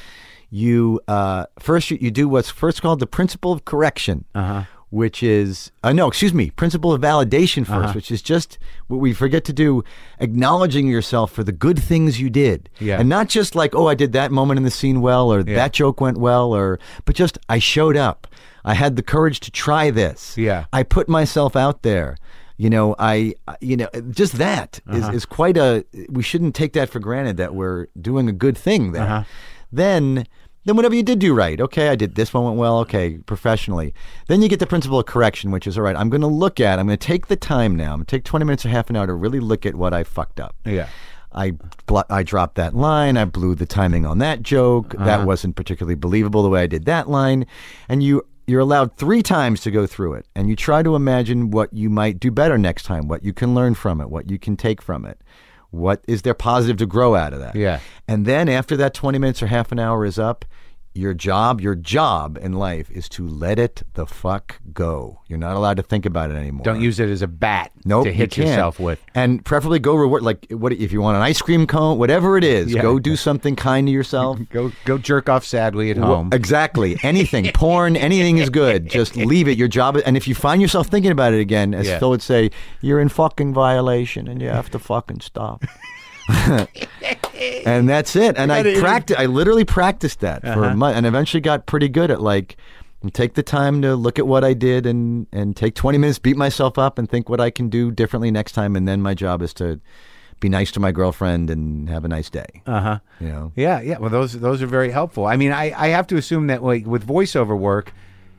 Speaker 3: You uh, first you, you do what's first called the principle of correction,
Speaker 1: Uh-huh.
Speaker 3: which is uh, no, excuse me, principle of validation 1st
Speaker 1: Uh-huh.
Speaker 3: which is just what we forget to do, acknowledging yourself for the good things you did,
Speaker 1: Yeah.
Speaker 3: and not just like oh I did that moment in the scene well or that joke went well or but just I showed up, I had the courage to try this,
Speaker 1: Yeah.
Speaker 3: I put myself out there. You know, I, I- you know, just that is
Speaker 1: Uh-huh.
Speaker 3: is quite a. We shouldn't take that for granted that we're doing a good thing there.
Speaker 1: Uh-huh.
Speaker 3: Then, then whatever you did do right, okay, I did this one went well, okay, professionally. Then you get the principle of correction, which is all right. I'm going to look at. I'm going to take the time now. I'm going to take 20 minutes or half an hour to really look at what I fucked up.
Speaker 1: Yeah.
Speaker 3: I bl- I dropped that line. I blew the timing on that joke.
Speaker 1: Uh-huh.
Speaker 3: That wasn't particularly believable the way I did that line. And you you're allowed three times to go through it, and you try to imagine what you might do better next time, what you can learn from it, what you can take from it, what is there positive to grow out of that.
Speaker 1: Yeah.
Speaker 3: And then after that 20 minutes or half an hour is up. Your job, your job in life is to let it the fuck go. You're not allowed to think about it anymore.
Speaker 1: Don't use it as a bat
Speaker 3: Nope,
Speaker 1: to
Speaker 3: you
Speaker 1: hit
Speaker 3: can't.
Speaker 1: yourself with.
Speaker 3: and preferably go reward like what if you want an ice cream cone, whatever it is,
Speaker 1: Yeah.
Speaker 3: go do something kind to yourself.
Speaker 1: Go go jerk off sadly at home.
Speaker 3: Exactly, anything, porn, anything is good. Just leave it. Your job, and if you find yourself thinking about it again, as
Speaker 1: Yeah.
Speaker 3: Phil would say, you're in fucking violation, and you have to fucking stop. and that's it. And I practiced. I literally practiced that for a month, and eventually got pretty good at like take the time to look at what I did and and take twenty minutes, beat myself up, and think what I can do differently next time. And then my job is to be nice to my girlfriend and have a nice day. Uh
Speaker 1: Uh-huh.
Speaker 3: huh. You know.
Speaker 1: Yeah, yeah. Well, those those are very helpful. I mean, I, I have to assume that like with voiceover work,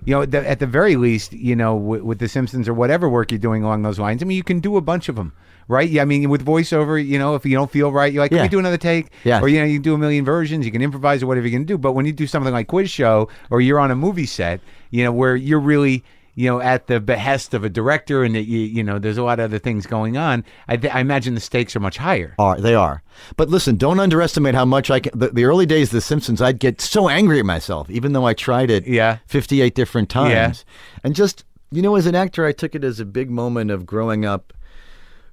Speaker 1: you know, the, at the very least, you know, with, with The Simpsons or whatever work you're doing along those lines, I mean, you can do a bunch of them, right? Yeah, I mean, with voiceover, you know, if you don't feel right, you're like, can we
Speaker 3: Yeah.
Speaker 1: do another take?
Speaker 3: Yeah.
Speaker 1: Or you know, you can do a million versions. You can improvise or whatever you can do. But when you do something like quiz show or you're on a movie set, you know, where you're really you know, at the behest of a director, and that you, you know, there's a lot of other things going on. I, th- I imagine the stakes are much higher.
Speaker 3: Are they are? But listen, don't underestimate how much I can. The, the early days of The Simpsons, I'd get so angry at myself, even though I tried it
Speaker 1: Yeah.
Speaker 3: fifty-eight different times, and just you know, as an actor, I took it as a big moment of growing up.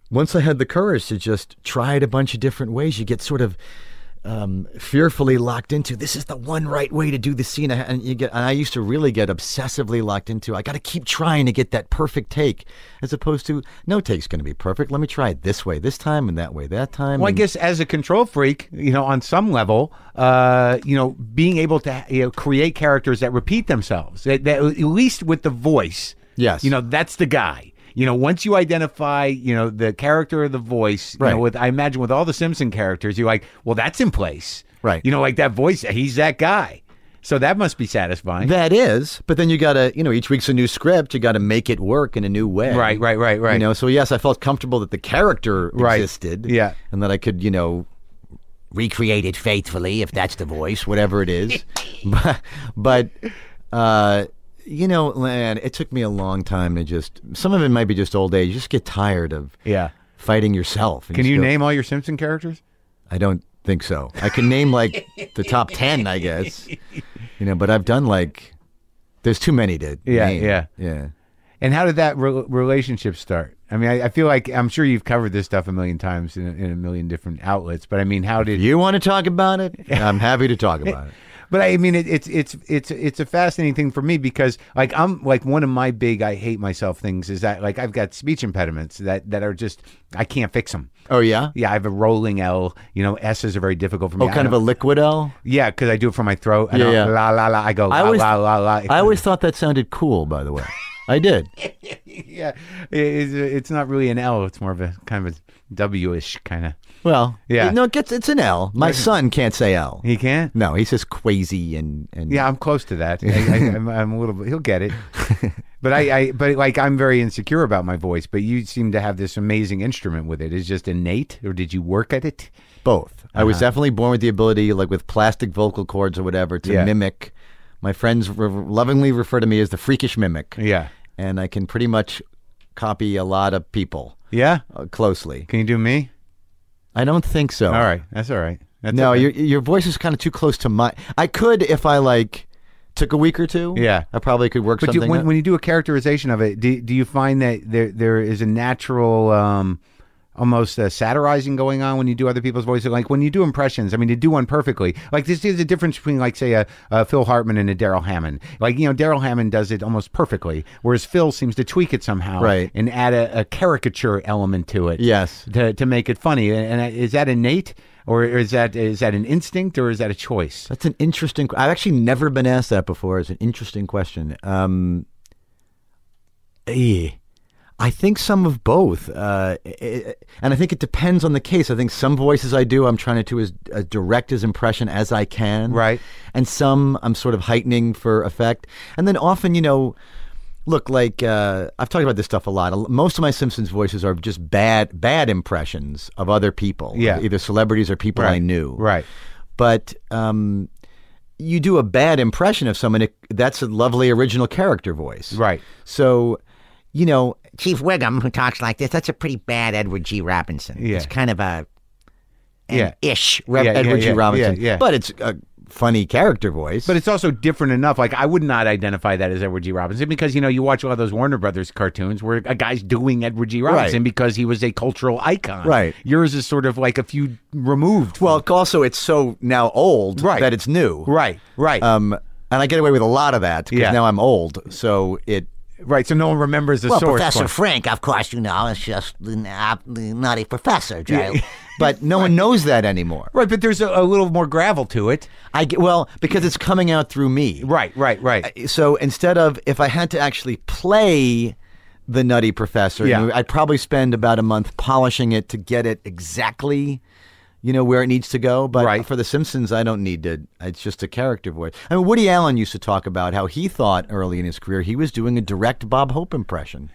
Speaker 3: Once I had the courage to just try it a bunch of different ways, you get sort of um, fearfully locked into this is the one right way to do the scene and you get and I used to really get obsessively locked into I got to keep trying to get that perfect take as opposed to no take's going to be perfect let me try it this way this time and that way that time
Speaker 1: Well, I
Speaker 3: and-
Speaker 1: guess as a control freak, you know, on some level, uh, you know, being able to you know, create characters that repeat themselves, that, that at least with the voice.
Speaker 3: Yes.
Speaker 1: You know, that's the guy. You know, once you identify, you know, the character of the voice, you
Speaker 3: Right.
Speaker 1: know, with I imagine with all the Simpson characters, you're like, well, that's in place.
Speaker 3: Right.
Speaker 1: You know, like that voice, he's that guy. So that must be satisfying.
Speaker 3: that is but then you got to you know each week's a new script you got to make it work in a new way
Speaker 1: right, right, right, right.
Speaker 3: You know, so yes, I felt comfortable that the character
Speaker 1: Right.
Speaker 3: existed.
Speaker 1: Yeah.
Speaker 3: And that I could, you know, recreate it faithfully if that's the voice, whatever it is. but, but, uh, you know, man, it took me a long time to just. Some of it might be just old age. You just get tired of
Speaker 1: Yeah.
Speaker 3: fighting yourself. and
Speaker 1: Can
Speaker 3: just
Speaker 1: you
Speaker 3: go,
Speaker 1: name all your Simpson characters?
Speaker 3: I don't think so. I can name like the top ten, I guess. You know, but I've done like. There's too many to
Speaker 1: Yeah,
Speaker 3: name.
Speaker 1: yeah.
Speaker 3: yeah.
Speaker 1: And how did that re- relationship start? I mean, I, I feel like I'm sure you've covered this stuff a million times in a, in a million different outlets, but I mean, how did?
Speaker 3: You want to talk about it? I'm happy to talk about it.
Speaker 1: But I mean, it, it's it's it's it's a fascinating thing for me because like I'm like one of my big I hate myself things is that like I've got speech impediments that that are just I can't fix them.
Speaker 3: Oh yeah.
Speaker 1: Yeah, I have a rolling L. You know, S's are very difficult for me.
Speaker 3: Oh, kind of a liquid L.
Speaker 1: yeah, because I do it for my throat. I
Speaker 3: Yeah,
Speaker 1: don't-
Speaker 3: yeah.
Speaker 1: La la la. I go la
Speaker 3: I always-
Speaker 1: la la la.
Speaker 3: I always thought that sounded cool. By the way, I did.
Speaker 1: yeah. It, it's, it's not really an L. It's more of a kind of a W ish kind of.
Speaker 3: Well,
Speaker 1: Yeah.
Speaker 3: No, it gets it's an L. My son can't say L.
Speaker 1: He can't.
Speaker 3: No, he says crazy and and
Speaker 1: Yeah, I'm close to that. I, I, I'm, I'm a little. bit- He'll get it. But I, I, but like, I'm very insecure about my voice. But you seem to have this amazing instrument with it. It's just innate, or did you work at it?
Speaker 3: both. I
Speaker 1: Uh-huh.
Speaker 3: was definitely born with the ability, like with plastic vocal cords or whatever, to
Speaker 1: Yeah.
Speaker 3: mimic. My friends re- lovingly refer to me as the freakish mimic.
Speaker 1: Yeah,
Speaker 3: and I can pretty much copy a lot of people
Speaker 1: yeah.
Speaker 3: uh, closely.
Speaker 1: Can you do me?
Speaker 3: I don't think so.
Speaker 1: All right, that's all right. That's
Speaker 3: No,
Speaker 1: okay.
Speaker 3: your your voice is kind of too close to my. I could if I like took a week or two.
Speaker 1: Yeah.
Speaker 3: I probably could work
Speaker 1: But do,
Speaker 3: something.
Speaker 1: when,
Speaker 3: out.
Speaker 1: when you do a characterization of it, do, do you find that there there is a natural, um, almost uh satirizing going on when you do other people's voices? Like when you do impressions, I mean, to do one perfectly. Like this is the difference between, like, say, a, a Phil Hartman and a Daryl Hammond. Like you know, Daryl Hammond does it almost perfectly, whereas Phil seems to tweak it somehow,
Speaker 3: Right.
Speaker 1: and add a, a caricature element to it.
Speaker 3: Yes.
Speaker 1: to to make it funny. And, and is that innate, or is that is that an instinct, or is that a choice?
Speaker 3: That's an interesting. I've actually never been asked that before. It's an interesting question. Um, eh, I think some of both, uh, eh, eh, and I think it depends on the case. I think some voices I do, I'm trying to do as, as direct as impression as I can,
Speaker 1: Right.
Speaker 3: And some I'm sort of heightening for effect, and then often, you know. Look, like uh, I've talked about this stuff a lot. Most of my Simpsons voices are just bad, bad impressions of other people,
Speaker 1: Yeah.
Speaker 3: either celebrities or people I knew,
Speaker 1: Right.
Speaker 3: but um, you do a bad impression of someone, it, that's a lovely original character voice.
Speaker 1: Right.
Speaker 3: So, you know,
Speaker 5: Chief Wiggum, who talks like this, that's a pretty bad Edward G. Robinson.
Speaker 1: Yeah.
Speaker 5: It's kind of a an
Speaker 1: Yeah.
Speaker 5: ish.
Speaker 3: Rev-
Speaker 1: Yeah, yeah,
Speaker 3: Edward
Speaker 1: yeah,
Speaker 3: G.
Speaker 1: yeah,
Speaker 3: Robinson,
Speaker 1: yeah.
Speaker 3: but it's a funny character voice.
Speaker 1: But it's also different enough. Like I would not identify that as Edward G. Robinson because you know you watch a lot of those Warner Brothers cartoons where a guy's doing Edward G. Robinson
Speaker 3: Right.
Speaker 1: because he was a cultural icon.
Speaker 3: Right.
Speaker 1: Yours is sort of like a few removed. from-
Speaker 3: well, also it's so now old
Speaker 1: Right.
Speaker 3: that it's new.
Speaker 1: right, right,
Speaker 3: Um, and I get away with a lot of that because
Speaker 1: Yeah.
Speaker 3: now I'm old. So it.
Speaker 1: right. So no one remembers the
Speaker 5: Well,
Speaker 1: source.
Speaker 5: Professor
Speaker 1: one.
Speaker 5: Frank, of course, you know, it's just the na- the naughty professor, Joe.
Speaker 3: But no one knows that anymore.
Speaker 1: right, but there's a, a little more gravel to it.
Speaker 3: I get, well because it's coming out through me. Uh,
Speaker 1: Right, right, right.
Speaker 3: so instead of if I had to actually play the Nutty Professor,
Speaker 1: Yeah.
Speaker 3: you know, I'd probably spend about a month polishing it to get it exactly, you know, where it needs to go. But
Speaker 1: Right.
Speaker 3: for The Simpsons, I don't need to. It's just a character voice. I mean, Woody Allen used to talk about how he thought early in his career he was doing a direct Bob Hope impression.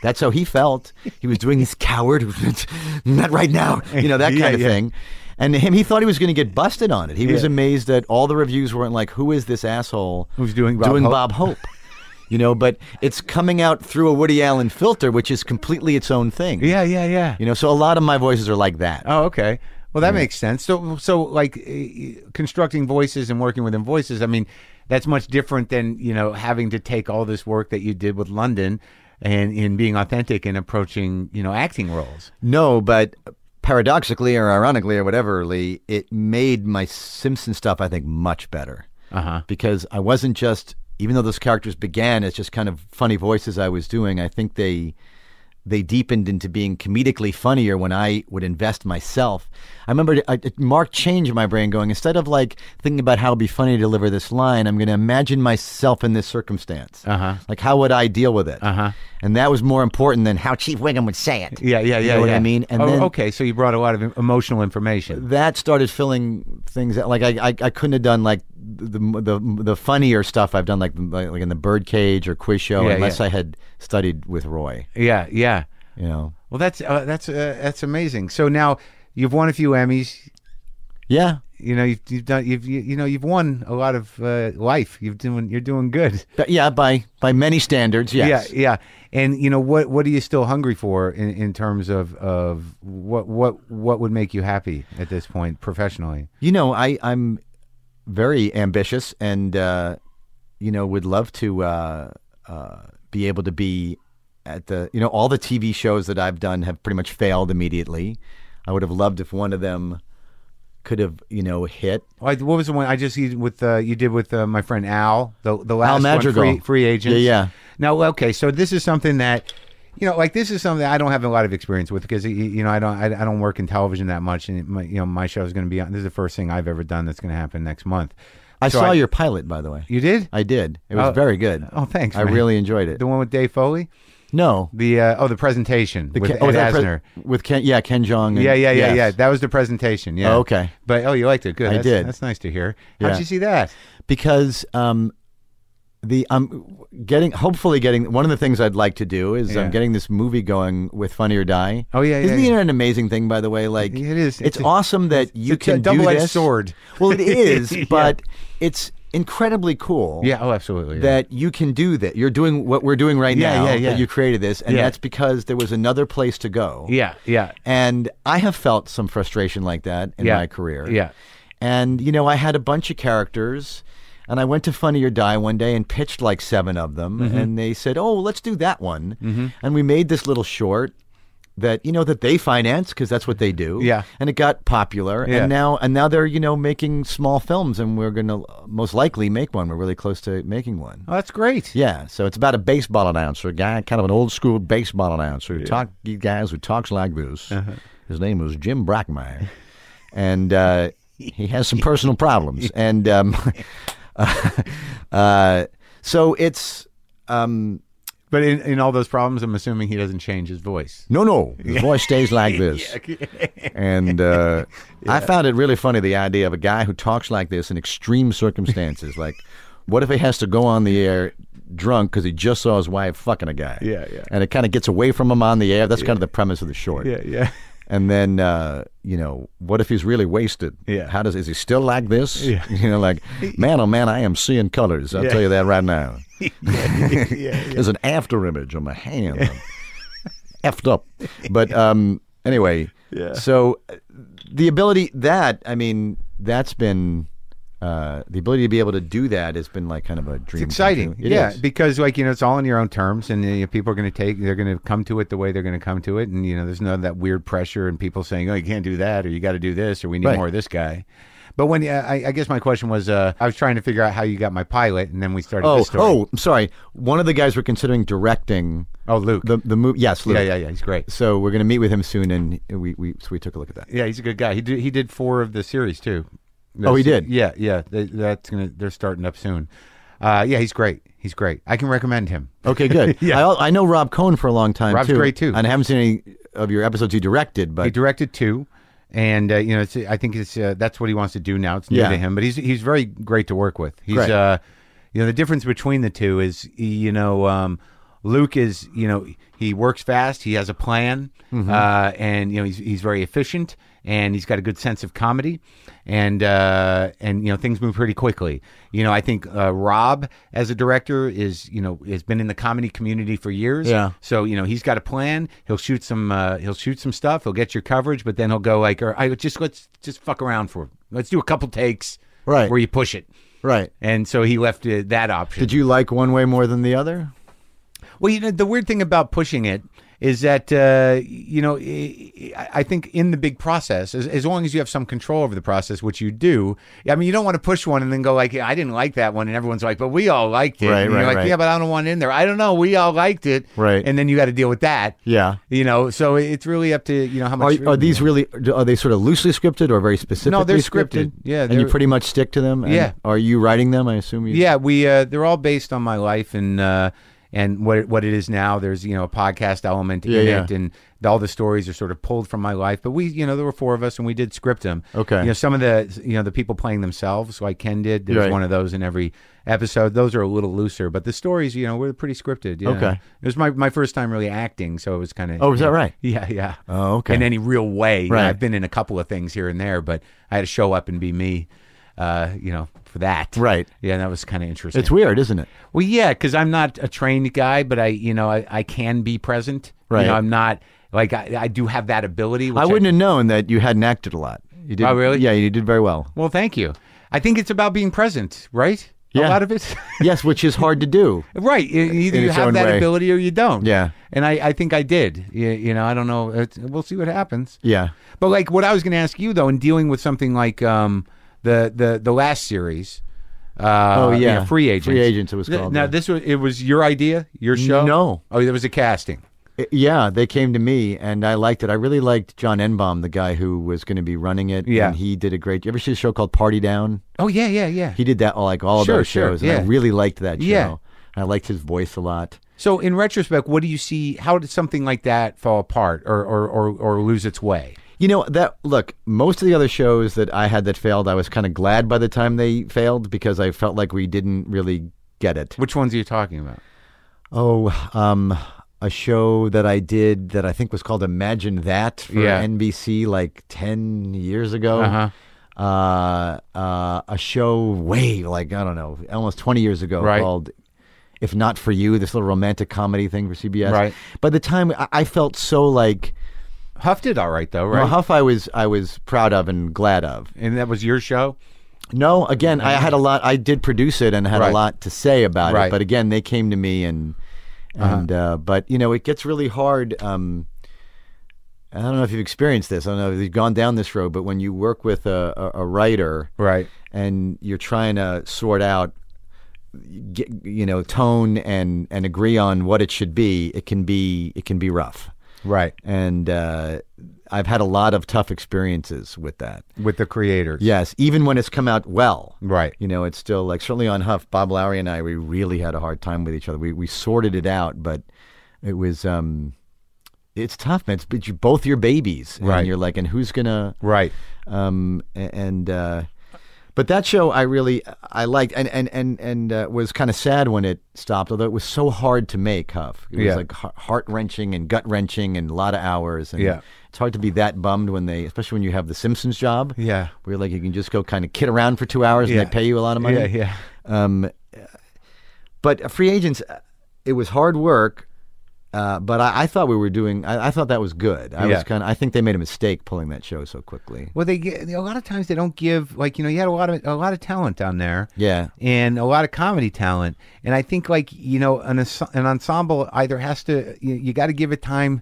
Speaker 3: That's how he felt. He was doing this coward, not right now, you know, that
Speaker 1: Yeah,
Speaker 3: kind of
Speaker 1: yeah.
Speaker 3: thing. And him, he thought he was going to get busted on it. He was
Speaker 1: Yeah.
Speaker 3: amazed that all the reviews weren't like, "Who is this asshole
Speaker 1: Who's doing Bob Hope?
Speaker 3: Bob Hope. You know, but it's coming out through a Woody Allen filter, which is completely its own thing.
Speaker 1: yeah, yeah, yeah.
Speaker 3: You know, so a lot of my voices are like that.
Speaker 1: Oh, okay. Well, that makes sense. So, so like eh, constructing voices and working within voices. I mean, that's much different than you know having to take all this work that you did with London and in being authentic and approaching you know acting roles.
Speaker 3: No, but paradoxically or ironically or whateverly, it made my Simpson stuff, I think, much better.
Speaker 1: Uh-huh.
Speaker 3: Because I wasn't just, even though those characters began as just kind of funny voices I was doing, I think they they deepened into being comedically funnier when I would invest myself. I remember I, it marked change in my brain going, instead of like thinking about how it'd be funny to deliver this line, I'm going to imagine myself in this circumstance. Uh-huh. Like, how would I deal with it? Uh-huh. And that was more important than how
Speaker 6: How Chief Wiggum would say it.
Speaker 1: Yeah, yeah, yeah.
Speaker 3: know what I
Speaker 1: yeah.
Speaker 3: mean? And
Speaker 1: oh,
Speaker 3: then-
Speaker 1: okay, so you brought a lot of emotional information.
Speaker 3: that started filling things out. Like I, I, I couldn't have done like the, the the funnier stuff I've done like like, like in the Birdcage or Quiz Show
Speaker 1: Yeah,
Speaker 3: unless
Speaker 1: yeah.
Speaker 3: I had studied with Roy.
Speaker 1: Yeah, yeah.
Speaker 3: You know.
Speaker 1: Well, that's uh, that's uh, that's amazing. So now you've won a few Emmys.
Speaker 3: Yeah.
Speaker 1: You know, you've, you've done you've you, you know you've won a lot of uh, life. You've doing you're doing good.
Speaker 3: But yeah. By by many standards. Yes.
Speaker 1: Yeah, yeah. And you know what? What are you still hungry for in, in terms of of what what what would make you happy at this point professionally?
Speaker 3: You know, I I'm very ambitious and uh, you know would love to uh, uh, be able to be at the you know all the TV shows that I've done have pretty much failed immediately. I would have loved if one of them could have you know hit
Speaker 1: I, what was the one I just used with uh, you did with uh, my friend Al the the last one,
Speaker 3: Madrigal.
Speaker 1: free, free agent
Speaker 3: Yeah, yeah.
Speaker 1: now okay so this is something that you know like this is something I don't have a lot of experience with because y- you know I don't I, I don't work in television that much and my, you know my show is going to be on this is the first thing I've ever done that's going to happen next month
Speaker 3: I
Speaker 1: So
Speaker 3: saw
Speaker 1: I-
Speaker 3: your pilot, by the way.
Speaker 1: you did
Speaker 3: I did. It was
Speaker 1: Oh.
Speaker 3: very good.
Speaker 1: Oh, thanks,
Speaker 3: I
Speaker 1: man.
Speaker 3: really enjoyed it.
Speaker 1: the one with Dave Foley
Speaker 3: No,
Speaker 1: the uh, oh the presentation with
Speaker 3: Ken-
Speaker 1: Ed
Speaker 3: oh, that pre-
Speaker 1: Asner
Speaker 3: with Ken, yeah, Ken Jong. and-
Speaker 1: Yeah, yeah, yeah,
Speaker 3: yes.
Speaker 1: yeah. That was the presentation. Yeah.
Speaker 3: Oh, okay.
Speaker 1: But oh, you liked it. Good.
Speaker 3: I
Speaker 1: That's-
Speaker 3: did.
Speaker 1: That's nice to hear. How'd
Speaker 3: Yeah.
Speaker 1: you see that?
Speaker 3: because um, the I'm getting hopefully getting one of the things I'd like to do is
Speaker 1: Yeah.
Speaker 3: I'm getting this movie going with Funny or Die.
Speaker 1: Oh, yeah, yeah,
Speaker 3: Isn't
Speaker 1: yeah.
Speaker 3: it an amazing thing by the way? Like
Speaker 1: It is.
Speaker 3: It's,
Speaker 1: It's a-
Speaker 3: awesome that you
Speaker 1: it's a
Speaker 3: can do
Speaker 1: double-edged
Speaker 3: this.
Speaker 1: sword.
Speaker 3: Well, it is,
Speaker 1: Yeah.
Speaker 3: but it's incredibly cool.
Speaker 1: Yeah. Oh, absolutely. yeah.
Speaker 3: that you can do that. You're doing what we're doing right
Speaker 1: Yeah,
Speaker 3: now.
Speaker 1: yeah, yeah.
Speaker 3: That you created this, and
Speaker 1: Yeah.
Speaker 3: that's because there was another place to go.
Speaker 1: Yeah. Yeah.
Speaker 3: And I have felt some frustration like that in
Speaker 1: Yeah.
Speaker 3: my career.
Speaker 1: Yeah.
Speaker 3: And you know, I had a bunch of characters, and I went to Funny or Die one day and pitched like seven of them,
Speaker 1: Mm-hmm.
Speaker 3: and they said, "Oh, let's do that one," and we made this little short. That you know that they finance because that's what they do.
Speaker 1: Yeah.
Speaker 3: and it got popular,
Speaker 1: Yeah.
Speaker 3: and now and now they're you know making small films, and we're gonna most likely make one. We're really close to making one.
Speaker 1: Oh, that's great.
Speaker 3: Yeah, so it's about a baseball announcer, a guy, kind of an old school baseball announcer, who talk guys who talks like this. His name was Jim Brockmeyer, and uh, he has some personal problems. And um, uh, so it's um,
Speaker 1: But in, in all those problems, I'm assuming he doesn't change his voice.
Speaker 3: no, no, his voice stays like this. And uh, I found it really funny the idea of a guy who talks like this in extreme circumstances. like, what if he has to go on the air drunk because he just saw his wife fucking a guy?
Speaker 1: Yeah, yeah.
Speaker 3: And it kind of gets away from him on the air. That's kind of the premise of the short.
Speaker 1: Yeah.
Speaker 3: And then, uh, you know, what if he's really wasted?
Speaker 1: Yeah.
Speaker 3: How does is he still like this? Yeah. You know, like, man, oh man, I am seeing colors. I'll tell you that right now. There's an after image on my hand. I'm effed up. But um, anyway, yeah. So uh, the ability that I mean, that's been. Uh, the ability to be able to do that has been like kind of a dream.
Speaker 1: It's exciting.
Speaker 3: come true. It
Speaker 1: yeah.
Speaker 3: is.
Speaker 1: Because, like, you know, it's all on your own terms, and you know, people are going to take, they're going to come to it the way they're going to come to it. And, you know, there's none of that weird pressure and people saying, oh, you can't do that, or you got to do this, or we need
Speaker 3: Right.
Speaker 1: more of this guy. But when uh, I, I guess my question was, uh, I was trying to figure out how you got my pilot, and then we started
Speaker 3: Oh,
Speaker 1: this story.
Speaker 3: oh, I'm sorry. One of the guys we're considering directing uh,
Speaker 1: oh, Luke.
Speaker 3: the the movie. Yes, Luke.
Speaker 1: Yeah, yeah, yeah. He's great.
Speaker 3: So we're gonna meet with him soon, and we we so we took a look at that.
Speaker 1: Yeah, he's a good guy. He did he did four of the series too.
Speaker 3: Oh, he did?
Speaker 1: Yeah, yeah. They, that's gonna. They're starting up soon. Uh, yeah, he's great. He's great. I can recommend him.
Speaker 3: Okay, good.
Speaker 1: Yeah.
Speaker 3: I, al- I know Rob Cohen for a long time.
Speaker 1: Rob's
Speaker 3: too,
Speaker 1: great, too.
Speaker 3: And I haven't seen any of your episodes you directed,
Speaker 1: He
Speaker 3: but
Speaker 1: directed two, and uh, you know, it's, I think it's uh, that's what he wants to do now. It's new
Speaker 3: Yeah.
Speaker 1: to him, but he's he's very great to work with. He's
Speaker 3: Great.
Speaker 1: uh, you know, the difference between the two is you know, um, Luke is you know he works fast. He has a plan,
Speaker 3: Mm-hmm.
Speaker 1: uh, and you know he's he's very efficient, and he's got a good sense of comedy, and uh, and you know things move pretty quickly. You know, I think uh, Rob as a director is you know has been in the comedy community for years.
Speaker 3: Yeah.
Speaker 1: So you know he's got a plan. He'll shoot some. Uh, he'll shoot some stuff. He'll get your coverage, but then he'll go like, "All right, just let's just fuck around for. Let's do a couple takes,
Speaker 3: Right.
Speaker 1: Where you push it."
Speaker 3: right.
Speaker 1: And so he left uh, that option.
Speaker 3: Did you like one way more than the other?
Speaker 1: well, you know the weird thing about pushing it is that uh, you know I I think in the big process, as, as long as you have some control over the process, which you do. I mean, you don't want to push one and then go like, "I didn't like that one," and everyone's like, "But we all liked it."
Speaker 3: Right,
Speaker 1: And you're
Speaker 3: right,
Speaker 1: like,
Speaker 3: right.
Speaker 1: Yeah, but I don't want it in there. I don't know. We all liked it.
Speaker 3: Right.
Speaker 1: And then you got to deal with that.
Speaker 3: Yeah.
Speaker 1: You know, so it's really up to you know how
Speaker 3: Are,
Speaker 1: much.
Speaker 3: are these really? Are they sort of loosely scripted or very specific?
Speaker 1: scripted. Yeah,
Speaker 3: and you
Speaker 1: they're-
Speaker 3: pretty much stick to them. And
Speaker 1: Yeah.
Speaker 3: Are you writing them? I assume you.
Speaker 1: Yeah, we uh, they're all based on my life and uh, and what it- what it is now. There's you know a podcast element
Speaker 3: Yeah,
Speaker 1: in
Speaker 3: yeah.
Speaker 1: it, and all the stories are sort of pulled from my life. But we you know there were four of us, and we did script them.
Speaker 3: Okay.
Speaker 1: you know some of the you know the people playing themselves, like Ken did. There's
Speaker 3: Right.
Speaker 1: one of those in every episode. Those are a little looser, but the stories you know were pretty scripted. Yeah.
Speaker 3: Okay.
Speaker 1: it was my my first time really acting, so it was kind of
Speaker 3: Oh, is that right?
Speaker 1: yeah, yeah.
Speaker 3: Oh, okay.
Speaker 1: In any real way. You know,
Speaker 3: Right.
Speaker 1: I've been in a couple of things here and there, but I had to show up and be me, uh, you know, for that.
Speaker 3: Right.
Speaker 1: Yeah, that was kind of interesting.
Speaker 3: It's weird, isn't it?
Speaker 1: well, yeah, because I'm not a trained guy, but I, you know, I, I can be present. You
Speaker 3: Right.
Speaker 1: know, I'm not, like, I, I do have that ability. Which
Speaker 3: I wouldn't have known that you hadn't acted a lot. You did.
Speaker 1: Oh, really?
Speaker 3: Yeah, you did very well.
Speaker 1: well, thank you. I think it's about being present, right?
Speaker 3: Yeah.
Speaker 1: A lot of it.
Speaker 3: yes, which is hard to do.
Speaker 1: Right. e- Either
Speaker 3: in
Speaker 1: you
Speaker 3: its
Speaker 1: have
Speaker 3: own
Speaker 1: that
Speaker 3: way.
Speaker 1: ability or you don't.
Speaker 3: Yeah.
Speaker 1: And I, I think I did. You, you know, I don't know. It's, we'll see what happens.
Speaker 3: Yeah.
Speaker 1: But like what I was going to ask you though, in dealing with something like um, the the the last series. Uh,
Speaker 3: Oh, yeah.
Speaker 1: free agents.
Speaker 3: Free Agents it was
Speaker 1: Th-
Speaker 3: called,
Speaker 1: Now
Speaker 3: yeah.
Speaker 1: this was it was your idea, your show.
Speaker 3: No.
Speaker 1: oh, there was a casting.
Speaker 3: I- Uh, Yeah, they came to me and I liked it. I really liked John Enbaum, the guy who was going to be running it.
Speaker 1: Yeah.
Speaker 3: And he did a great You ever see a show called Party Down?
Speaker 1: Oh yeah, yeah, yeah.
Speaker 3: He did that, like all
Speaker 1: Sure,
Speaker 3: of those
Speaker 1: sure,
Speaker 3: shows. And
Speaker 1: yeah.
Speaker 3: I really liked that show.
Speaker 1: Yeah.
Speaker 3: I liked his voice a lot.
Speaker 1: so in retrospect, what do you see? How did something like that fall apart or or or, or lose its way?
Speaker 3: You know that look. Most of the other shows that I had that failed, I was kind of glad by the time they failed because I felt like we didn't really get it.
Speaker 1: Which ones are you talking about?
Speaker 3: Oh, um, a show that I did that I think was called Imagine That for
Speaker 1: Yeah.
Speaker 3: NBC like ten years ago.
Speaker 1: Uh-huh.
Speaker 3: Uh, uh, a show way like I don't know, almost twenty years ago
Speaker 1: Right.
Speaker 3: called "If Not for You," this little romantic comedy thing for CBS.
Speaker 1: Right.
Speaker 3: By the time I, I felt so like
Speaker 1: Huff did all right though, right?
Speaker 3: well, Huff, I was I was proud of and glad of.
Speaker 1: and that was your show.
Speaker 3: No, again, I had a lot. I did produce it and had
Speaker 1: Right.
Speaker 3: a lot to say about
Speaker 1: Right. Uh-huh.
Speaker 3: it. But again, they came to me and and uh but you know, it gets really hard. Um, I don't know if you've experienced this. I don't know if you've gone down this road, but when you work with a, a, a writer,
Speaker 1: Right.
Speaker 3: and you're trying to sort out, get, you know, tone and and agree on what it should be, it can be it can be rough.
Speaker 1: Right.
Speaker 3: And uh, I've had a lot of tough experiences with that.
Speaker 1: With the creators.
Speaker 3: Yes, even when it's come out well.
Speaker 1: Right.
Speaker 3: You know, it's still like certainly on Huff, Bob Lowry and I, we really had a hard time with each other. We we sorted it out, but it was um it's tough, man. It's but you, both your babies.
Speaker 1: Right.
Speaker 3: And you're like, and who's gonna
Speaker 1: Right.
Speaker 3: um a- and uh but that show I really I liked and and and and uh, was kind of sad when it stopped. Although it was so hard to make, Huff. It was
Speaker 1: Yeah.
Speaker 3: like heart wrenching and gut wrenching and a lot of hours. And
Speaker 1: Yeah.
Speaker 3: it's hard to be that bummed when they, especially when you have the Simpsons job.
Speaker 1: Yeah.
Speaker 3: where like you can just go kind of kid around for two hours
Speaker 1: Yeah.
Speaker 3: and they pay you a lot of money.
Speaker 1: Yeah. Yeah.
Speaker 3: Um, but free agents, uh, it was hard work. Uh, but I, I thought we were doing. I, I thought that was good. I
Speaker 1: Yeah.
Speaker 3: was kind of. I think they made a mistake pulling that show so quickly.
Speaker 1: Well, they get, a lot of times they don't give like you know you had a lot of a lot of talent down there,
Speaker 3: Yeah.
Speaker 1: and a lot of comedy talent, and I think like you know an ens- an ensemble either has to you, you got to give it time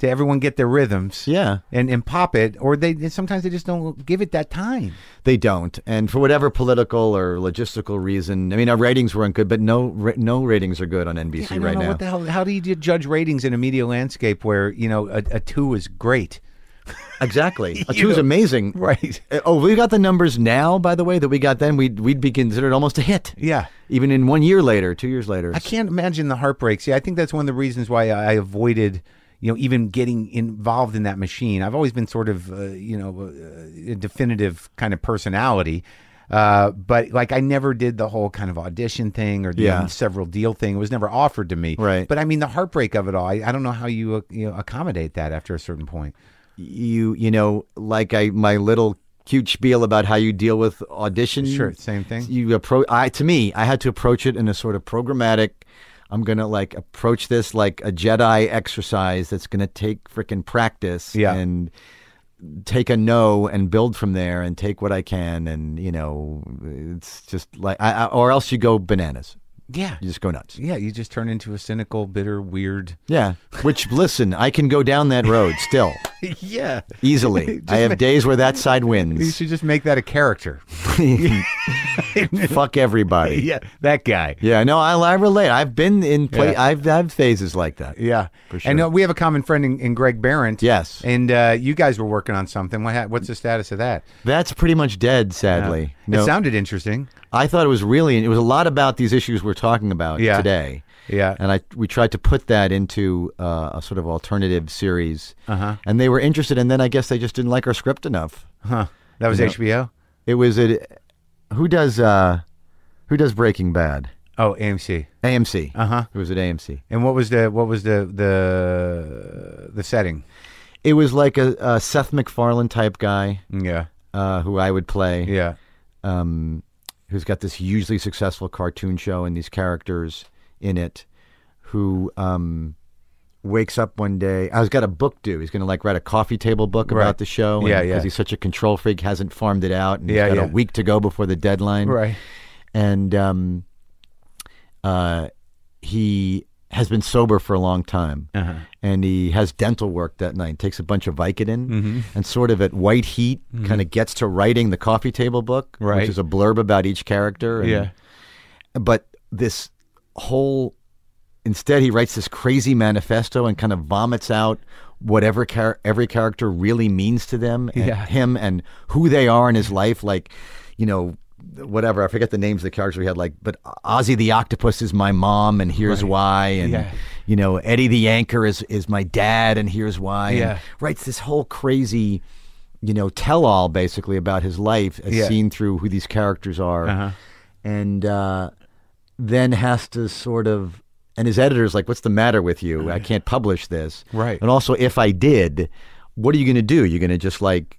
Speaker 1: to everyone get their rhythms,
Speaker 3: Yeah.
Speaker 1: and and pop it, or they they- sometimes they just don't give it that time.
Speaker 3: They don't, and for whatever political or logistical reason, I mean, our ratings weren't good, but no, ra- no ratings are good on NBC
Speaker 1: I don't
Speaker 3: right
Speaker 1: know
Speaker 3: now.
Speaker 1: what the hell. How do you judge ratings in a media landscape where you know a, a two is great?
Speaker 3: exactly, a two's amazing,
Speaker 1: Right.
Speaker 3: Uh, Oh, we got the numbers now, by the way, that we got then. We'd we'd be considered almost a hit.
Speaker 1: Yeah.
Speaker 3: even in one year later, two years later.
Speaker 1: I can't imagine the heartbreaks. Yeah, I think that's one of the reasons why I I avoided, you know, even getting involved in that machine. I've always been sort of, uh, you know, uh, a definitive kind of personality. Uh, but like I never did the whole kind of audition thing or the um,
Speaker 3: Yeah.
Speaker 1: several deal thing. It was never offered to me.
Speaker 3: Right.
Speaker 1: But I mean, the heartbreak of it all. I, I don't know how you, uh, you know, accommodate that after a certain point.
Speaker 3: you you know like I my little cute spiel about how you deal with audition.
Speaker 1: Sure, same thing.
Speaker 3: You approach I to me I had to approach it in a sort of programmatic. I'm gonna like approach this like a Jedi exercise that's gonna take freaking practice.
Speaker 1: Yeah.
Speaker 3: and take a no and build from there and take what I can and you know it's just like I, I or else you go bananas.
Speaker 4: Yeah.
Speaker 3: You just go nuts.
Speaker 4: Yeah, you just turn into a cynical, bitter, weird.
Speaker 3: Yeah. Which, listen, I can go down that road still
Speaker 4: yeah.
Speaker 3: easily. I have days where that side
Speaker 4: You
Speaker 3: wins.
Speaker 4: should just make that a character.
Speaker 3: Fuck everybody.
Speaker 4: yeah, that guy.
Speaker 3: Yeah, no, I, I relate. I've been in play. I've had phases like that.
Speaker 4: Yeah,
Speaker 3: For sure.
Speaker 4: And uh, we have a common friend in, in Greg Barrent.
Speaker 3: Yes.
Speaker 4: And uh, you guys were working on something. What ha- what's the status of that?
Speaker 3: That's pretty much dead, sadly.
Speaker 4: It
Speaker 3: No,
Speaker 4: sounded interesting.
Speaker 3: I thought it was really. It was a lot about these issues we're talking about
Speaker 4: Yeah.
Speaker 3: today.
Speaker 4: Yeah.
Speaker 3: and I we tried to put that into uh, a sort of alternative series, uh-huh. and they were interested. And then I guess they just didn't like our script enough.
Speaker 4: Huh. That was
Speaker 3: No.
Speaker 4: HBO.
Speaker 3: It was a who does uh, who does Breaking Bad?
Speaker 4: Oh, AMC.
Speaker 3: AMC.
Speaker 4: Uh-huh.
Speaker 3: It was at AMC.
Speaker 4: And what was the what was the the the setting?
Speaker 3: It was like a, a Seth MacFarlane type guy
Speaker 4: Yeah.
Speaker 3: uh, who I would play.
Speaker 4: Yeah.
Speaker 3: um, who's got this hugely successful cartoon show and these characters in it, who um, wakes up one day. I was got a book due. He's going to like write a coffee table book
Speaker 4: Right.
Speaker 3: about the show.
Speaker 4: Yeah, yeah.
Speaker 3: Because he's such a control freak, hasn't farmed it out, and he's
Speaker 4: Yeah,
Speaker 3: got
Speaker 4: yeah.
Speaker 3: a week to go before the deadline.
Speaker 4: Right.
Speaker 3: And um, uh, he has been sober for a long time,
Speaker 4: Uh-huh.
Speaker 3: and he has dental work that night. Takes a bunch of Vicodin,
Speaker 4: Mm-hmm.
Speaker 3: and sort of at white heat, kind of gets to writing the coffee table book,
Speaker 4: Right.
Speaker 3: which is a blurb about each character. and-
Speaker 4: Yeah.
Speaker 3: but this whole instead he writes this crazy manifesto and kind of vomits out whatever char- every character really means to them and
Speaker 4: Yeah.
Speaker 3: him and who they are in his life like you know whatever i forget the names of the characters we had like but ozzy the octopus is my mom and here's why and
Speaker 4: Yeah.
Speaker 3: you know eddie the anchor is is my dad and here's why and
Speaker 4: Yeah.
Speaker 3: writes this whole crazy you know tell-all basically about his life as
Speaker 4: Yeah. Uh-huh.
Speaker 3: seen through who these characters are and uh, then has to sort of and his editor's like what's the matter with you i can't publish this
Speaker 4: Right.
Speaker 3: and also if i did what are you going to do you're going to just like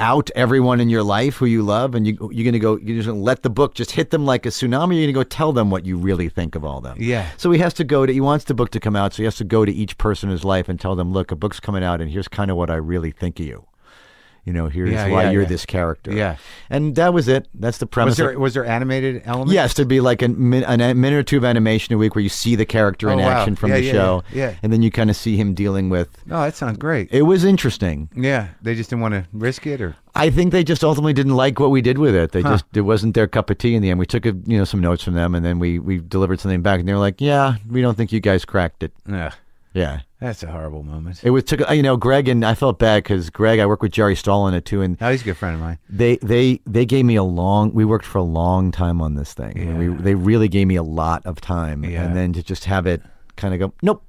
Speaker 3: out everyone in your life who you love and you, you're going to go you're just going to let the book just hit them like a tsunami you're going to go tell them what you really think of all them
Speaker 4: Yeah.
Speaker 3: so he has to go to he wants the book to come out so he has to go to each person in his life and tell them look a book's coming out and here's kind of what i really think of you you know here's
Speaker 4: Yeah,
Speaker 3: why
Speaker 4: yeah,
Speaker 3: you're
Speaker 4: yeah.
Speaker 3: this character
Speaker 4: Yeah.
Speaker 3: and that was it that's the premise
Speaker 4: Was
Speaker 3: of-
Speaker 4: there was there animated elements?
Speaker 3: Yes, there'd be like a, min- an- a minute or two of animation a week where you see the character in
Speaker 4: Oh, wow.
Speaker 3: action from
Speaker 4: Yeah,
Speaker 3: the
Speaker 4: yeah,
Speaker 3: show,
Speaker 4: yeah, yeah.
Speaker 3: and then you kind of see him dealing with.
Speaker 4: Oh, that sounds great.
Speaker 3: It was interesting.
Speaker 4: yeah. They just didn't want to risk it, or
Speaker 3: I think they just ultimately didn't like what we did with it. They just it wasn't their cup of tea in the end. We took a, you know some notes from them, and then we we delivered something back, and they were like, "Yeah, we don't think you guys cracked it."
Speaker 4: yeah.
Speaker 3: Yeah.
Speaker 4: That's a horrible moment.
Speaker 3: It was took uh, you know Greg and I felt bad because Greg I work with Jerry Stahl in it too and
Speaker 4: Oh, he's a good friend of mine.
Speaker 3: they they they gave me a long we worked for a long time on this thing and we they really gave me a lot of time
Speaker 4: Yeah.
Speaker 3: and then to just have it kind of go nope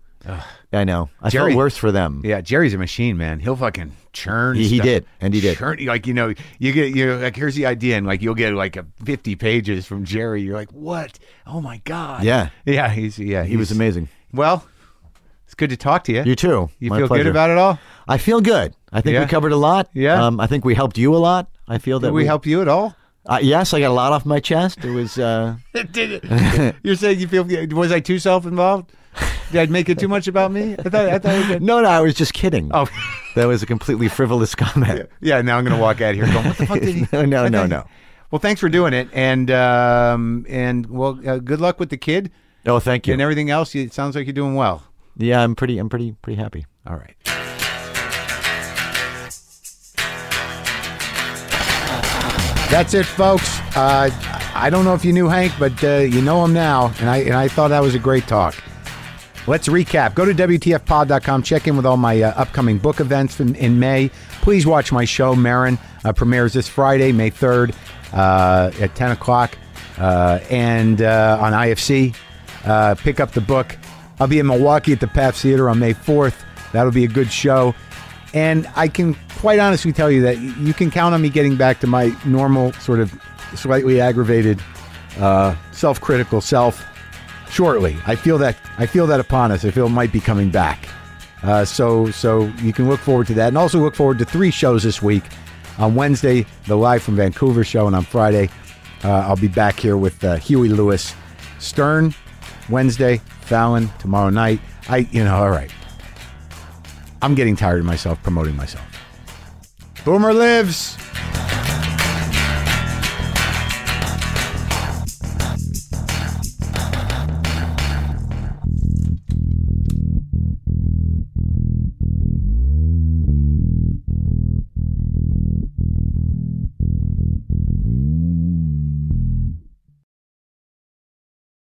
Speaker 3: i know i
Speaker 4: Jerry-
Speaker 3: felt worse for them
Speaker 4: Yeah, Jerry's a machine, man. He'll fucking churn.
Speaker 3: He- he
Speaker 4: stuff.
Speaker 3: did, and he did.
Speaker 4: Churn, like you know, you get you know, like here's the idea, and like you'll get like a fifty pages from Jerry. You're like, what? Oh my god.
Speaker 3: Yeah.
Speaker 4: yeah. He's yeah.
Speaker 3: he was amazing
Speaker 4: Well, it's good to talk to you.
Speaker 3: you too
Speaker 4: You
Speaker 3: My
Speaker 4: feel
Speaker 3: pleasure.
Speaker 4: good about it all?
Speaker 3: i feel good i think
Speaker 4: Yeah.
Speaker 3: we covered a lot
Speaker 4: Yeah.
Speaker 3: um, i think we helped you a lot i feel that
Speaker 4: Did we help you at all?
Speaker 3: uh, yes i got a lot off my chest it was uh
Speaker 4: Did it? You're saying you feel? Was I too self involved? Did I make it too much about me? I thought I thought. I did.
Speaker 3: no no i was just kidding
Speaker 4: Oh.
Speaker 3: that was a completely frivolous comment
Speaker 4: Yeah, now I'm gonna walk out of here going, "What the fuck did he?"
Speaker 3: no no
Speaker 4: I
Speaker 3: no
Speaker 4: thought-
Speaker 3: no
Speaker 4: Well, thanks for doing it, and um, and well, uh, good luck with the kid.
Speaker 3: oh thank you
Speaker 4: and everything else, it sounds like you're doing well.
Speaker 3: yeah i'm pretty i'm pretty pretty happy
Speaker 4: All right.
Speaker 1: That's it, folks. Uh, I don't know if you knew Hank, but uh, you know him now, and I and I thought that was a great talk. Let's recap. Go to WTFpod.com. Check in with all my uh, upcoming book events in, in May. Please watch my show, Marin, uh, premieres this Friday, May 3rd uh, at 10 o'clock uh, and uh, on IFC. Uh, pick up the book. I'll be in Milwaukee at the PAP Theater on May 4th. That'll be a good show. And I can quite honestly tell you that y- you can count on me getting back to my normal, sort of slightly aggravated, uh, self critical self shortly. I feel that I feel that upon us. I feel it might be coming back. Uh, so so you can look forward to that, and also look forward to three shows this week. On Wednesday, the live from Vancouver show, and on Friday, uh, I'll be back here with uh, Huey Lewis, Stern, Wednesday, Fallon tomorrow night. I you know all right. I'm getting tired of myself promoting myself. Boomer lives.